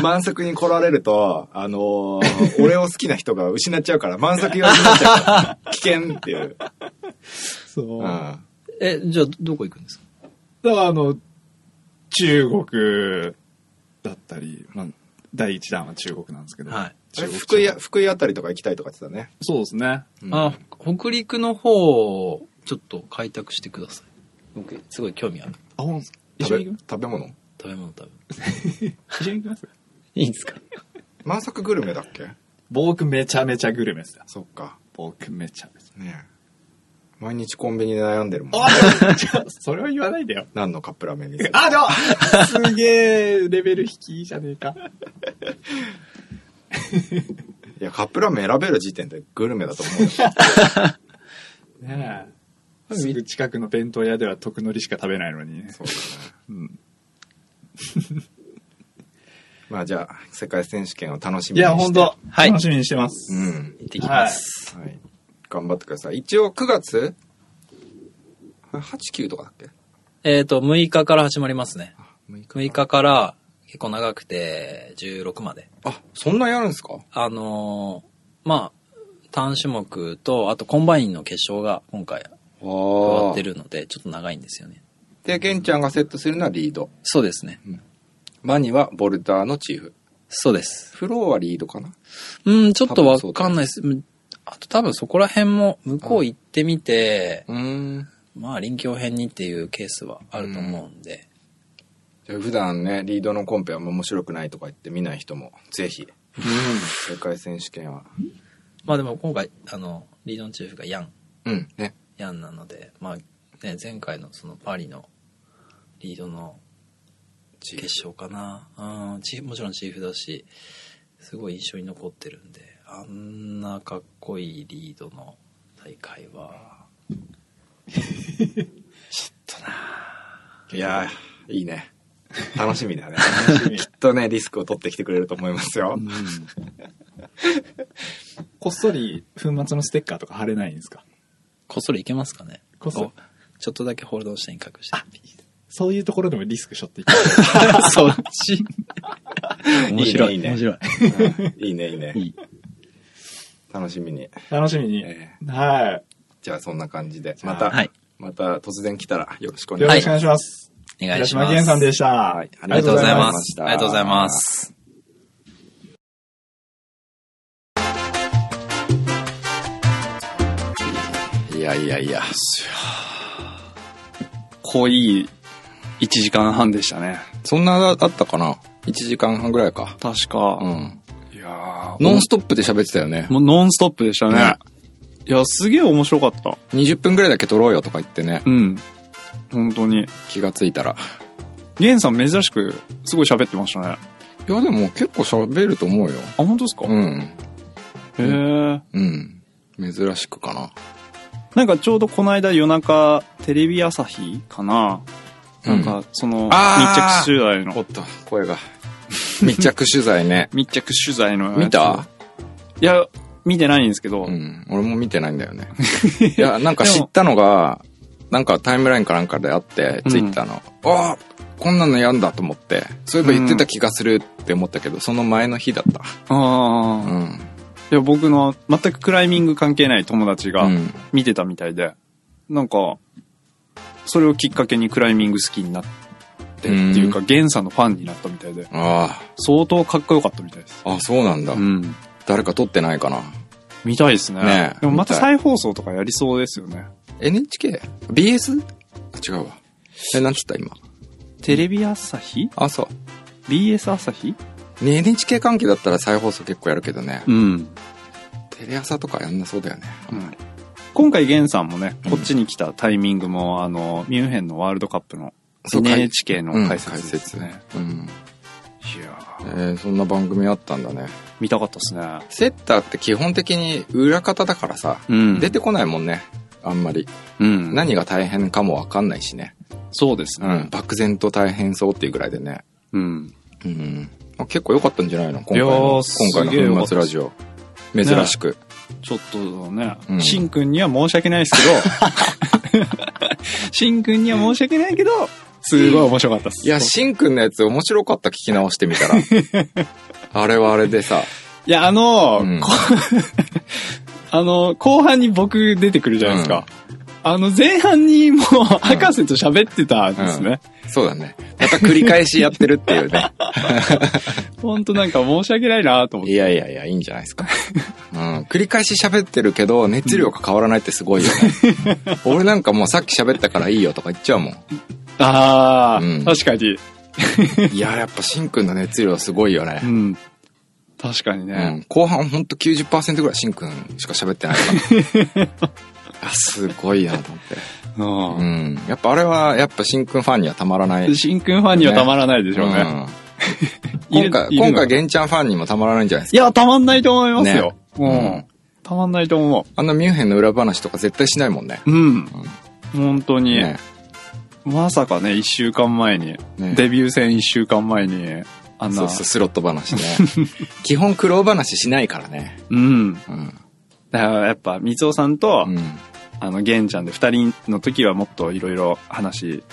S2: 満足に来られると、あのー俺を好きな人が失っちゃうから、満足用になっちゃうから、危険っていう。
S1: そう。
S2: うん。
S1: だか、
S2: あ
S3: [LAUGHS] え、じゃあ、どこ行くんですから
S1: あの、中国だったり、まあ、第一弾は中国なんですけど。
S3: はい。
S1: 中
S2: れ
S1: 国地方
S2: 福井や、福井あたりとか行きたいとか言ってたね。
S1: そうですね。
S2: うん
S3: あ、北陸の方を、ちょっと開拓してください。僕、すごい興味ある。
S1: あ、ほんと一緒
S2: 食
S1: に
S2: べ
S1: 行きま
S2: 食べ物
S3: 食べ物食べる。
S1: す一緒に行きます
S3: いいんですか
S2: 満足グルメだっけ
S1: 僕めちゃめちゃグルメですよ。
S2: そっか。
S1: 僕めちゃめちゃ。
S2: ねえ毎日コンビニで悩んでるもん。
S1: それは言わないでよ。
S2: 何のカップラーメンにする
S1: あ、でもすげえレベル引きじゃねえか。
S2: いや、カップラーメン選べる時点でグルメだと思うよ。
S1: ねえ。すぐ近くの弁当屋では特のりしか食べないのにね。
S2: そうだね。 [LAUGHS] まあじゃあ、世界選手権を楽しみ
S1: い
S2: にして。
S1: や、ほんと、
S3: はい
S1: 楽しみにしてます。
S2: うん。
S3: 行ってきます。
S2: はい。頑張ってください。一応9月 ?8、9とかだっけ
S3: えっ、と、6日から始まりますね。
S2: ?6
S3: 6日から結構長くて16まで。
S2: あ、そんなやるんですか
S3: あのーまあ、単種目と、あとコンバインの決勝が今回
S2: あ
S3: 終わ
S2: あ
S3: って。るので、ちょっと長いんですよね。
S2: で、ケンちゃんがセットするのはリード。
S3: そうですね。
S2: マニはボルダーのチーフ。
S3: そうです。
S2: フローはリードかな
S3: うん、ちょっとわかんないです。うんあと多分そこら辺も向こう行ってみて、
S2: うーん。
S3: まあ臨境編にっていうケースはあると思うんで、
S2: じゃあ普段ね、リードのコンペは面白くないとか言って見ない人も、ぜひ、世界選手権は。
S3: まあでも今回、あの、リードンチーフがヤン、
S2: うん、ね。
S3: ヤンなので、まあね、前回のそのパリのリードの
S2: チーフ
S3: 決勝かな。うん、チーフもちろんチーフだし、すごい印象に残ってるんで、あんなかっこいいリードの大会は、
S2: いやー、いいね。楽しみだね。きっとね、リスクを取ってきてくれると思いますよ。
S10: こっそり粉末のステッカーとか貼れないんですか
S3: こっそりいけますかね
S10: こっそり
S3: ちょっとだけホールドの下に隠して。
S10: そういうところでもリスクしょっていく。 [LAUGHS]
S3: そっち。面白い。
S2: いいねいいね
S3: 面白い。
S2: いいね、いいね。
S3: いい
S2: 楽しみに。
S10: 楽しみに。
S2: え
S10: は
S2: じゃあそんな感じで、
S10: ゃあ
S2: また、
S3: はい
S2: また突然来たらよろしくお
S10: い。よ
S2: 願
S10: ろ
S2: い
S10: し
S2: し
S10: くお願
S2: ま
S10: い
S2: す。
S10: します。
S3: お願
S10: 平
S3: いし
S10: 島
S3: ます。
S10: 健さんでした。
S2: はいあ
S3: あ
S2: り
S3: りがとうございま
S2: がとうございまし
S3: す。
S2: た
S3: ありがとうございます。
S2: いやいやいや。
S1: 濃い1時間半でしたね。
S2: そんなあったかな ?1 時間半ぐらいか。
S1: 確か。
S2: うん。
S1: いやー
S2: ノンストップで喋ってたよね。
S1: もうノンストップでしたね。いや、すげえ面白かった。
S2: 20分ぐらいだけ撮ろうよとか言ってね。
S1: うん。本当に。
S2: 気がついたら。
S1: ゲンさん珍しく、すごい喋ってましたね。あ、
S2: いやでも結構喋ると思うよ。
S1: 本当ですか、
S2: う
S1: へ
S2: ん。
S1: え。
S2: うん。珍しくかな。
S1: なんかちょうどこの間夜中、テレビ朝日かななんか、その、密
S2: あー
S1: 着取材の、
S2: おっと、声が。 [LAUGHS] 密着取材 [LAUGHS] ね。
S1: 密着取材のやつ
S2: 見た
S1: いや、見てないんですけど、
S2: うん。俺も見てないんだよ
S1: [LAUGHS]
S2: ね。いや、なんか知ったのが、なんかタイムラインかなんかであって、
S1: うん
S2: ツイッターの。ああこんなのやんだと思って。そういえば言ってた気がするって思ったけど、その前の日だった。
S1: あ
S2: う
S1: あ、
S2: ん。
S1: いや、僕の全くクライミング関係ない友達が
S2: うん
S1: 見てたみたいで、なんか、それをきっかけにクライミング好きになってっていうか、ゲンさんのファンになったみたいで、
S2: あ
S1: 相当かっこよかったみたいです。
S2: あ、あ、そうなんだ。
S1: うん。
S2: 誰か撮ってないかな。
S1: 見たいですね。
S2: ねえ
S1: でもまた
S2: 見た
S1: 再放送とかやりそうですよね。
S2: NHK?BS? あ、違うわ。え、なんつった今。
S1: テレビ朝日
S2: あ、そう。
S1: ?BS 朝日
S2: ね NHK 関係だったら再放送結構やるけどね。
S1: うん。
S2: テレ朝とかやんなそうだよね。
S1: 今回、ゲンさんもね、こっちに来たタイミングも、あの、ミュンヘンのワールドカップの
S2: そうかい
S1: NHK の
S2: うん
S1: 解説ですね。
S2: うん。
S1: いや
S2: え
S1: ー
S2: ー、そんな番組あったんだね。
S1: 見たかったですね。
S2: セッターって基本的に裏方だからさ、
S1: うん。
S2: 出てこないもんね。あんまり。
S1: うん。
S2: 何が大変かもわかんないしね。
S1: そうです
S2: う
S1: ね。
S2: ん。漠然と大変そうっていうぐらいでね。
S1: うん。
S2: うん。あ結構良かったんじゃないの今回
S1: いや
S2: の、
S1: ー
S2: 今
S1: すげえ
S2: 回
S1: 良かっ
S2: の粉
S1: た
S2: 末ラジオ。珍しく。
S1: ちょっとね
S2: う、ん
S1: し、んくんには申し訳ないですけ
S2: [LAUGHS]
S1: ど、しんくんには申し訳ないけど、すごい面白かったっす。
S2: いや、しんくんのやつ面白かった聞き直してみたら。
S1: [LAUGHS]
S2: あれはあれでさ。
S1: いや、あの、
S2: うん
S1: こ [LAUGHS] あの、後半に僕出てくるじゃないですか。あの、前半にもう、博士と喋ってたんですね。
S2: そうだね。また繰り返しやってるっていうね。
S1: ほんとなんか申し訳ないなと思っ
S2: い
S1: て。
S2: やいやいや、いいんじゃないですか。うん。 [LAUGHS] 繰り返し喋ってるけど、熱量が変わらないってすごいよね。 [LAUGHS] 俺なんかもうさっき喋ったからいいよとか言っちゃうもん。
S1: ああ、
S2: うん
S1: 確かに。
S2: いや、やっぱしんくんの熱量すごいよ
S1: う
S2: ね。
S1: ん。確かに
S2: う
S1: ね。
S2: ん。後半ほんと90%ぐらいしんくんしか喋ってない
S1: [LAUGHS]
S2: から。あ、すごいなと思って。
S1: うん
S2: うん。やっぱあれは、やっぱしんくんファンにはたまらない。
S1: しんくんファンにはたまらないでしょうね。
S2: うん
S1: い
S2: 今
S1: る
S2: 回、
S1: いるの
S2: 今回、ゲンちゃんファンにもたまらないんじゃないです
S1: いや、たまんないと思いますよ。
S2: ね
S1: うん。たまんないと思
S2: か。あんなミュンヘンの裏話とか絶対しないもんね。
S1: う。うん。本当に。
S2: ね
S1: まさかね、一週間前に、
S2: ね
S1: デビュー戦一週間前に、あんな。
S2: [LAUGHS] そうそう、スロット話ね。基本苦労話しないからね。
S1: うん。
S2: うん。
S1: だからやっぱ、三尾さんと、
S2: うん。
S1: あの、玄ちゃんで二人の時はもっといろいろ話、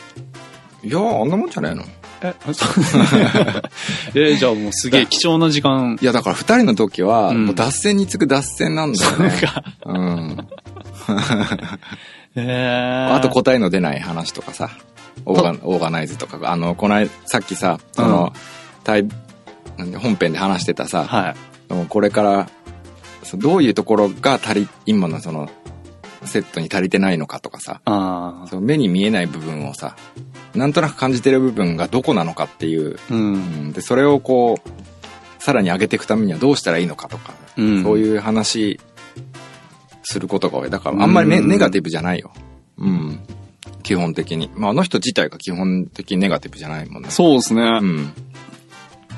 S2: いやー、あんなもんじゃないの
S1: え、
S2: [LAUGHS]
S1: そう。え、じゃあもうすげえ貴重な時間。
S2: いや、だから二人の時は、
S1: うん
S2: もう脱線に次ぐ脱線なんだよね。うん。
S1: [LAUGHS] えー
S2: あと答えの出ない話とかさ、オーガオーガナイズとか、あの、こないさっきさ、その、タイなんで本編で話してたさ、
S1: はい。
S2: もうこれから、そうどういうところが足り、今のその、セットに足りてないのかとかさ、
S1: ああ。
S2: その目に見えない部分をさ、なんとなく感じてる部分がどこなのかっていう、
S1: う。
S2: うんんで、それをこう、さらに上げていくためにはどうしたらいいのかとか、
S1: うん
S2: そういう話することが多い。だからあんまりね
S1: うん
S2: ネガティブじゃないよ。うん。基本的に。まああの人自体が基本的にネガティブじゃないもんね。
S1: そうですね。
S2: うん。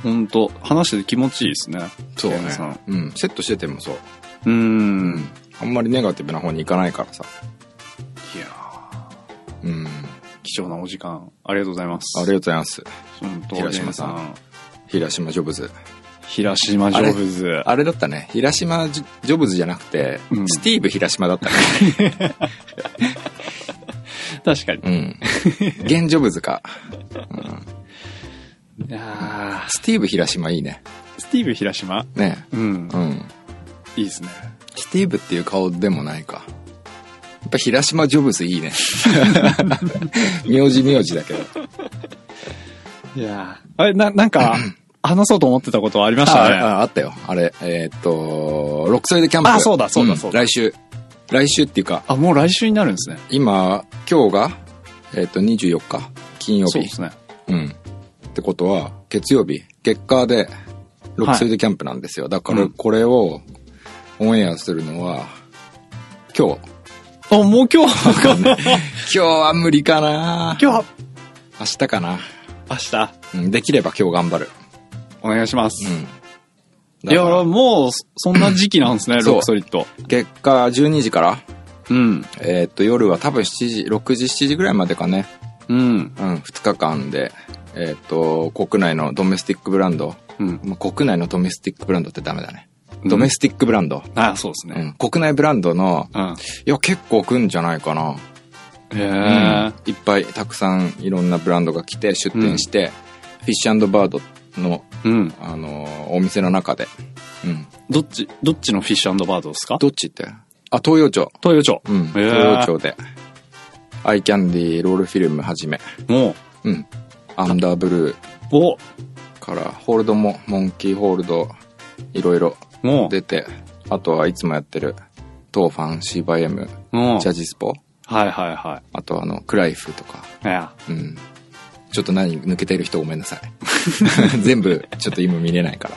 S1: ほんと。話してて気持ちいいですね。
S2: そうね
S1: ケンさん。
S2: うん。セットしててもそう。
S1: う。。
S2: うんあんまりネガティブな方に行かないからさ。
S1: いやー
S2: うん。
S1: 貴重なお時間、ありがとうございます。
S2: ありがとうございます。
S1: 本当
S2: 平島さん
S1: ゲン。
S2: 平島ジョブズ。
S1: 平島ジョブズ。
S2: あれだったね。平島ジョブズじゃなくて、
S1: うん
S2: スティーブ平
S1: [LAUGHS]
S2: 島だったね。
S1: 確かに。
S2: うん。ゲンジョブズか。
S1: いやー
S2: スティーブ平島いいね。
S1: スティーブ平島
S2: ね。
S1: うん
S2: う。ん。
S1: いいですね。
S2: スティーブっていう顔でもないか。やっぱ平島ジョブズ
S1: [LAUGHS]
S2: いいね。名字名字だけど。
S1: いやーあれ、な、なん [CLEARS THROAT] か、話そうと思ってたことはありましたね。
S2: あああったよ。あれ、えーっと、6歳でキャンプ。
S1: あそうだそうだ
S2: ん
S1: そうだ
S2: 来週。来週っていうか、
S1: あ、もう来週になるんですね。
S2: 今、今日が、えーっと、24日、金曜
S1: そう
S2: 日
S1: で。すね。
S2: うん。ってことは、月曜日、月下で、6歳でキャンプなんですよ。だか
S1: う
S2: ら、
S1: ん
S2: これを、オンエアするのは、今日。
S1: あ、もう今日、
S2: 今日は無理かな
S1: 今日、
S2: 明日かな
S1: 明日、
S2: うん、できれば今日頑張る。
S1: お願いしま
S2: う
S1: す。
S2: ん。
S1: いや、もう、そそんな時期なんですね、
S2: そう
S1: ロックソリッド。
S2: 結果12時から、
S1: うん。
S2: えーっと、夜は多分7時、6時、7時ぐらいまでかね。
S1: うん。
S2: うん、2日間で、えーっと、国内のドメスティックブランド。
S1: うん。
S2: まあ国内のドメスティックブランドってダメだね。
S1: うん
S2: ドメスティックブランド。
S1: あ、そうです
S2: う
S1: ね。
S2: ん、国内ブランドの、
S1: うん。
S2: いや、結構来んじゃないかな。
S1: へえ。
S2: いっぱいたくさんいろんなブランドが来て出店して、フィッシュバードの、
S1: うん。
S2: あのーお店の中で。うん。
S1: どっち、どっちのフィッシュバードですか
S2: どっちってあ、東洋町。
S1: 東洋町。
S2: うん。
S1: へえ
S2: 東洋町で。アイキャンディー、ロールフィルムはじめ。
S1: もう、
S2: うん。アンダーブルー
S1: お、
S2: から、ホールドも、モンキーホールド、いろいろ
S1: も
S2: 出て、あとはいつもやってる、トーファン、シーバイエム、
S1: う、もう、
S2: ジャジスポ、
S1: はいはいは
S2: あとあの、クライフとか、
S1: い。いや、
S2: うん。ちょっと何抜けてる人ごめんなさい。 [LAUGHS] 全部、ちょっと今見れないから。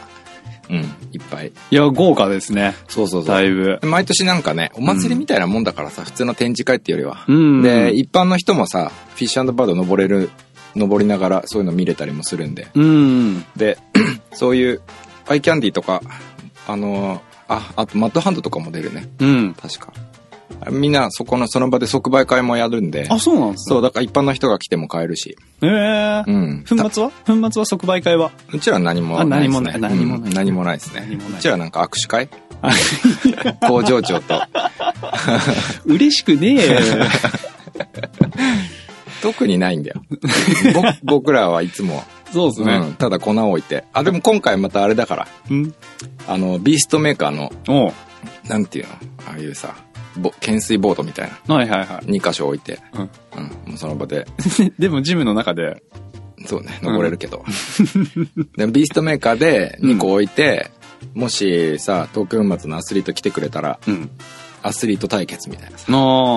S2: うん、いっぱい。
S1: いや豪華ですね。
S2: そうそうそう。
S1: だいぶ。
S2: 毎年なんかね、お祭りみたいなもんだからさ、普通の展示会っていうよりは。
S1: うん
S2: で、一般の人もさ、フィッシュバード登れる、登りながらそういうの見れたりもするんで。
S1: うん。
S2: で、 [CLEARS THROAT] そういう、アイキャンディーとか、あのー、あ、あとマッドハンドとかも出るね。
S1: うん。
S2: 確か。あみんなそこのその場で即売会もやるんで。
S1: あ、そうなんです
S2: そう、
S1: ね。
S2: だから一般の人が来ても買えるし。
S1: え
S2: う
S1: え。
S2: ん。
S1: 粉末は粉末は即売会は。
S2: うちらは何も
S1: あ
S2: な
S1: 何
S2: いです
S1: も
S2: ね。
S1: ない何もない
S2: うん何もないです
S1: 何
S2: ね
S1: も。ないう
S2: ちらなんか握手会工場長と。
S1: 嬉しくねえ。
S2: 特にないんだよ。
S1: [LAUGHS]
S2: ぼ僕らはいつも、
S1: [LAUGHS] そうです
S2: う
S1: ね。
S2: ん、ただ粉を置いて。あ、でも今回またあれだから、
S1: うん。
S2: あの、ビーストメーカーの、
S1: おう
S2: なんていうのああいうさ、ぼ懸垂ボードみたいな。
S1: はいはいは
S2: 2箇所置いて、
S1: うん
S2: うん、もうその場で、
S1: い。でも、ジムの中で、
S2: そうね、登れるけど。 [LAUGHS] でもビーストメーカーで2個置いて、もしさ、東京生まれのアスリート来てくれたら、
S1: うん。
S2: アスリート対決みたいなさ。
S1: あ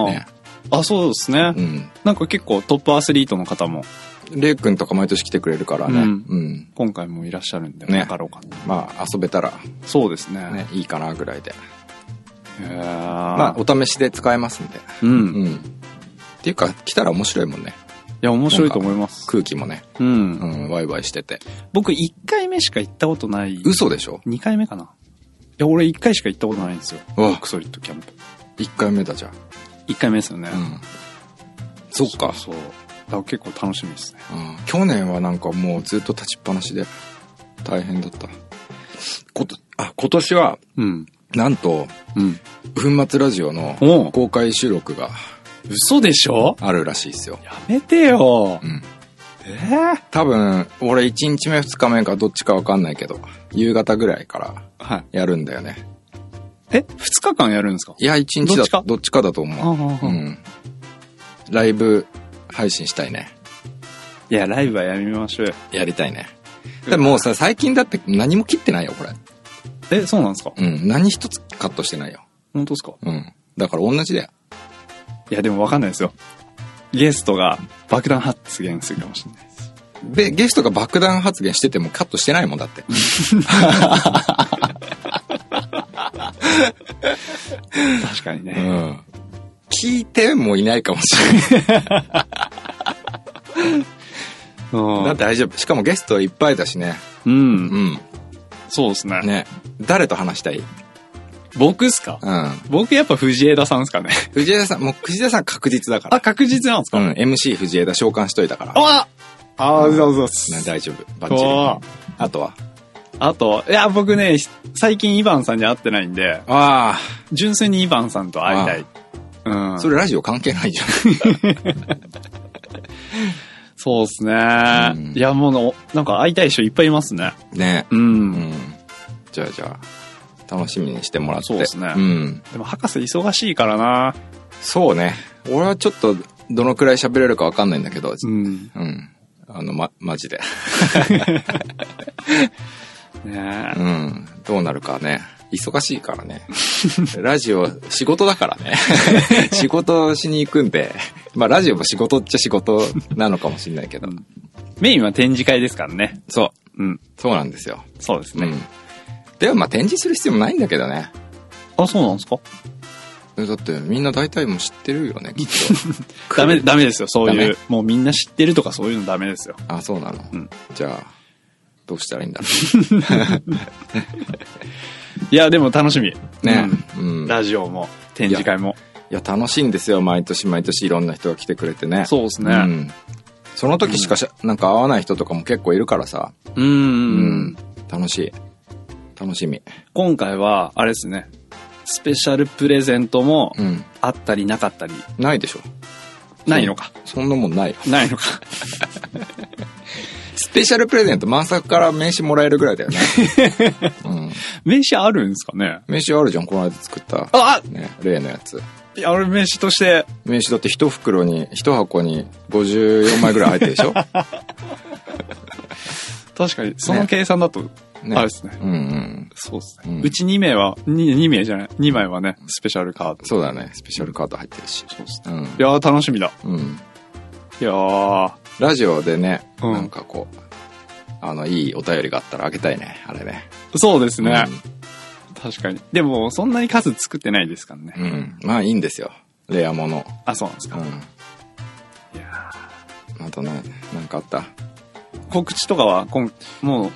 S2: ね
S1: あ。あ、そうですね
S2: う。ん。
S1: なんか結構トップアスリートの方も、
S2: レイ君とか毎年来てくれるからね。
S1: う
S2: うんん。
S1: 今回もいらっしゃるんで、
S2: ね
S1: だからおか
S2: まあ、遊べたら、
S1: そうですね。
S2: ね、いいかなぐらいで。
S1: へえ
S2: まあ、お試しで使えますんで。
S1: うん。い
S2: うん。っていうか、来たら面白いもんね。
S1: や、面白いと思います。
S2: 空気もね。
S1: う。
S2: うんん、ワイワイしてて。
S1: 僕、1回目しか行ったことない。
S2: 嘘でしょ
S1: ?2 回目かな。いや、俺1回しか行ったことないんですよ。
S2: うわ
S1: クソリッドキャンプ。
S2: 一回目だじゃん。
S1: 1回目ですよね。
S2: うん。そっか。
S1: そう。だから結構楽しみですね。
S2: うん去年はなんかもうずっと立ちっぱなしで大変だった。こと、あ、今年は
S1: うん。
S2: なんと、
S1: うん。
S2: 粉末ラジオの
S1: おう
S2: 公開収録が
S1: 嘘でしょ
S2: あるらしいですよ。
S1: やめてよ。
S2: うん。
S1: えー
S2: 多分、俺1日目2日目かどっちかわかんないけど、夕方ぐらいから
S1: はい。
S2: やるんだよね。
S1: え、二日間やるんですか
S2: いや、1日
S1: ど
S2: だ
S1: っちか
S2: どっちかだと
S1: ああ
S2: 思
S1: ああ
S2: う。うん。ライブ配信したいね。
S1: いや、ライブはやめましょうよ。
S2: やりたいね。でももうさ、最近だって何も切ってないよ、これ。
S1: え、そうなんですか
S2: うん。何一つカットしてないよ。
S1: 本当ですか
S2: うん。だから同じだよ。
S1: いや、でもわかんないですよ。ゲストが爆弾発言するかもしれないです。
S2: で、ゲストが爆弾発言しててもカットしてないもんだって。
S1: 確かに
S2: う
S1: ね。
S2: ん。聞いてもいないかもしれない。
S1: うん
S2: だって大丈夫。しかもゲストいっぱいだしね。
S1: う。
S2: うんん。
S1: そうですね。
S2: ね。誰と話したい
S1: 僕っすか
S2: うん。
S1: 僕やっぱ藤枝さんっすかね。
S2: 藤枝さん、もう藤枝さん確実だか
S1: あ、
S2: ら。
S1: 確実なんですか
S2: うん。MC 藤枝召喚しといたから。
S1: あああ、そうそう
S2: ね大丈夫。バッチ
S1: おー
S2: リ。あとは
S1: あと、いや、僕ね、ひ最近イバンさんに会ってないんで、
S2: あ
S1: 純粋にイバンさんと会いたい。う
S2: あ、
S1: ん。
S2: それラジオ関係ないじゃん。
S1: そうですね。
S2: うん
S1: いや、もうの、なんか会いたい人いっぱいいますね。
S2: ね。
S1: う。
S2: うんん。じゃあじゃあ、楽しみにしてもらって。
S1: そうですね
S2: うん。
S1: でも、博士忙しいからな。
S2: そうね。俺はちょっと、どのくらい喋れるかわかんないんだけど、
S1: うん。
S2: うん。あの、ま、マジで。
S1: ねえ
S2: うん。どうなるかね。忙しいからね。ラジオ、仕事だから
S1: [LAUGHS]
S2: ね。仕事しに行くんで。まあ、ラジオも仕事っちゃ仕事なのかもしれないけど。
S1: メインは展示会ですからね。
S2: そう。
S1: うん。
S2: そうなんですよ。
S1: そうです
S2: う
S1: ね。
S2: ん。でも、まあ、展示する必要もないんだけどね。
S1: あ、そうなんですか。
S2: だって、みんな大体もう知ってるよね、きっ
S1: [LAUGHS]
S2: と
S1: ダメ、ダメですよ。そうい
S2: ダ
S1: う。もうみんな知ってるとかそういうのダメですよ。
S2: あ、そうなの。
S1: うん
S2: じゃあ、どうしたらいいんだろ
S1: いや、でも楽しみ。 [LAUGHS]
S2: う。ね。うん。い
S1: ラジオも、展示会も。
S2: や、楽しいんですよ。毎年毎年いろんな人が来てくれてね。
S1: そうです
S2: う
S1: ね。
S2: ん。その時しかしゃ、なんか会わない人とかも結構いるからさ。
S1: うん。うん。
S2: 楽しい。楽しみ。
S1: 今回は、あれですね。スペシャルプレゼントも
S2: うん。
S1: あったりなかったり。
S2: ないでしょ。
S1: ないのか。
S2: そんなもんないよ。
S1: ないのか。 [LAUGHS]
S2: スペシャルプレゼント、満作から名刺もらえるぐらい
S1: [LAUGHS]
S2: だよね。うん。
S1: 名刺あるんですかね
S2: 名刺あるじゃん、この間作った。
S1: あ
S2: ね、例のやつ。
S1: あいや、俺名刺として、
S2: 名刺だって一袋に、一箱に54枚ぐらい入ってる
S1: [LAUGHS]
S2: でしょ
S1: 確かに、その計算だと、
S2: ね
S1: あれですね。
S2: うんうん。
S1: そうです
S2: う
S1: ね
S2: ん。
S1: うち2名は、2, 2名じゃない、2枚はね、スペシャルカード。
S2: そうだよね。スペシャルカード入ってるし。そうですね。
S1: いやー楽しみだ。
S2: うん。うん。
S1: いやー
S2: ラジオでね、
S1: うん
S2: なんかこう、あの、いいお便りがあったらあげたいね。あれね。
S1: そうですね。
S2: うん
S1: 確かに。でも、そんなに数作ってないですからね。
S2: うん。まあいいんですよ。レアもの。
S1: あ、そうなんですか。
S2: うん。いやあとね、なんかあった。
S1: 告知とかは、こんも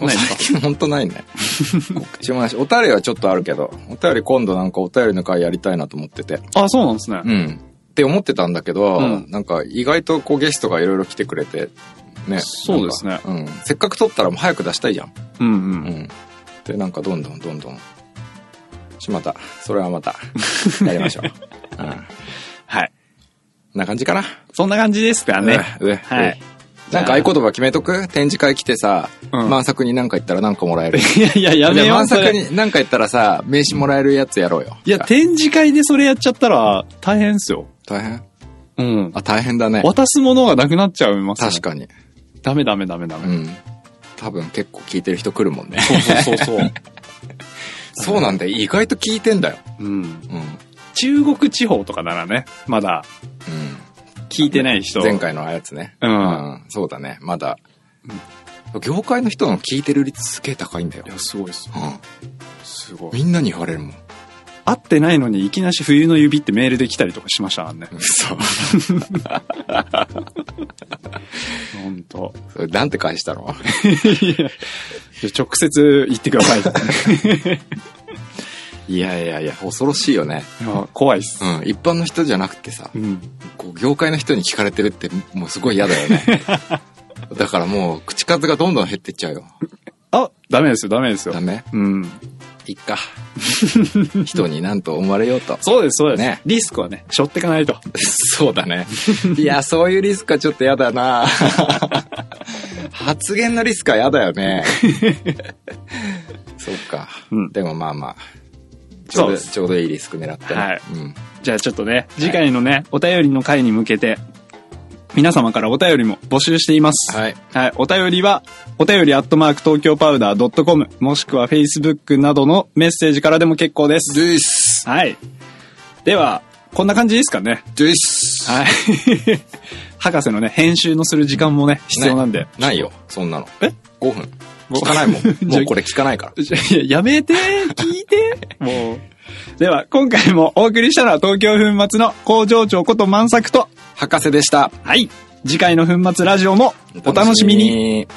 S1: う、ないですか
S2: 最 [LAUGHS] 近ほんとないね。告知もないし、お便りはちょっとあるけど、お便り今度なんかお便りの回やりたいなと思ってて。
S1: あ、そうなんですね。
S2: うん。って思ってたんだけど、
S1: うん
S2: なんか意外とこうゲストがいろいろ来てくれて、ね。
S1: そうですね
S2: なんかうん。せっかく撮ったらもう早く出したいじゃん。
S1: うんう。
S2: うんん。で、なんかどんどんどんどん。しまった。それはまた、やりまし
S1: [LAUGHS]
S2: ょう。うん。こ
S1: はい。
S2: んな感じかな。
S1: そんな感じですからね。
S2: うん。うん
S1: はい。
S2: なんか合言葉決めとく展示会来てさ、
S1: うん
S2: 満作に何か言ったら何かもらえる。
S1: いやいや、やめ
S2: で
S1: よう。
S2: 満
S1: それ
S2: 作に何か言ったらさ、名刺もらえるやつやろうよ。
S1: いや、展示会でそれやっちゃったら大変っすよ。
S2: 大変
S1: うん。
S2: あ、大変だね。
S1: 渡すものがなくなっちゃいます、
S2: 確。かに。
S1: ダメダメダメダ
S2: う
S1: メ。
S2: ん。多分結構聞いてる人来るもんね。
S1: そうそうそうそう。
S2: [LAUGHS] そうなんだよ。意外と聞いてんだよ。
S1: うん。
S2: うん。うん。
S1: 中国地方とかならね、まだ聞いてない人。
S2: 前。回のあやつね。
S1: うん
S2: そうだね。まだ。業界の人の聞いてる率すげえ高いんだよ
S1: い。や、すごいっす。
S2: う
S1: すご
S2: ん。。みんなに言われるもん。
S1: 会ってないのに、いきなし冬の指ってメールで来たりとかしましたからね。
S2: 嘘。
S1: ほんと。
S2: [LAUGHS]
S1: [LAUGHS]
S2: それなんて返したの
S1: いや直接言ってくだ [LAUGHS] さい。
S2: いやいやいや、恐ろしいよね。
S1: いや怖いっす
S2: う。ん。一般の人じゃなくてさ
S1: う、ん。
S2: こう業界の人に聞かれてるって、もうすごい嫌
S1: [LAUGHS]
S2: だよね。だからもう、口数がどんどん減ってっちゃうよ。
S1: あ、ダメですよ、ダメですよ
S2: ダ。メ
S1: うん。
S2: いっか。人になんと思われようと。
S1: そうです、そうです。
S2: ね
S1: リスクはね、背負ってかないと。
S2: そうだね。いや、そういうリスクはちょっとやだな発言のリスクはやだ
S1: [LAUGHS]
S2: よね。そっか、
S1: うん
S2: でもまあまあ。ちょ
S1: そう
S2: うど、
S1: です
S2: ちょうどいいリスク狙ってね、
S1: はい
S2: うん。
S1: じゃあちょっとね、次回のね、お便りの回に向けて、皆様からお便りも募集しています。
S2: はい。
S1: はい、お便りは、お便りアットマーク東京パウダー .com、もしくは Facebook などのメッセージからでも結構です。
S2: です。
S1: はい。では、こんな感じですかね。
S2: です。
S1: はい。 [LAUGHS] 博士のね、編集のする時間もね、必要なんで。
S2: ないよ、そんなの。
S1: え
S2: ?5 分。聞かない
S1: [LAUGHS]
S2: もん。もうこれ聞かないから。
S1: い [LAUGHS] や、やめて、聞いて、 [LAUGHS] もう。では、今回もお送りしたのは東京粉末の工場長こと万作と、
S2: 博士でした。
S1: はい。次回の粉末ラジオもお楽しみに。
S2: に。